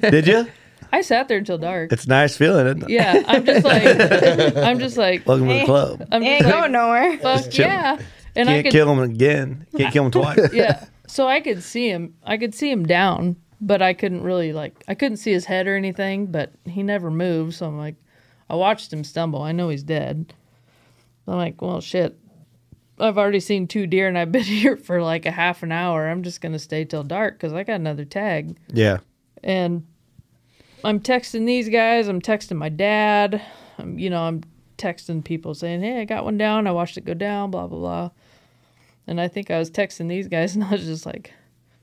S2: Did you?
S7: I sat there until dark.
S2: It's nice feeling it.
S7: Yeah, I'm just like, I'm just like,
S2: Welcome to the club.
S7: I'm
S6: ain't
S7: just like,
S6: going nowhere
S7: fuck yeah, and I
S2: Can't
S7: could,
S2: kill him again. Can't kill him twice.
S7: yeah. So I could see him. I could see him down, but I couldn't really like. I couldn't see his head or anything. But he never moved. So I'm like, I watched him stumble. I know he's dead. I'm like, well, shit. I've already seen two deer, and I've been here for like a half an hour. I'm just gonna stay till dark because I got another tag.
S2: Yeah.
S7: and I'm texting these guys. I'm texting my dad. I'm, you know, I'm texting people saying, "Hey, I got one down. I watched it go down." Blah blah blah. And I think I was texting these guys, and I was just like,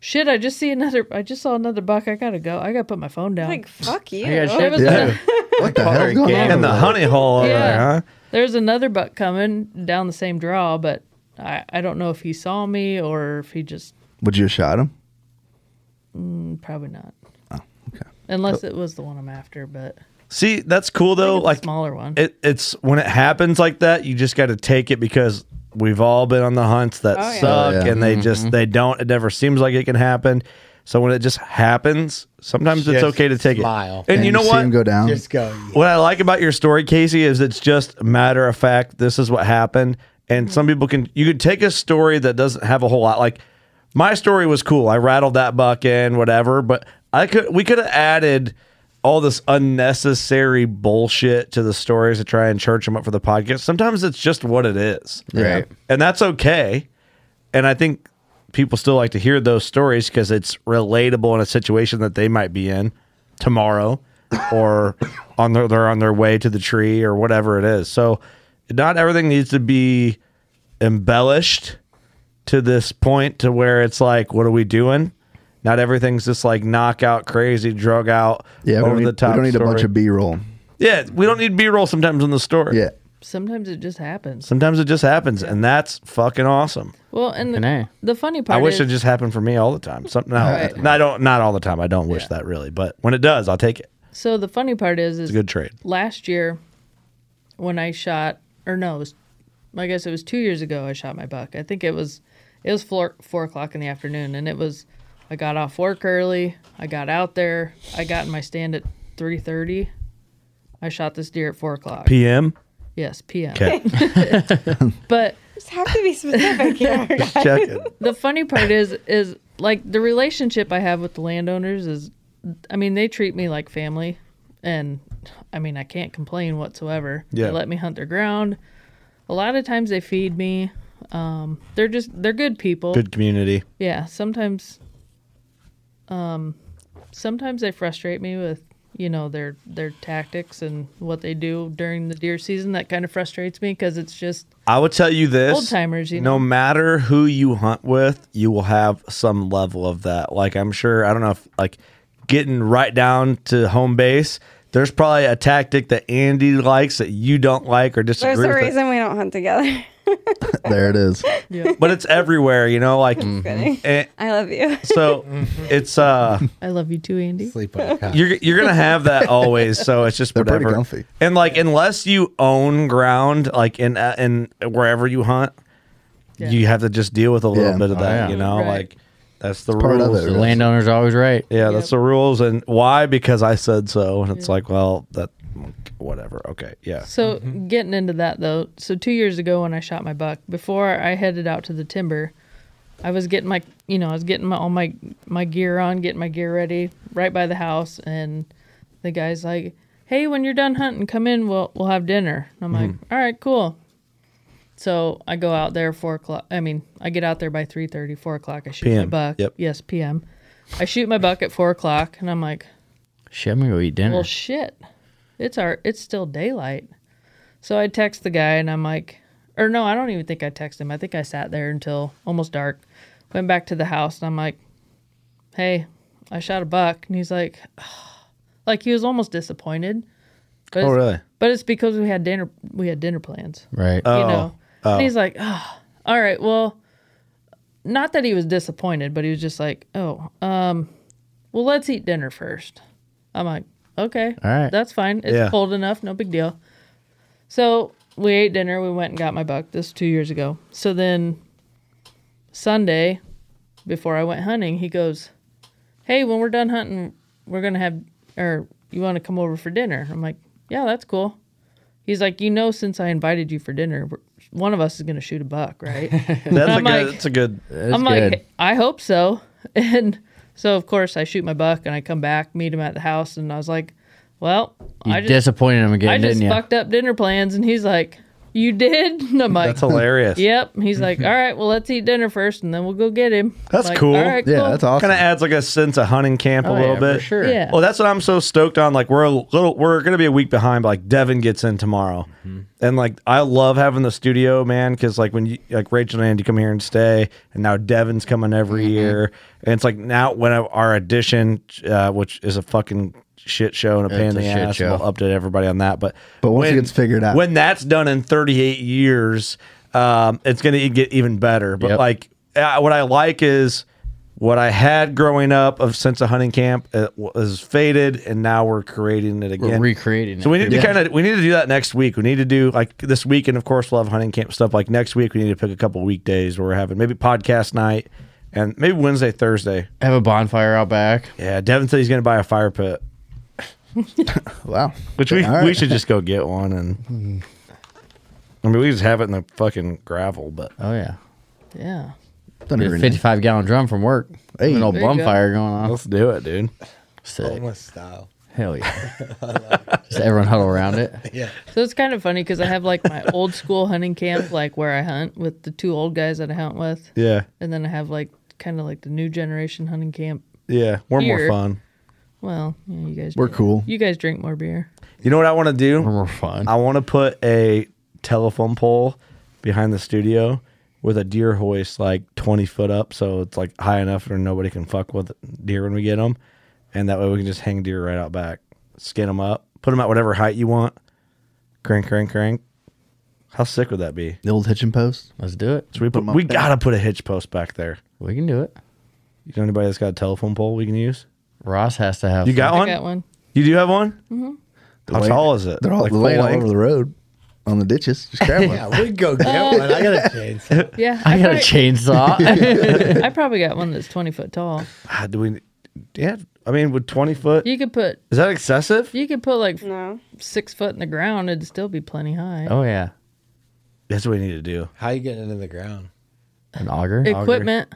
S7: "Shit! I just see another. I just saw another buck. I gotta go. I gotta put my phone down."
S6: like fuck you
S7: Yeah, shit. was
S2: Yeah.
S4: What the hell's going on?
S2: In the honey hole over
S7: Yeah.
S2: there, huh?
S7: There's another buck coming down the same draw, but I, I don't know if he saw me or if he just
S4: Would you have shot him?
S7: mm, probably not. okay. Unless it was the one I'm after, but
S2: See, that's cool though. Like
S7: smaller one.
S2: It, it's when it happens like that, you just got to take it because we've all been on the hunts that
S6: Oh, yeah.
S2: suck,
S4: Oh, yeah.
S2: and they
S7: Mm-hmm.
S2: just they don't. It never seems like it can happen. So when it just happens, sometimes it's
S5: Just
S2: okay to take
S5: smile.
S2: it. And, you know
S4: See
S2: what?
S4: him go down.
S5: Just go.
S2: What I like about your story, Casey, is it's just matter of fact. This is what happened, and some people can you can take a story that doesn't have a whole lot. Like my story was cool. I rattled that buck in, whatever. But I could we could have added all this unnecessary bullshit to the stories to try and church them up for the podcast. Sometimes it's just what it is,
S3: Right.
S2: and that's okay. And I think people still like to hear those stories because it's relatable in a situation that they might be in tomorrow or on their they're on their way to the tree or whatever it is. So not everything needs to be embellished to this point to where it's like, what are we doing? Not everything's just like knockout, crazy, drug out,
S4: Yeah, we
S2: over
S4: don't need,
S2: the top.
S4: we don't need a bunch
S2: story.
S4: of B-roll.
S2: yeah. We don't need B roll sometimes in the story.
S4: Yeah,
S7: Sometimes it just happens.
S2: sometimes it just happens, and that's fucking awesome.
S7: Well, and
S2: Fucking
S7: the,
S2: A.
S7: the funny part
S2: I wish
S7: is,
S2: it just happened for me all the time. Something no,
S7: Right.
S2: no, I don't not all the time. I don't wish that really, but when it does, I'll take it.
S7: so the funny part is,
S2: It's
S7: is
S2: a good trade.
S7: last year when I shot, or no, it was, I guess it was two years ago. I shot my buck. I think it was, it was four four o'clock in the afternoon, and it was, I got off work early. I got out there. I got in my stand at three thirty. I shot this deer at four o'clock.
S2: PM.
S7: Yes, p.m.
S2: Okay.
S7: but
S6: just have to be specific here guys.
S2: Check it.
S7: the funny part is is like the relationship I have with the landowners is, I mean, they treat me like family, and I mean, I can't complain whatsoever.
S2: Yeah.
S7: They let me hunt their ground. A lot of times they feed me. Um, they're just they're good people.
S15: Good community.
S7: Yeah. Sometimes, um, sometimes they frustrate me with you know their their tactics and what they do during the deer season. That kind of frustrates me because it's just
S2: I would tell you this:
S7: Old-timers, you know.
S2: No matter who you hunt with, you will have some level of that. Like I'm sure, I don't know if like getting right down to home base. There's probably a tactic that Andy likes that you don't like or disagree
S6: There's a
S2: with.
S6: reason we don't hunt together.
S2: There it is.
S7: Yeah.
S2: But it's everywhere, you know. Like,
S6: kidding.
S2: eh,
S6: I love you.
S2: so it's uh,
S7: I love you too, Andy.
S16: Sleep
S7: on it.
S2: you're you're gonna have that always. So it's just
S4: pretty
S2: whatever.
S4: comfy.
S2: And like, unless you own ground, like in uh, in wherever you hunt, you have to just deal with a little
S5: Yeah.
S2: bit of
S5: Oh,
S2: that.
S5: yeah.
S2: You know,
S5: Right.
S2: like that's the
S5: part of
S2: rules.
S5: it, The really. landowner's
S2: always right. Yeah, that's the rules. And why? Because I said so. And it's like, well, that whatever. Okay, yeah.
S7: So getting into that though, so two years ago when I shot my buck, before I headed out to the timber, I was getting my you know I was getting my all my my gear on, getting my gear ready right by the house, and the guy's like, "Hey, when you're done hunting, come in. We'll we'll have dinner." And I'm like,
S2: Mhm.
S7: "All right, cool." So I go out there four o'clock. I mean, I get out there by three thirty, four o'clock. I shoot my
S5: PM,
S7: buck.
S5: yep.
S7: Yes, PM. I shoot my buck at four o'clock, and I'm like,
S5: Shit, I'm gonna go eat dinner.
S7: well, shit. It's our. It's still daylight. So I text the guy and I'm like, or no, I don't even think I text him. I think I sat there until almost dark. Went back to the house and I'm like, hey, I shot a buck, and he's like, like he was almost disappointed. But
S2: Oh,
S7: it's-
S2: really?
S7: But it's because we had dinner. We had dinner plans.
S2: Right.
S7: You
S2: Oh.
S7: know.
S2: Oh.
S7: And he's like, oh, all right, well. Not that he was disappointed, but he was just like, "Oh, um, well, let's eat dinner first. I'm like, okay,
S5: All right.
S7: that's fine. It's
S5: Yeah.
S7: cold enough, no big deal. So we ate dinner. We went and got my buck. This was two years ago. So then Sunday, before I went hunting, he goes, "Hey, when we're done hunting, we're gonna have, or you want to come over for dinner?" I'm like, "Yeah, that's cool." He's like, "You know, since I invited you for dinner, we're- one of us is gonna shoot a buck, right?" that's
S2: That's a good. that's a good.
S7: I'm like, I hope so. And so, of course, I shoot my buck and I come back, meet him at the house, and I was like, well,
S5: You
S7: I just,
S5: disappointed him again,
S7: I just
S5: didn't you?
S7: fucked up dinner plans. And he's like, you did? And I'm like,
S5: That's hilarious.
S7: Yep. And He's
S4: Mm-hmm.
S7: like, all right, well, let's eat dinner first and then we'll go get him.
S2: That's
S7: Like,
S2: cool.
S7: All right, cool.
S2: Kind of adds like a sense of hunting camp a
S7: Oh,
S2: little
S7: yeah,
S2: bit.
S7: for sure. Yeah.
S2: Well, that's what I'm so stoked on. Like we're a little, we're gonna be a week behind, but like Devin gets in tomorrow, and like I love having the studio, man, because like when you like Rachel and Andy come here and stay, and now Devin's coming every year, and it's like now when I- our edition, uh, which is a fucking shit show and a pain
S4: It's
S2: in
S4: a
S2: the
S4: shit
S2: ass,
S4: show.
S2: we'll update everybody on that, but
S4: But once it
S2: when-
S4: gets figured out.
S2: when that's done in 38 years, um, it's going to get even better. But like, uh, what I like is what I had growing up of since a hunting camp uh, was faded, and now we're creating it again,
S5: recreating
S2: So
S5: it.
S2: we need to
S5: Yeah.
S2: kind of we need to do that next week. We need to do like this week, and of course we'll have hunting camp stuff. Like next week, we need to pick a couple weekdays where we're having maybe podcast night. And maybe Wednesday, Thursday.
S5: Have a bonfire out back.
S2: Yeah, Devin said he's going to buy a fire pit.
S4: wow.
S2: Which we,
S4: All right.
S2: we should just go get one and I mean we just have it in the fucking gravel, but
S5: Oh yeah.
S7: Yeah.
S5: Get a 55 gallon drum from work. Hey, an old
S7: There you go.
S5: bonfire going
S4: Oh.
S5: on.
S2: Let's do it, dude.
S5: Sick.
S16: Homeless style.
S5: Hell yeah. Just everyone huddle around it.
S16: Yeah.
S7: So it's kind of funny because I have like my old school hunting camp, like where I hunt with the two old guys that I hunt with.
S2: Yeah.
S7: And then I have like kind of like the new generation hunting camp.
S2: Yeah, we're more
S7: here.
S2: fun.
S7: Well, yeah, you guys.
S2: We're
S7: drink-
S2: cool.
S7: You guys drink more beer.
S2: You know what I want to do? We're fun. I want to put a telephone pole behind the studio with a deer hoist like 20 foot up so it's like high enough where nobody can fuck with deer when we get them. And that way we can just hang deer right out back, skin them up, put them at whatever height you want. Crank, crank, crank. How sick would that be?
S4: The old hitching post.
S5: Let's do it.
S2: So we put,
S4: them up
S2: we
S4: there.
S2: gotta put a hitch post back there.
S5: We can do it.
S2: You know anybody that's got a telephone pole we can use?
S5: Ross has to have.
S2: You got
S7: I
S2: one?
S7: got one.
S2: You do have one?
S7: Mhm.
S2: How tall is it?
S4: They're all
S2: Like full
S4: laying all
S2: length?
S4: over the road on the ditches. Just grab one.
S16: yeah, we go get one. I got a chainsaw.
S7: Yeah.
S4: I got a
S2: chainsaw.
S7: I probably got one that's 20 foot tall.
S2: Ah, do we? Yeah, I mean, with twenty foot,
S7: You could put
S2: is that excessive?
S7: you could put like six foot in the ground. It'd still be plenty high.
S2: yeah, that's what we need to do.
S16: How you getting it in the ground?
S5: An auger
S7: Equipment.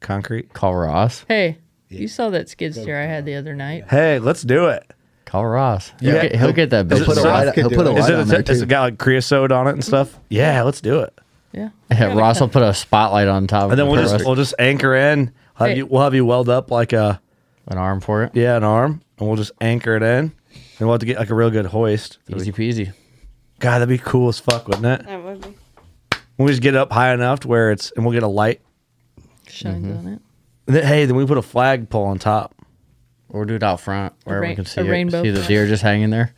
S2: Concrete.
S6: Call Ross.
S7: Hey, you saw that skid steer I had the other night?
S2: Hey, let's do it.
S6: Call Ross. He'll get- he'll get that bitch.
S2: Is it-
S6: Ross
S2: is
S6: could do it.
S2: it-
S6: He'll put a light on there,
S2: Is
S6: too.
S2: it got like creosote on it and stuff? Yeah, let's do it.
S7: Yeah.
S6: Ross will put a spotlight on top.
S2: And then
S6: of
S2: we'll
S6: the
S2: just
S6: rest.
S2: we'll just anchor in. Have
S6: Hey.
S2: you, we'll have you weld up like a
S6: an arm for it.
S2: Yeah, an arm, and we'll just anchor it in. And we'll have to get like a real good hoist.
S6: Easy peasy.
S2: God, that'd be cool as fuck, wouldn't it?
S7: That would be.
S2: We'll just get it up high enough to where it's, and we'll get a light.
S7: Shines on it.
S2: And then, hey, then we put a flagpole on top.
S6: Or do it out front where
S7: ra-
S6: we can see,
S7: a
S6: it-
S7: rainbow
S6: see the
S7: flag.
S6: deer just hanging there.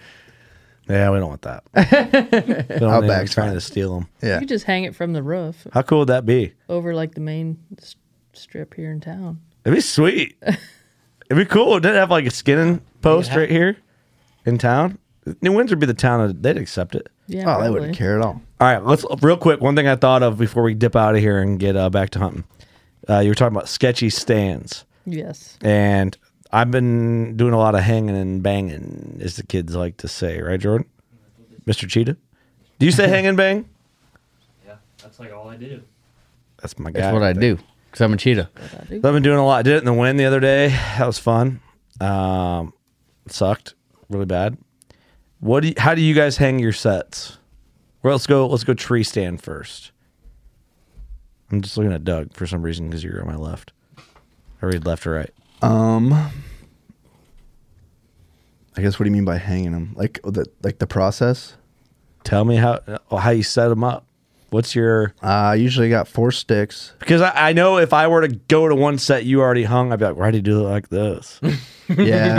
S2: Yeah, we don't want that.
S4: I'll
S2: I'll back
S4: backslide.
S2: trying to steal them.
S7: You just hang it from the roof
S2: How cool would that be?
S7: over like the main s- strip here in town.
S2: It'd be sweet. It'd be cool. Didn't have like a skinning post
S7: Yeah.
S2: right here in town. New Windsor would be the town that they'd accept it.
S7: Yeah, Oh, they wouldn't probably.
S4: care at all.
S2: All right, let's real quick. One thing I thought of before we dip out of here and get uh, back to hunting. Uh, you were talking about sketchy stands.
S7: Yes.
S2: And I've been doing a lot of hanging and banging, as the kids like to say, right, Jordan? Mr. Cheetah? Do you say hang and bang?
S1: That's like all I do.
S2: That's my guy.
S6: That's what I do because I'm a cheetah.
S2: I've been doing a lot. I did it in the wind the other day. That was fun. Um, it sucked really bad. What? Do you, how do you guys hang your sets? Well, let's go. Let's go tree stand first. I'm just looking at Doug for some reason because you're on my left. I read left or right.
S4: Um, I guess what do you mean by hanging them? Like oh, the like the process?
S2: Tell me how uh, how you set them up. What's your?
S4: Uh, I usually got four sticks.
S2: Because I, I know if I were to go to one set you already hung, I'd be like, why do you do it like this?
S4: Yeah.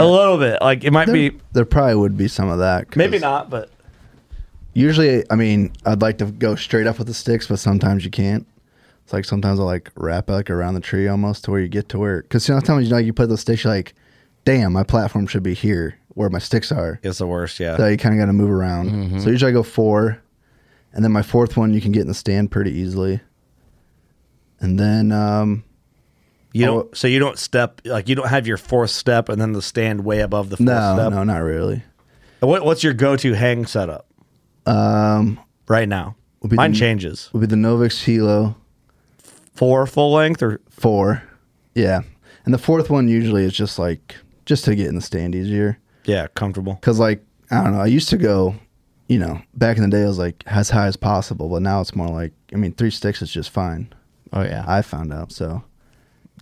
S2: a little bit. Like it might
S4: there,
S2: be
S4: there probably would be some of that. 'cause
S2: maybe not, but
S4: Usually, I mean, I'd like to go straight up with the sticks, but sometimes you can't. It's like sometimes I like wrap it like around the tree almost to where you get to where because sometimes you know you put those sticks you're like, damn, my platform should be here where my sticks are.
S2: it's the worst. Yeah. Mm-hmm.
S4: So you kind of got to move around. So usually I go four, and then my fourth one you can get in the stand pretty easily. And then um,
S2: You don't. so you don't step like you don't have your fourth step and then the stand way above the fourth
S4: no,
S2: step.
S4: no, not really.
S2: What, what's your go-to hang setup
S4: Um,
S2: right now?
S4: Would be
S2: Mine
S4: the-
S2: changes.
S4: would be the Novix Hilo
S2: four full length or
S4: four, yeah. And the fourth one usually is just like just to get in the stand easier.
S2: Yeah, comfortable.
S4: Cause like I don't know, I used to go, you know, back in the day I was like as high as possible, but now it's more like I mean three sticks is just fine.
S6: Oh yeah,
S4: I found out so.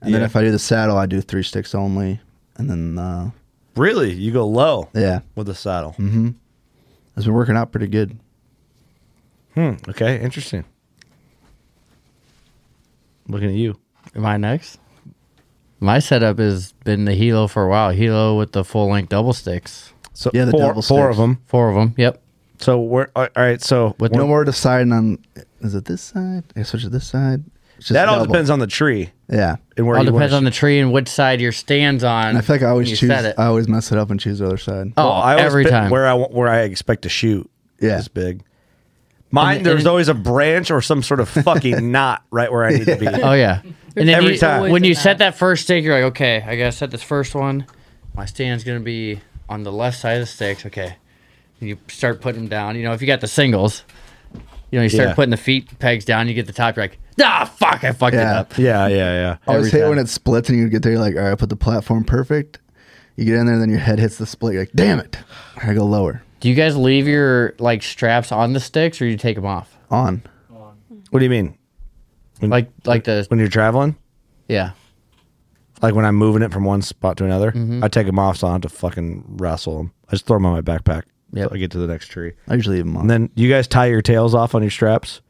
S4: And then
S2: Yeah.
S4: if I do the saddle, I do three sticks only, and then uh,
S2: Really, you go low.
S4: Yeah.
S2: with the saddle.
S4: mm-hmm. it's been working out pretty good.
S2: Hmm. Okay. Interesting. Looking at you.
S6: Am I next? My setup has been the Hilo for a while. Hilo with the full length double sticks.
S2: So Yeah, the four- double four of sticks. 'em.
S6: Four of them. Yep.
S2: So we're all right. So
S6: with
S4: no more deciding on is it this side? I switch to this side. It's just
S2: that all
S4: double.
S2: depends on the tree.
S4: Yeah.
S2: And where
S6: all
S2: you wanna
S6: depends on
S2: sh-
S6: the tree and which side your stands on.
S4: And I feel like I
S6: when
S4: always
S6: you
S4: choose. uh,
S6: set it.
S4: I always mess it up and choose the other side.
S6: Oh,
S2: I always
S6: every
S2: pick
S6: time.
S2: where I wa- where I expect to shoot. Yeah, is big. Mine,
S6: And-
S2: there's
S6: and-
S2: always a branch or some sort of fucking knot right where I need to be.
S6: Oh yeah. And then
S2: every
S6: you-
S2: time
S6: when you set that first stick, you're like, okay, I gotta set this first one. My stand's gonna be on the left side of the sticks. Okay. And you start putting them down. You know, if you got the singles, you know, you start
S2: Yeah.
S6: putting the feet pegs down. You get the top. You're like, ah, fuck, I fucked it
S4: Yeah.
S6: up.
S2: Yeah, yeah, yeah.
S4: I always
S6: Every
S4: hate
S6: time.
S4: when it splits and you get there, you're like, all right, I put the platform perfect. You get in there, and then your head hits the split. You're like, damn it. I go lower.
S6: Do you guys leave your like straps on the sticks or you take them off?
S4: On.
S2: What do you mean?
S6: like like the
S2: when you're traveling?
S6: Yeah.
S2: Like when I'm moving it from one spot to another,
S6: Mm-hmm.
S2: I take them off so I don't have to fucking wrestle them. I just throw them on my backpack. Yeah, I get to the next tree.
S4: I usually leave them on.
S2: And then you guys tie your tails off on your straps.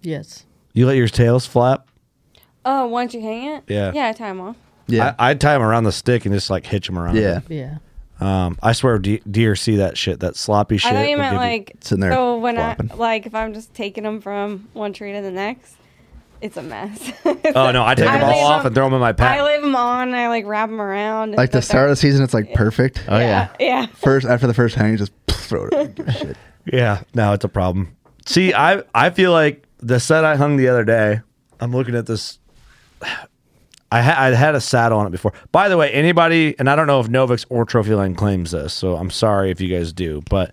S7: Yes.
S2: You let your tails flap.
S17: Oh, once you hang it?
S2: Yeah.
S17: Yeah, I tie them off.
S2: Yeah, I, I'd tie them around the stick and just like hitch them around.
S4: Yeah.
S7: Yeah.
S2: Um, I swear, de- deer see that shit, that sloppy shit.
S17: I thought you
S2: will
S17: meant
S2: give you-
S17: like So when I like if I'm just taking them from one tree to the next, it's a mess.
S2: Oh no, I take them all
S17: leave
S2: off and throw them in my
S17: I
S2: pack.
S17: leave them on. I like wrap them around.
S4: Like the start of the season, it's like perfect.
S6: Oh, yeah.
S17: Yeah.
S4: First, after the first hang, you just throw it. away.
S2: Yeah, no, it's a problem. See, I I feel like the set I hung the other day. I'm looking at this. I ha- I had a saddle on it before. By the way, anybody and I don't know if Novix or Trophy Line claims this, so I'm sorry if you guys do, but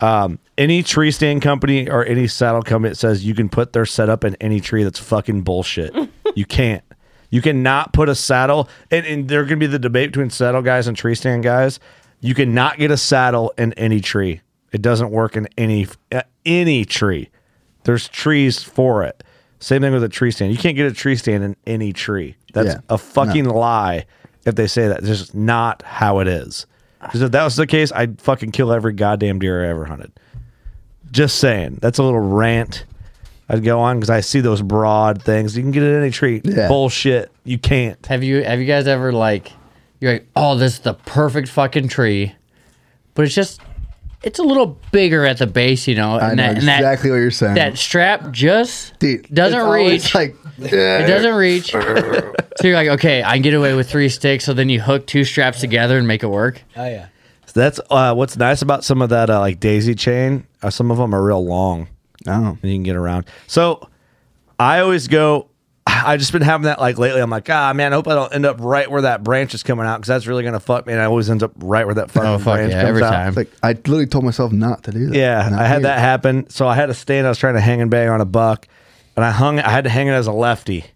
S2: um, any tree stand company or any saddle company that says you can put their setup in any tree that's fucking bullshit. you can't. You cannot put a saddle, and, and they're going to be the debate between saddle guys and tree stand guys. You cannot get a saddle in any tree. It doesn't work in any uh, any tree. There's trees for it. Same thing with a tree stand. You can't get a tree stand in any tree. That's
S4: Yeah.
S2: a fucking lie if they say that. It's just not how it is. 'Cause if that was the case, I'd fucking kill every goddamn deer I ever hunted. Just saying. That's a little rant I'd go on because I see those broad things. You can get it in any tree. Bullshit. You can't.
S7: Have you have you guys ever like you're like, oh, this is the perfect fucking tree, but it's just it's a little bigger at the base, you know.
S4: I know exactly what you're saying.
S7: That strap just
S4: it's
S7: doesn't
S4: always
S7: reach.
S4: like-
S7: it doesn't reach. so you're like, okay, I can get away with three sticks. So then you hook two straps together and make it work.
S5: Oh yeah.
S2: So that's uh, what's nice about some of that, uh, like daisy chain. Uh, some of them are real long. Oh, and you can get around. So I always go. I just been having that like lately. I'm like, ah, man, I hope I don't end up right where that branch is coming out because that's really gonna fuck me. And I always end up right where that fucking branch comes out.
S4: It's Like I literally told myself not to do that.
S2: Yeah, I had that happen. So I had a stand. I was trying to hang and bang on a buck, and I hung. I had to hang it as a lefty,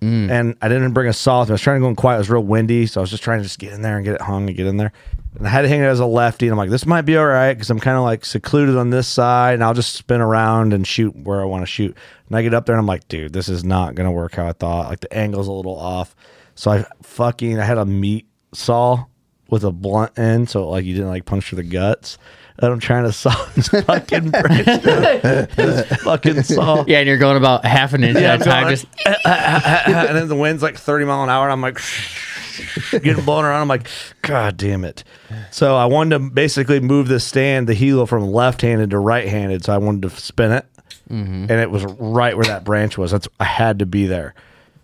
S2: and I didn't bring a saw. with me. I was trying to go in quiet. It was real windy, so I was just trying to just get in there and get it hung and get in there. And I had to hang it as a lefty, and I'm like, this might be all right because I'm kind of like secluded on this side, and I'll just spin around and shoot where I want to shoot. And I get up there, and I'm like, dude, this is not gonna work how I thought. Like the angle's a little off. So I fucking I had a meat saw with a blunt end, so like you didn't like puncture the guts. And I'm trying to saw this fucking branch, down. this fucking saw.
S7: Yeah, and you're going about half an inch
S2: Yeah,
S7: at a
S2: I'm going
S7: time.
S2: like-
S7: Just
S2: and then the wind's like 30 mile an hour, and I'm like getting blown around. I'm like, God damn it. So I wanted to basically move the stand, the helo from left handed to right handed. So I wanted to spin it, Mm-hmm. and it was right where that branch was. That's I had to be there.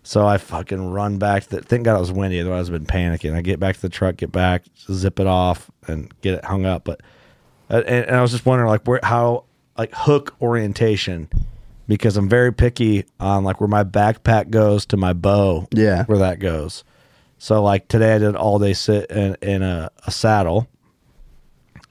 S2: So I fucking run back. To the, thank God it was windy. Otherwise, I've been panicking. I get back to the truck, get back, zip it off, and get it hung up. But uh, and, and I was just wondering like where how like hook orientation because I'm very picky on like where my backpack goes to my bow. Yeah, where that goes. So like today I did all day sit in, in a, a saddle,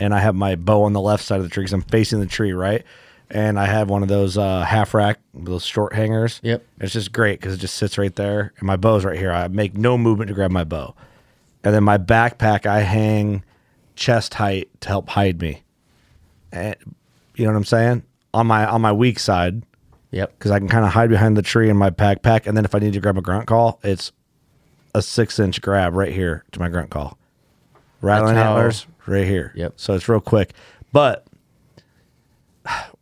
S2: and I have my bow on the left side of the tree because I'm facing the tree right, and I have one of those uh, half rack those short hangers. Yep, it's just great because it just sits right there, and my bow's right here. I make no movement to grab my bow, and then my backpack I hang chest height to help hide me. And you know what I'm saying? On my on my weak side.
S7: Yep.
S2: Because I can kind of hide behind the tree in my backpack, and then if I need to grab a grunt call, it's a six inch grab right here to my grunt call. Rattling
S7: That's how-
S2: antlers right here. Yep. So it's real quick. But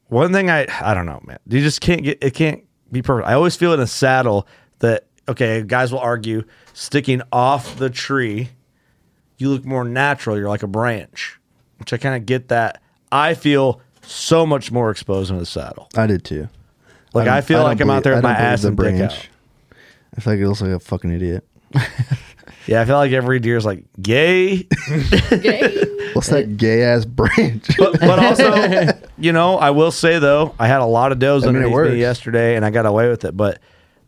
S2: one thing I I don't know, man. You just can't get it can't be perfect. I always feel in a saddle that okay, guys will argue sticking off the tree, you look more natural. You're like a branch, which I kind of get that. I feel so much more exposed in the saddle.
S4: I did too.
S2: Like,
S4: don't-
S2: I feel
S4: don't
S2: like I'm out there with
S4: believe- I
S2: my
S4: don't believe
S2: ass
S4: the
S2: and dick
S4: branch. I feel like it looks like a fucking idiot.
S2: Yeah, I feel like every deer is like gay.
S4: What's that gay ass branch?
S2: but also, you know, I will say though, I had a lot of does
S4: I mean, it
S2: underneath
S4: works.
S2: me yesterday, and I got away with it. But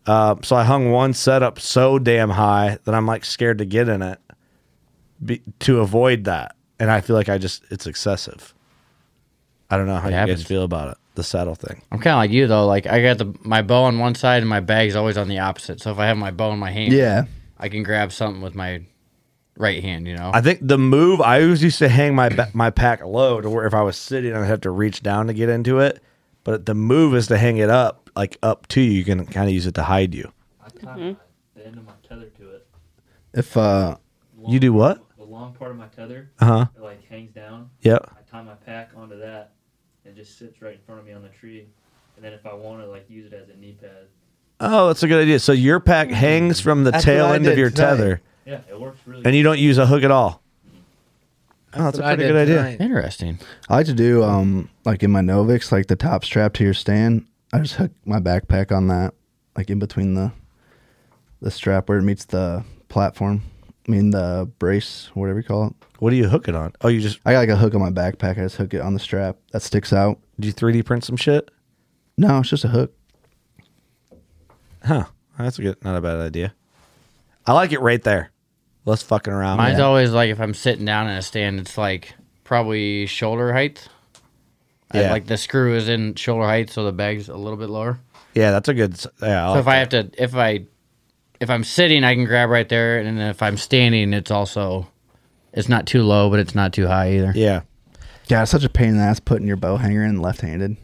S2: uh, so I hung one setup so damn high that I'm like scared to get in it be, to avoid that, and I feel like I just it's excessive. I don't know how
S7: It
S2: you
S7: happens.
S2: guys feel about it, the saddle thing.
S7: I'm kind of like you though. Like I got the my bow on one side and my bag's always on the opposite. So if I have my bow in my hand,
S2: Yeah.
S7: I can grab something with my right hand. You know,
S2: I think the move I always used to hang my ba- my pack low to where if I was sitting, I'd have to reach down to get into it. But the move is to hang it up, like up to you. You can kind of use it to hide you.
S1: I tied
S5: Mm-hmm.
S1: my the end of my tether to it.
S4: if uh,
S2: You do what?
S1: The long part of my tether,
S2: Uh-huh.
S1: it like hangs down.
S2: Yep.
S1: I tie my pack onto that, and it just sits right in front of me on the tree. And then if I want to, like use it as a knee pad.
S2: Oh, that's a good idea. So your pack hangs from the
S1: That's
S2: tail
S1: what I
S2: end of
S1: did
S2: your
S1: tonight.
S2: tether.
S1: Yeah, it works really
S2: And you don't use a hook at all. Oh, that's a
S1: what I
S2: pretty
S1: did
S2: good idea.
S1: tonight.
S7: Interesting.
S4: I like to do um like in my Novix, like the top strap to your stand. I just hook my backpack on that, like in between the the strap where it meets the platform. I mean the brace, whatever you call it.
S2: What do you hook it on? Oh, you just
S4: I got like a hook on my backpack. I just hook it on the strap that sticks out.
S2: Do you 3D print some shit?
S4: No, it's just a hook.
S2: Huh. That's a good, not a bad idea. I like it right there. Less fucking around.
S7: Mine's
S2: Yeah.
S7: always like if I'm sitting down in a stand, it's like probably shoulder height. Yeah.
S2: Yeah.
S7: like the screw is in shoulder height, so the bag's a little bit lower.
S2: Yeah, that's a good. s- Yeah. I
S7: so if
S2: like
S7: I have to, if I,
S5: if I'm sitting, I can grab right there, and if I'm standing, it's also it's not too low, but it's not too high either.
S2: Yeah.
S4: Yeah, it's such a pain in the ass putting your bow hanger in left handed.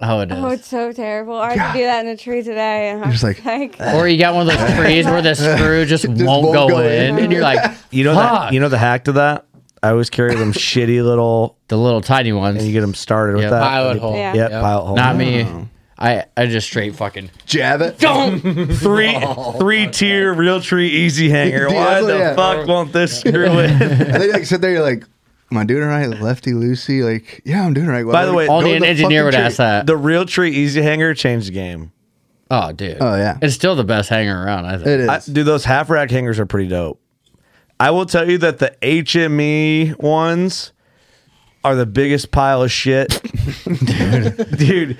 S5: Oh, it is.
S6: Oh, it's so terrible. I had to do that in a tree today. And I
S4: You're
S6: was
S4: just
S6: like,
S4: like,
S5: Or you got one of those trees where the screw just, won't, go, in, and you're like,
S2: you know
S5: "Fuck."
S2: that you know the hack to that. I always carry them shitty little,
S5: the little tiny ones,
S2: and you get them started with
S5: Yeah,
S2: that
S5: pilot hole.
S2: Yeah,
S5: Yep.
S2: pilot hole.
S5: Not me.
S4: Oh.
S5: I I just straight fucking
S4: jab it.
S5: Don't
S2: three three tier real tree easy hanger.
S4: Oh, Yeah,
S2: Why
S4: that's
S2: the
S4: what- yeah.
S2: fuck won't this screw in?
S4: and they like sit there, you're like, Am I doing it right? Lefty loosey, like, yeah, I'm doing it right. Why
S2: By the
S4: would
S2: way,
S4: I go to the fucking tree?
S5: that.
S2: The real tree easy hanger changed the game.
S5: Oh, dude.
S4: Oh, yeah.
S5: It's still the best hanger around. I think
S2: I, dude, those half rack hangers are pretty dope. I will tell you that the HME ones are the biggest pile of shit. dude,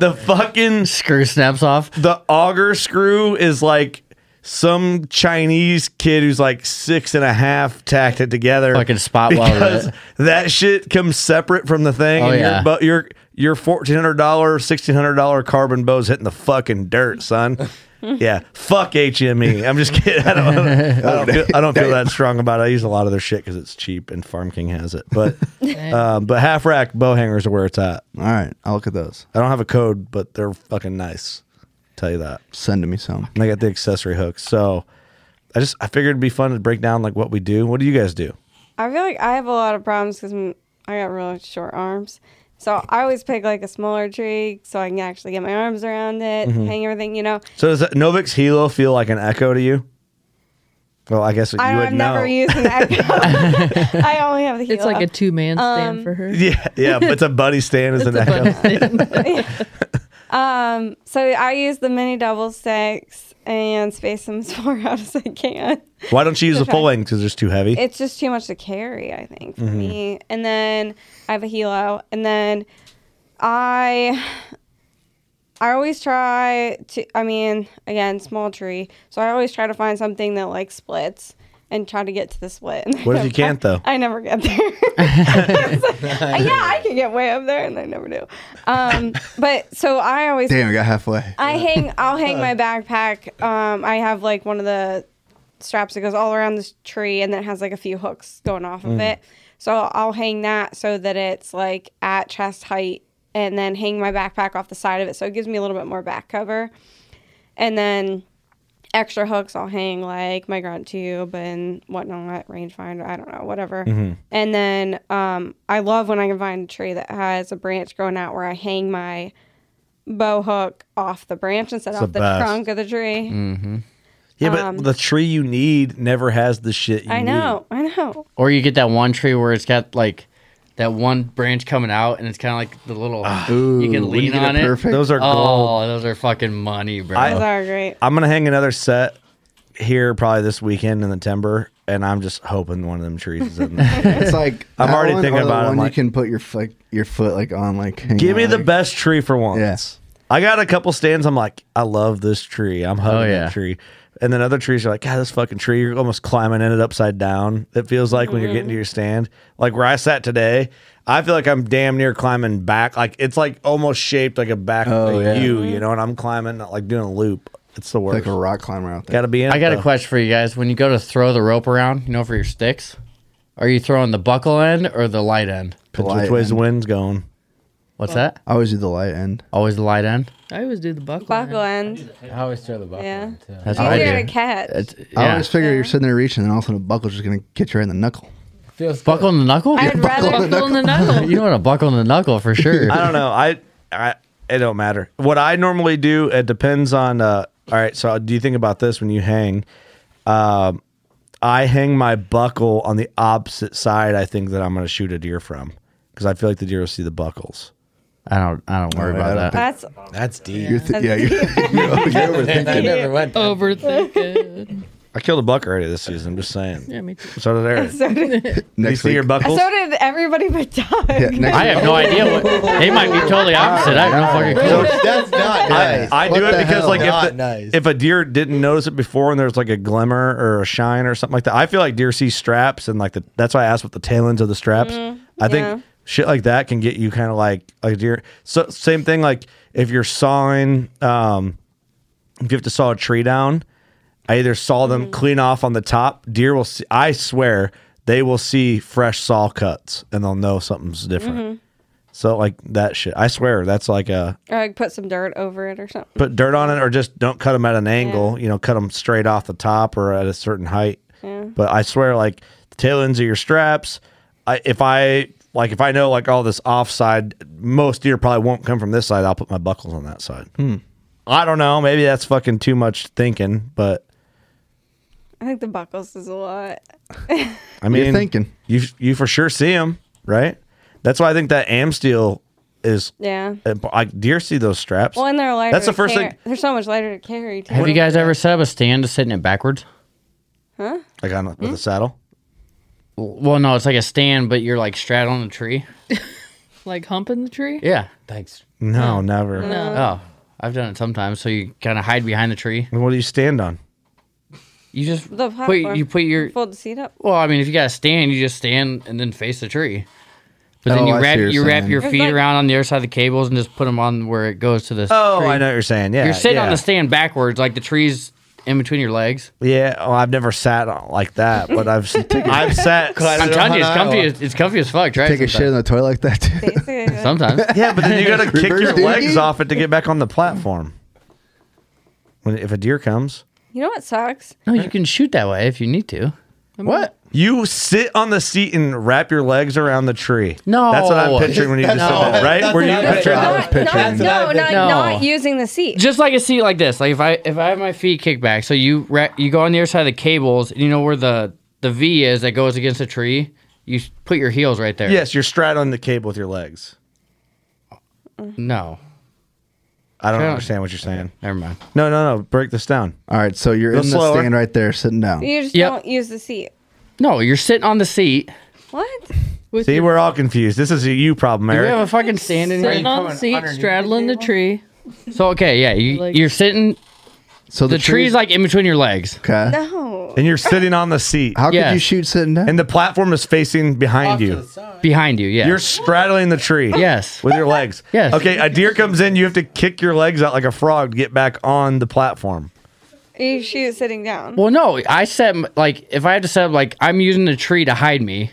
S2: the fucking
S5: screw snaps off.
S2: The auger screw is like some Chinese kid who's like six and a half tacked it together.
S5: Fucking spot welded
S2: because
S5: it.
S2: That shit comes separate from the thing.
S5: Oh,
S2: and
S5: yeah.
S2: your, bo- your your fourteen hundred dollar, sixteen hundred dollar carbon bow's hitting the fucking dirt, son. yeah, fuck HME. I'm just kidding. I don't, I don't, feel, I don't feel that strong about it. I use a lot of their shit because it's cheap and Farm King has it. But um, but half rack bow hangers are where it's at.
S4: All right, I'll look at those.
S2: I don't have a code, but they're fucking nice. Tell you that.
S4: Send me some.
S2: And I got the accessory hooks. So I just I figured it'd be fun to break down like what we do. What do you guys do?
S6: I feel like I have a lot of problems because I got really short arms. So I always pick like a smaller tree so I can actually get my arms around it,
S2: Mhm.
S6: hang everything, you know.
S2: So does that Novix Hilo feel like an echo to you? Well, I guess you
S6: I,
S2: would
S6: I've
S2: know.
S6: never used an echo. I only have the heel
S7: It's like a
S6: up.
S7: two man stand
S6: Um,
S7: for her.
S2: yeah, yeah, but it's a buddy stand is an echo.
S6: Um, so I use the mini double sticks and space them as far out as I can.
S2: Why don't you use
S6: So
S2: the full
S6: try-
S2: length because it's too heavy?
S6: It's just too much to carry, I think, for
S2: Mhm.
S6: me. And then I have a helo, and then I, I always try to. I mean, again, small tree. So I always try to find something that like splits and try to get to the split. And
S2: What if you can't, though?
S6: I never get there. yeah, I can get way up there, and I never do. Um, but so I always
S4: Damn, I got halfway.
S6: I hang. I'll hang my backpack. Um, I have like one of the straps that goes all around this tree, and then it has like a few hooks going off of
S18: Mm.
S6: it. So I'll hang that so that it's like at chest height, and then hang my backpack off the side of it, so it gives me a little bit more back cover. And then extra hooks, I'll hang like my grunt tube and whatnot, rangefinder. I don't know, whatever.
S18: Mhm.
S6: And then um, I love when I can find a tree that has a branch growing out where I hang my bow hook off the branch instead
S2: It's
S6: of off
S2: the
S6: the
S2: best.
S6: trunk of the tree.
S5: Mm-hmm.
S2: Yeah, but
S6: Um,
S2: the tree you need never has the shit you
S6: I know, I know.
S5: Or you get that one tree where it's got like that one branch coming out, and it's kind of like the little you
S2: Ah. when
S5: can
S2: you
S5: lean
S2: get it
S5: on it.
S2: perfect. Those are
S5: Oh,
S2: gold.
S5: those are fucking money, bro.
S7: Oh.
S2: I- Those
S6: are great.
S2: I'm gonna hang another set here probably this weekend in the timber, and I'm just hoping one of them trees is in there.
S4: It's like
S2: I'm
S4: that
S2: already
S4: one
S2: thinking
S4: or the
S2: about it. I'm
S4: One
S2: like-
S4: you can put your like your foot like on like. hang
S2: Give
S4: on,
S2: me the
S4: like-
S2: best tree for once. I got a couple stands. I'm like, I love this tree. I'm hugging
S5: Oh, yeah.
S2: that tree. And then other trees are like, God, this fucking tree. You're almost climbing in it upside down. It feels like when you're getting to your stand. Like where I sat today, I feel like I'm damn near climbing back. Like it's like almost shaped like a back
S4: Oh,
S2: of
S4: yeah.
S2: a U, you know. And I'm climbing like doing a loop. It's the worst.
S4: like a rock climber out there.
S2: Got to be in.
S5: I
S2: it,
S5: got a
S2: though.
S5: question for you guys. When you go to throw the rope around, you know, for your sticks, are you throwing the buckle end or the light end?
S2: Depends which way's the wind's going.
S5: What's that?
S4: I always do the light end.
S5: Always the light end.
S7: I always do the buckle.
S6: Buckle end.
S19: I always throw the buckle.
S6: Yeah.
S5: That's
S6: Easier
S5: what I
S6: to
S5: do.
S6: catch.
S4: I always figure you're sitting there reaching, and all of a sudden a buckle's just gonna get you right in the knuckle.
S5: buckle in the knuckle.
S6: I'd rather buckle in the
S5: knuckle. you want a buckle in the knuckle for sure.
S2: I don't know. I, I it don't matter. What I normally do, it depends on. Uh, all right, so do you think about this when you hang? Um, I hang my buckle on the opposite side. I think that I'm going to shoot a deer from because I feel like the deer will see the buckles.
S5: I don't. I don't
S2: Oh,
S5: worry about that.
S6: That's
S19: That's deep.
S2: You're thi- yeah, you're-
S19: I never went.
S7: Overthinking.
S2: I killed a buck already this season. I'm just saying.
S7: Yeah, me too.
S2: So did Eric.
S6: So did,
S2: Did you see your buckles?
S6: so did everybody but Doug.
S5: I have no idea what they might be totally opposite. I have no fucking clue.
S19: That's not
S2: I,
S19: nice.
S2: I do
S19: What
S2: it
S19: the
S2: because
S19: hell?
S2: like if,
S19: Not
S2: the-
S19: nice.
S2: if a deer didn't notice it before and there's like a glimmer or a shine or something like that, I feel like deer see straps and like the that's why I asked with the tail ends of the straps.
S20: Mm,
S2: I think
S20: yeah.
S2: shit like that can get you kind of like like a deer. So same thing like if you're sawing, um, if you have to saw a tree down. I either saw them clean off on the top. Deer will see. I swear they will see fresh saw cuts and they'll know something's different.
S6: Mhm.
S2: So like that shit. I swear that's like a
S6: Or like put some dirt over it or something.
S2: put dirt on it or just don't cut them at an angle. You know, cut them straight off the top or at a certain height.
S6: Yeah.
S2: But I swear, like the tail ends of your straps, I, if I like, if I know like all this offside, most deer probably won't come from this side. I'll put my buckles on that side.
S6: Hmm.
S2: I don't know. Maybe that's fucking too much thinking, but
S6: I think the buckles is a lot.
S2: I mean,
S4: You're thinking.
S2: you you for sure see them, right? That's why I think that am steel is
S6: Yeah.
S2: Like deer see those straps.
S6: Well, and they're lighter.
S2: That's the
S6: to
S2: first
S6: carry.
S2: thing.
S6: They're so much lighter to carry. Too.
S7: Have you guys e- ever set up a stand to sitting it backwards?
S6: Huh?
S2: Like on a, with a saddle?
S7: Well, no, it's like a stand, but you're like straddling a tree.
S5: Like humping the tree?
S7: Yeah. Thanks.
S2: No, never.
S6: Um,
S5: No.
S7: Oh, I've done it sometimes. So you kind of hide behind the tree.
S2: And what do you stand on?
S7: You just
S6: The
S7: put
S6: platform.
S7: you put your
S6: fold the seat up.
S7: well. I mean, if you got to stand, you just stand and then face the tree. But then
S2: Oh,
S7: you
S2: I see
S7: wrap
S2: what you're
S7: you wrap
S2: saying.
S7: your
S6: It's
S7: feet
S6: like-
S7: around on the other side of the cables and just put them on where it goes to the.
S2: Oh,
S7: tree.
S2: I know what you're saying. Yeah,
S7: you're sitting on
S2: yeah.
S7: the stand backwards, like the trees in between your legs.
S2: Yeah, oh, I've never sat on like that, but I've s- I've sat.
S7: I'm telling you, it's comfy. As, it's comfy as fuck. Try
S4: Take a shit in the toilet like that. Too.
S7: shit. Sometimes.
S2: Yeah, but then you got to kick
S4: Reverse
S2: your
S4: doogie?
S2: legs off it to get back on the platform. When if a deer comes,
S6: You know what sucks?
S7: No, you can shoot that way if you need to.
S6: What?
S2: you sit on the seat and wrap your legs around the tree.
S7: No.
S2: that's what I'm picturing when you just
S7: No.
S2: said that, right?
S7: That's
S2: Were you
S7: not it.
S2: picturing?
S7: I
S2: that?
S7: was picturing
S6: No,
S7: that.
S6: not
S7: No.
S6: not using the seat.
S7: Just like a seat like this. Like if I if I have my feet kicked back, so you ra- you go on the other side of the cables, and you know where the the V is that goes against the tree. You s- put your heels right there.
S2: Yes, you're straddling the cable with your legs.
S7: No.
S2: I don't
S7: Straddling.
S2: understand what you're saying.
S7: Never mind.
S2: No, no, no. Break this down.
S4: All right, so you're
S2: Go
S4: in the
S2: slower.
S4: stand right there, sitting down.
S6: You just
S7: Yep.
S6: don't use the seat.
S7: No, you're sitting on the seat.
S6: What?
S2: See, we're all confused. This is a you problem,
S7: Do we have
S2: Eric.
S7: a fucking stand in
S5: Sitting
S7: here?
S5: on the seat, straddling the tree.
S7: So okay, yeah, you,
S5: Like-
S7: you're sitting.
S4: So
S7: the,
S4: the
S7: tree's,
S4: tree's-
S7: like in between your legs.
S4: Okay.
S6: No.
S2: And you're sitting on the seat.
S4: How could you shoot sitting down?
S2: And the platform is facing behind you.
S7: Behind you, yeah.
S2: You're straddling the tree.
S7: Yes.
S2: With your legs.
S7: Yes.
S2: Okay, a deer comes in, you have to kick your legs out like a frog to get back on the platform.
S6: You shoot sitting down.
S7: Well, no, I set m- like if I had to set up like I'm using the tree to hide me.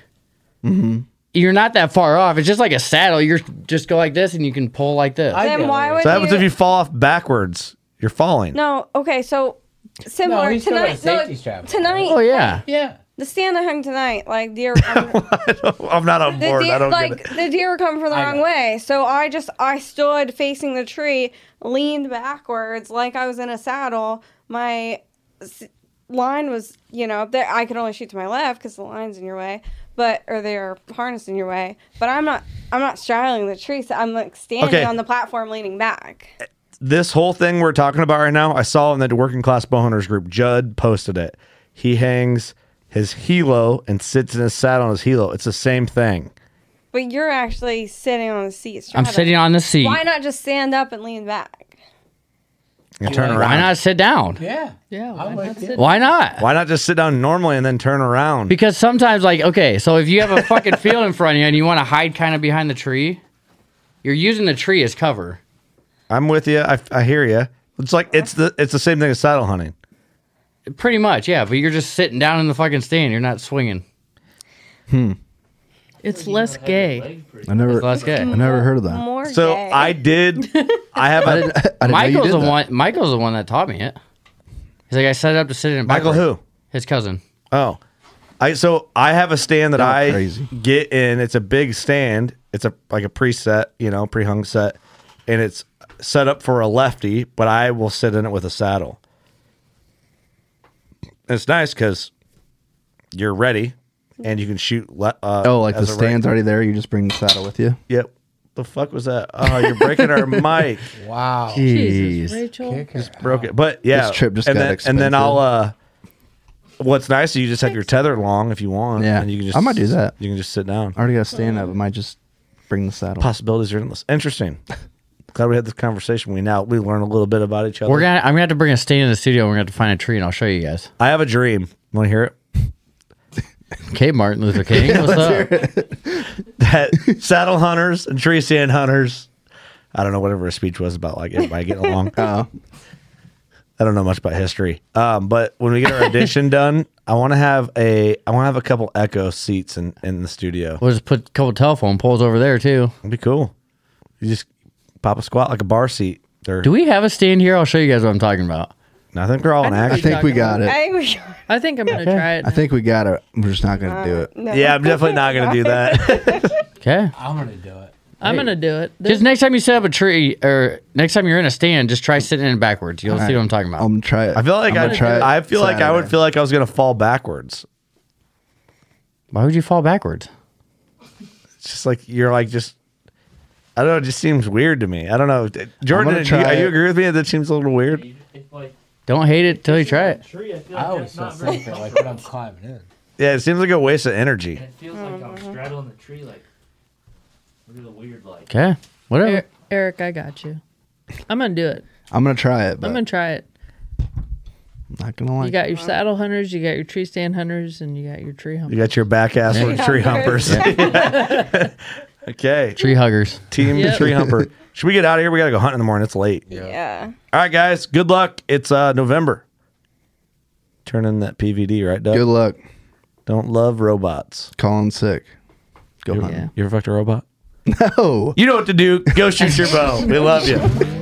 S2: Mm-hmm.
S7: You're not that far off. It's just like a saddle. You're just go like this, and you can pull like this.
S6: then why
S2: So
S6: would
S2: that happens
S6: you?
S2: if you fall off backwards. You're falling.
S6: No. Okay. So similar
S1: he's still got a
S6: tonight. No,
S1: safety strap.
S6: tonight.
S7: Oh yeah.
S1: Yeah.
S6: The stand I hung tonight, like deer, come,
S2: I'm not on
S6: the
S2: board. I
S6: deer
S2: don't
S6: like
S2: get it.
S6: the deer were coming from the
S2: I
S6: wrong
S2: know.
S6: way. So I just I stood facing the tree, leaned backwards like I was in a saddle. My s- line was, you know, up there. I could only shoot to my left because the line's in your way, but or they're harnessed in your way. But I'm not I'm not straddling the tree. So I'm like standing
S2: Okay.
S6: on the platform, leaning back.
S2: This whole thing we're talking about right now, I saw in the working class bowhunters group. Judd posted it. He hangs his helo and sits in his saddle on his helo. It's the same thing.
S6: But you're actually sitting on the seat.
S7: I'm
S6: straddling.
S7: sitting on the seat.
S6: Why not just stand up and lean back?
S2: You turn around.
S7: Why not sit down?
S1: Yeah.
S5: Yeah. Why not sit
S7: Why not?
S2: Why not just sit down normally and then turn around?
S7: Because sometimes, like, okay, so if you have a fucking field in front of you and you want to hide kind of behind the tree, you're using the tree as cover.
S2: I'm with you. I, I hear you. It's like it's the it's the same thing as saddle hunting.
S7: Pretty much, yeah. But you're just sitting down in the fucking stand. You're not swinging.
S5: It's less gay.
S4: I never,
S7: Let's get.
S4: I never heard of that.
S6: More
S2: So I did. I have a
S4: I didn't know you
S7: Michael's
S4: did
S7: the
S4: that.
S7: one. Michael's the one that taught me it. He's like, I set it up to sit in. it
S2: Michael
S7: backwards."
S2: who?
S7: His cousin.
S2: Oh, I so I have a stand that
S4: Y'all
S2: I
S4: crazy.
S2: get in. It's a big stand. It's a like a preset, you know, pre-hung set, and it's set up for a lefty. But I will sit in it with a saddle. And it's nice because you're ready, and you can shoot. Le- uh,
S4: Oh, like the
S2: as a
S4: stand's
S2: right-
S4: already there. You just bring the saddle with you.
S2: Yep. The fuck was that? Oh, you're breaking our mic. Oh.
S1: Wow.
S4: Jesus,
S5: Rachel.
S2: broke it. But yeah,
S4: This trip just
S2: and
S4: got
S2: then, And then
S4: expensive.
S2: I'll. uh What's nice is you just have your tether long if you want.
S4: Yeah.
S2: and you can just.
S4: I might do that.
S2: You can just sit down.
S4: I already got a stand up. I might just bring the saddle.
S2: Possibilities are endless. Interesting. Glad we had this conversation. We now we learn a little bit about each other.
S7: We're gonna. I'm gonna have to bring a stand in the studio. and We're gonna have to find a tree, and I'll show you guys.
S2: I have a dream. Want to hear it?
S7: Okay, Martin Luther King. What's up?
S2: That saddle hunters and tree
S4: Oh,
S5: Uh.
S2: stand hunters. I don't know whatever his speech was about, like everybody getting along.
S4: Uh,
S2: I don't know much about history. Um, but when we get our audition done, I want to have a I want to have a couple echo seats in in the studio.
S5: We'll just put a couple telephone poles over there too.
S2: That'd be cool. You just pop a squat like a bar seat. There.
S5: Do we have a stand here? I'll show you guys what I'm talking about.
S2: I think we're all in
S4: I think we got it.
S6: I,
S7: I think I'm gonna try it.
S4: I think we got it. I'm just not going to do it.
S7: no. Yeah, I'm definitely not gonna do
S2: that.
S5: okay.
S21: I'm gonna do it.
S7: I'm gonna do it.
S5: Just next time you set up a tree, or next time you're in a stand, just try sitting in it backwards. You'll see what I'm talking about.
S4: I'm try it.
S2: I feel like
S5: I'm
S2: I
S5: gonna try it
S2: I feel like I would
S5: Saturday.
S2: feel like I was gonna fall backwards.
S5: Why would you fall backwards?
S2: It's just like you're like just. I don't know. It just seems weird to me. I don't know. Jordan,
S5: gonna
S2: do you,
S5: try
S2: are you
S5: it.
S2: agree with me that it seems a little weird?
S5: Don't hate it till you try it.
S1: Tree, I feel
S21: I
S1: like
S21: always
S1: that's
S21: feel
S1: not very
S21: something like when I'm
S1: comfortable.
S21: climbing in.
S2: Yeah, it seems like a waste of energy.
S1: And it feels like I'm straddling the tree, like really weird, like.
S5: Okay. Whatever.
S7: Er- Eric, I got you. I'm gonna do it.
S4: I'm going to try it, but
S7: I'm
S4: I'm
S7: gonna try it.
S4: not going to like
S7: you got your saddle hunters, you got your tree stand hunters, and you got your tree humpers.
S2: You got your back ass for tree humpers. okay.
S5: Tree huggers.
S2: Team
S7: Yep.
S2: tree humper. Should we get out of here? We gotta go hunt in the morning. It's late.
S6: Yeah.
S2: All right, guys. Good luck. It's uh November. Turn in that PVD, right, Doug?
S4: Good luck.
S2: Don't love robots.
S4: Calling sick. Go
S2: you,
S4: hunting.
S2: You ever fucked a robot?
S4: No.
S2: You know what to do. Go shoot your bow. We love you.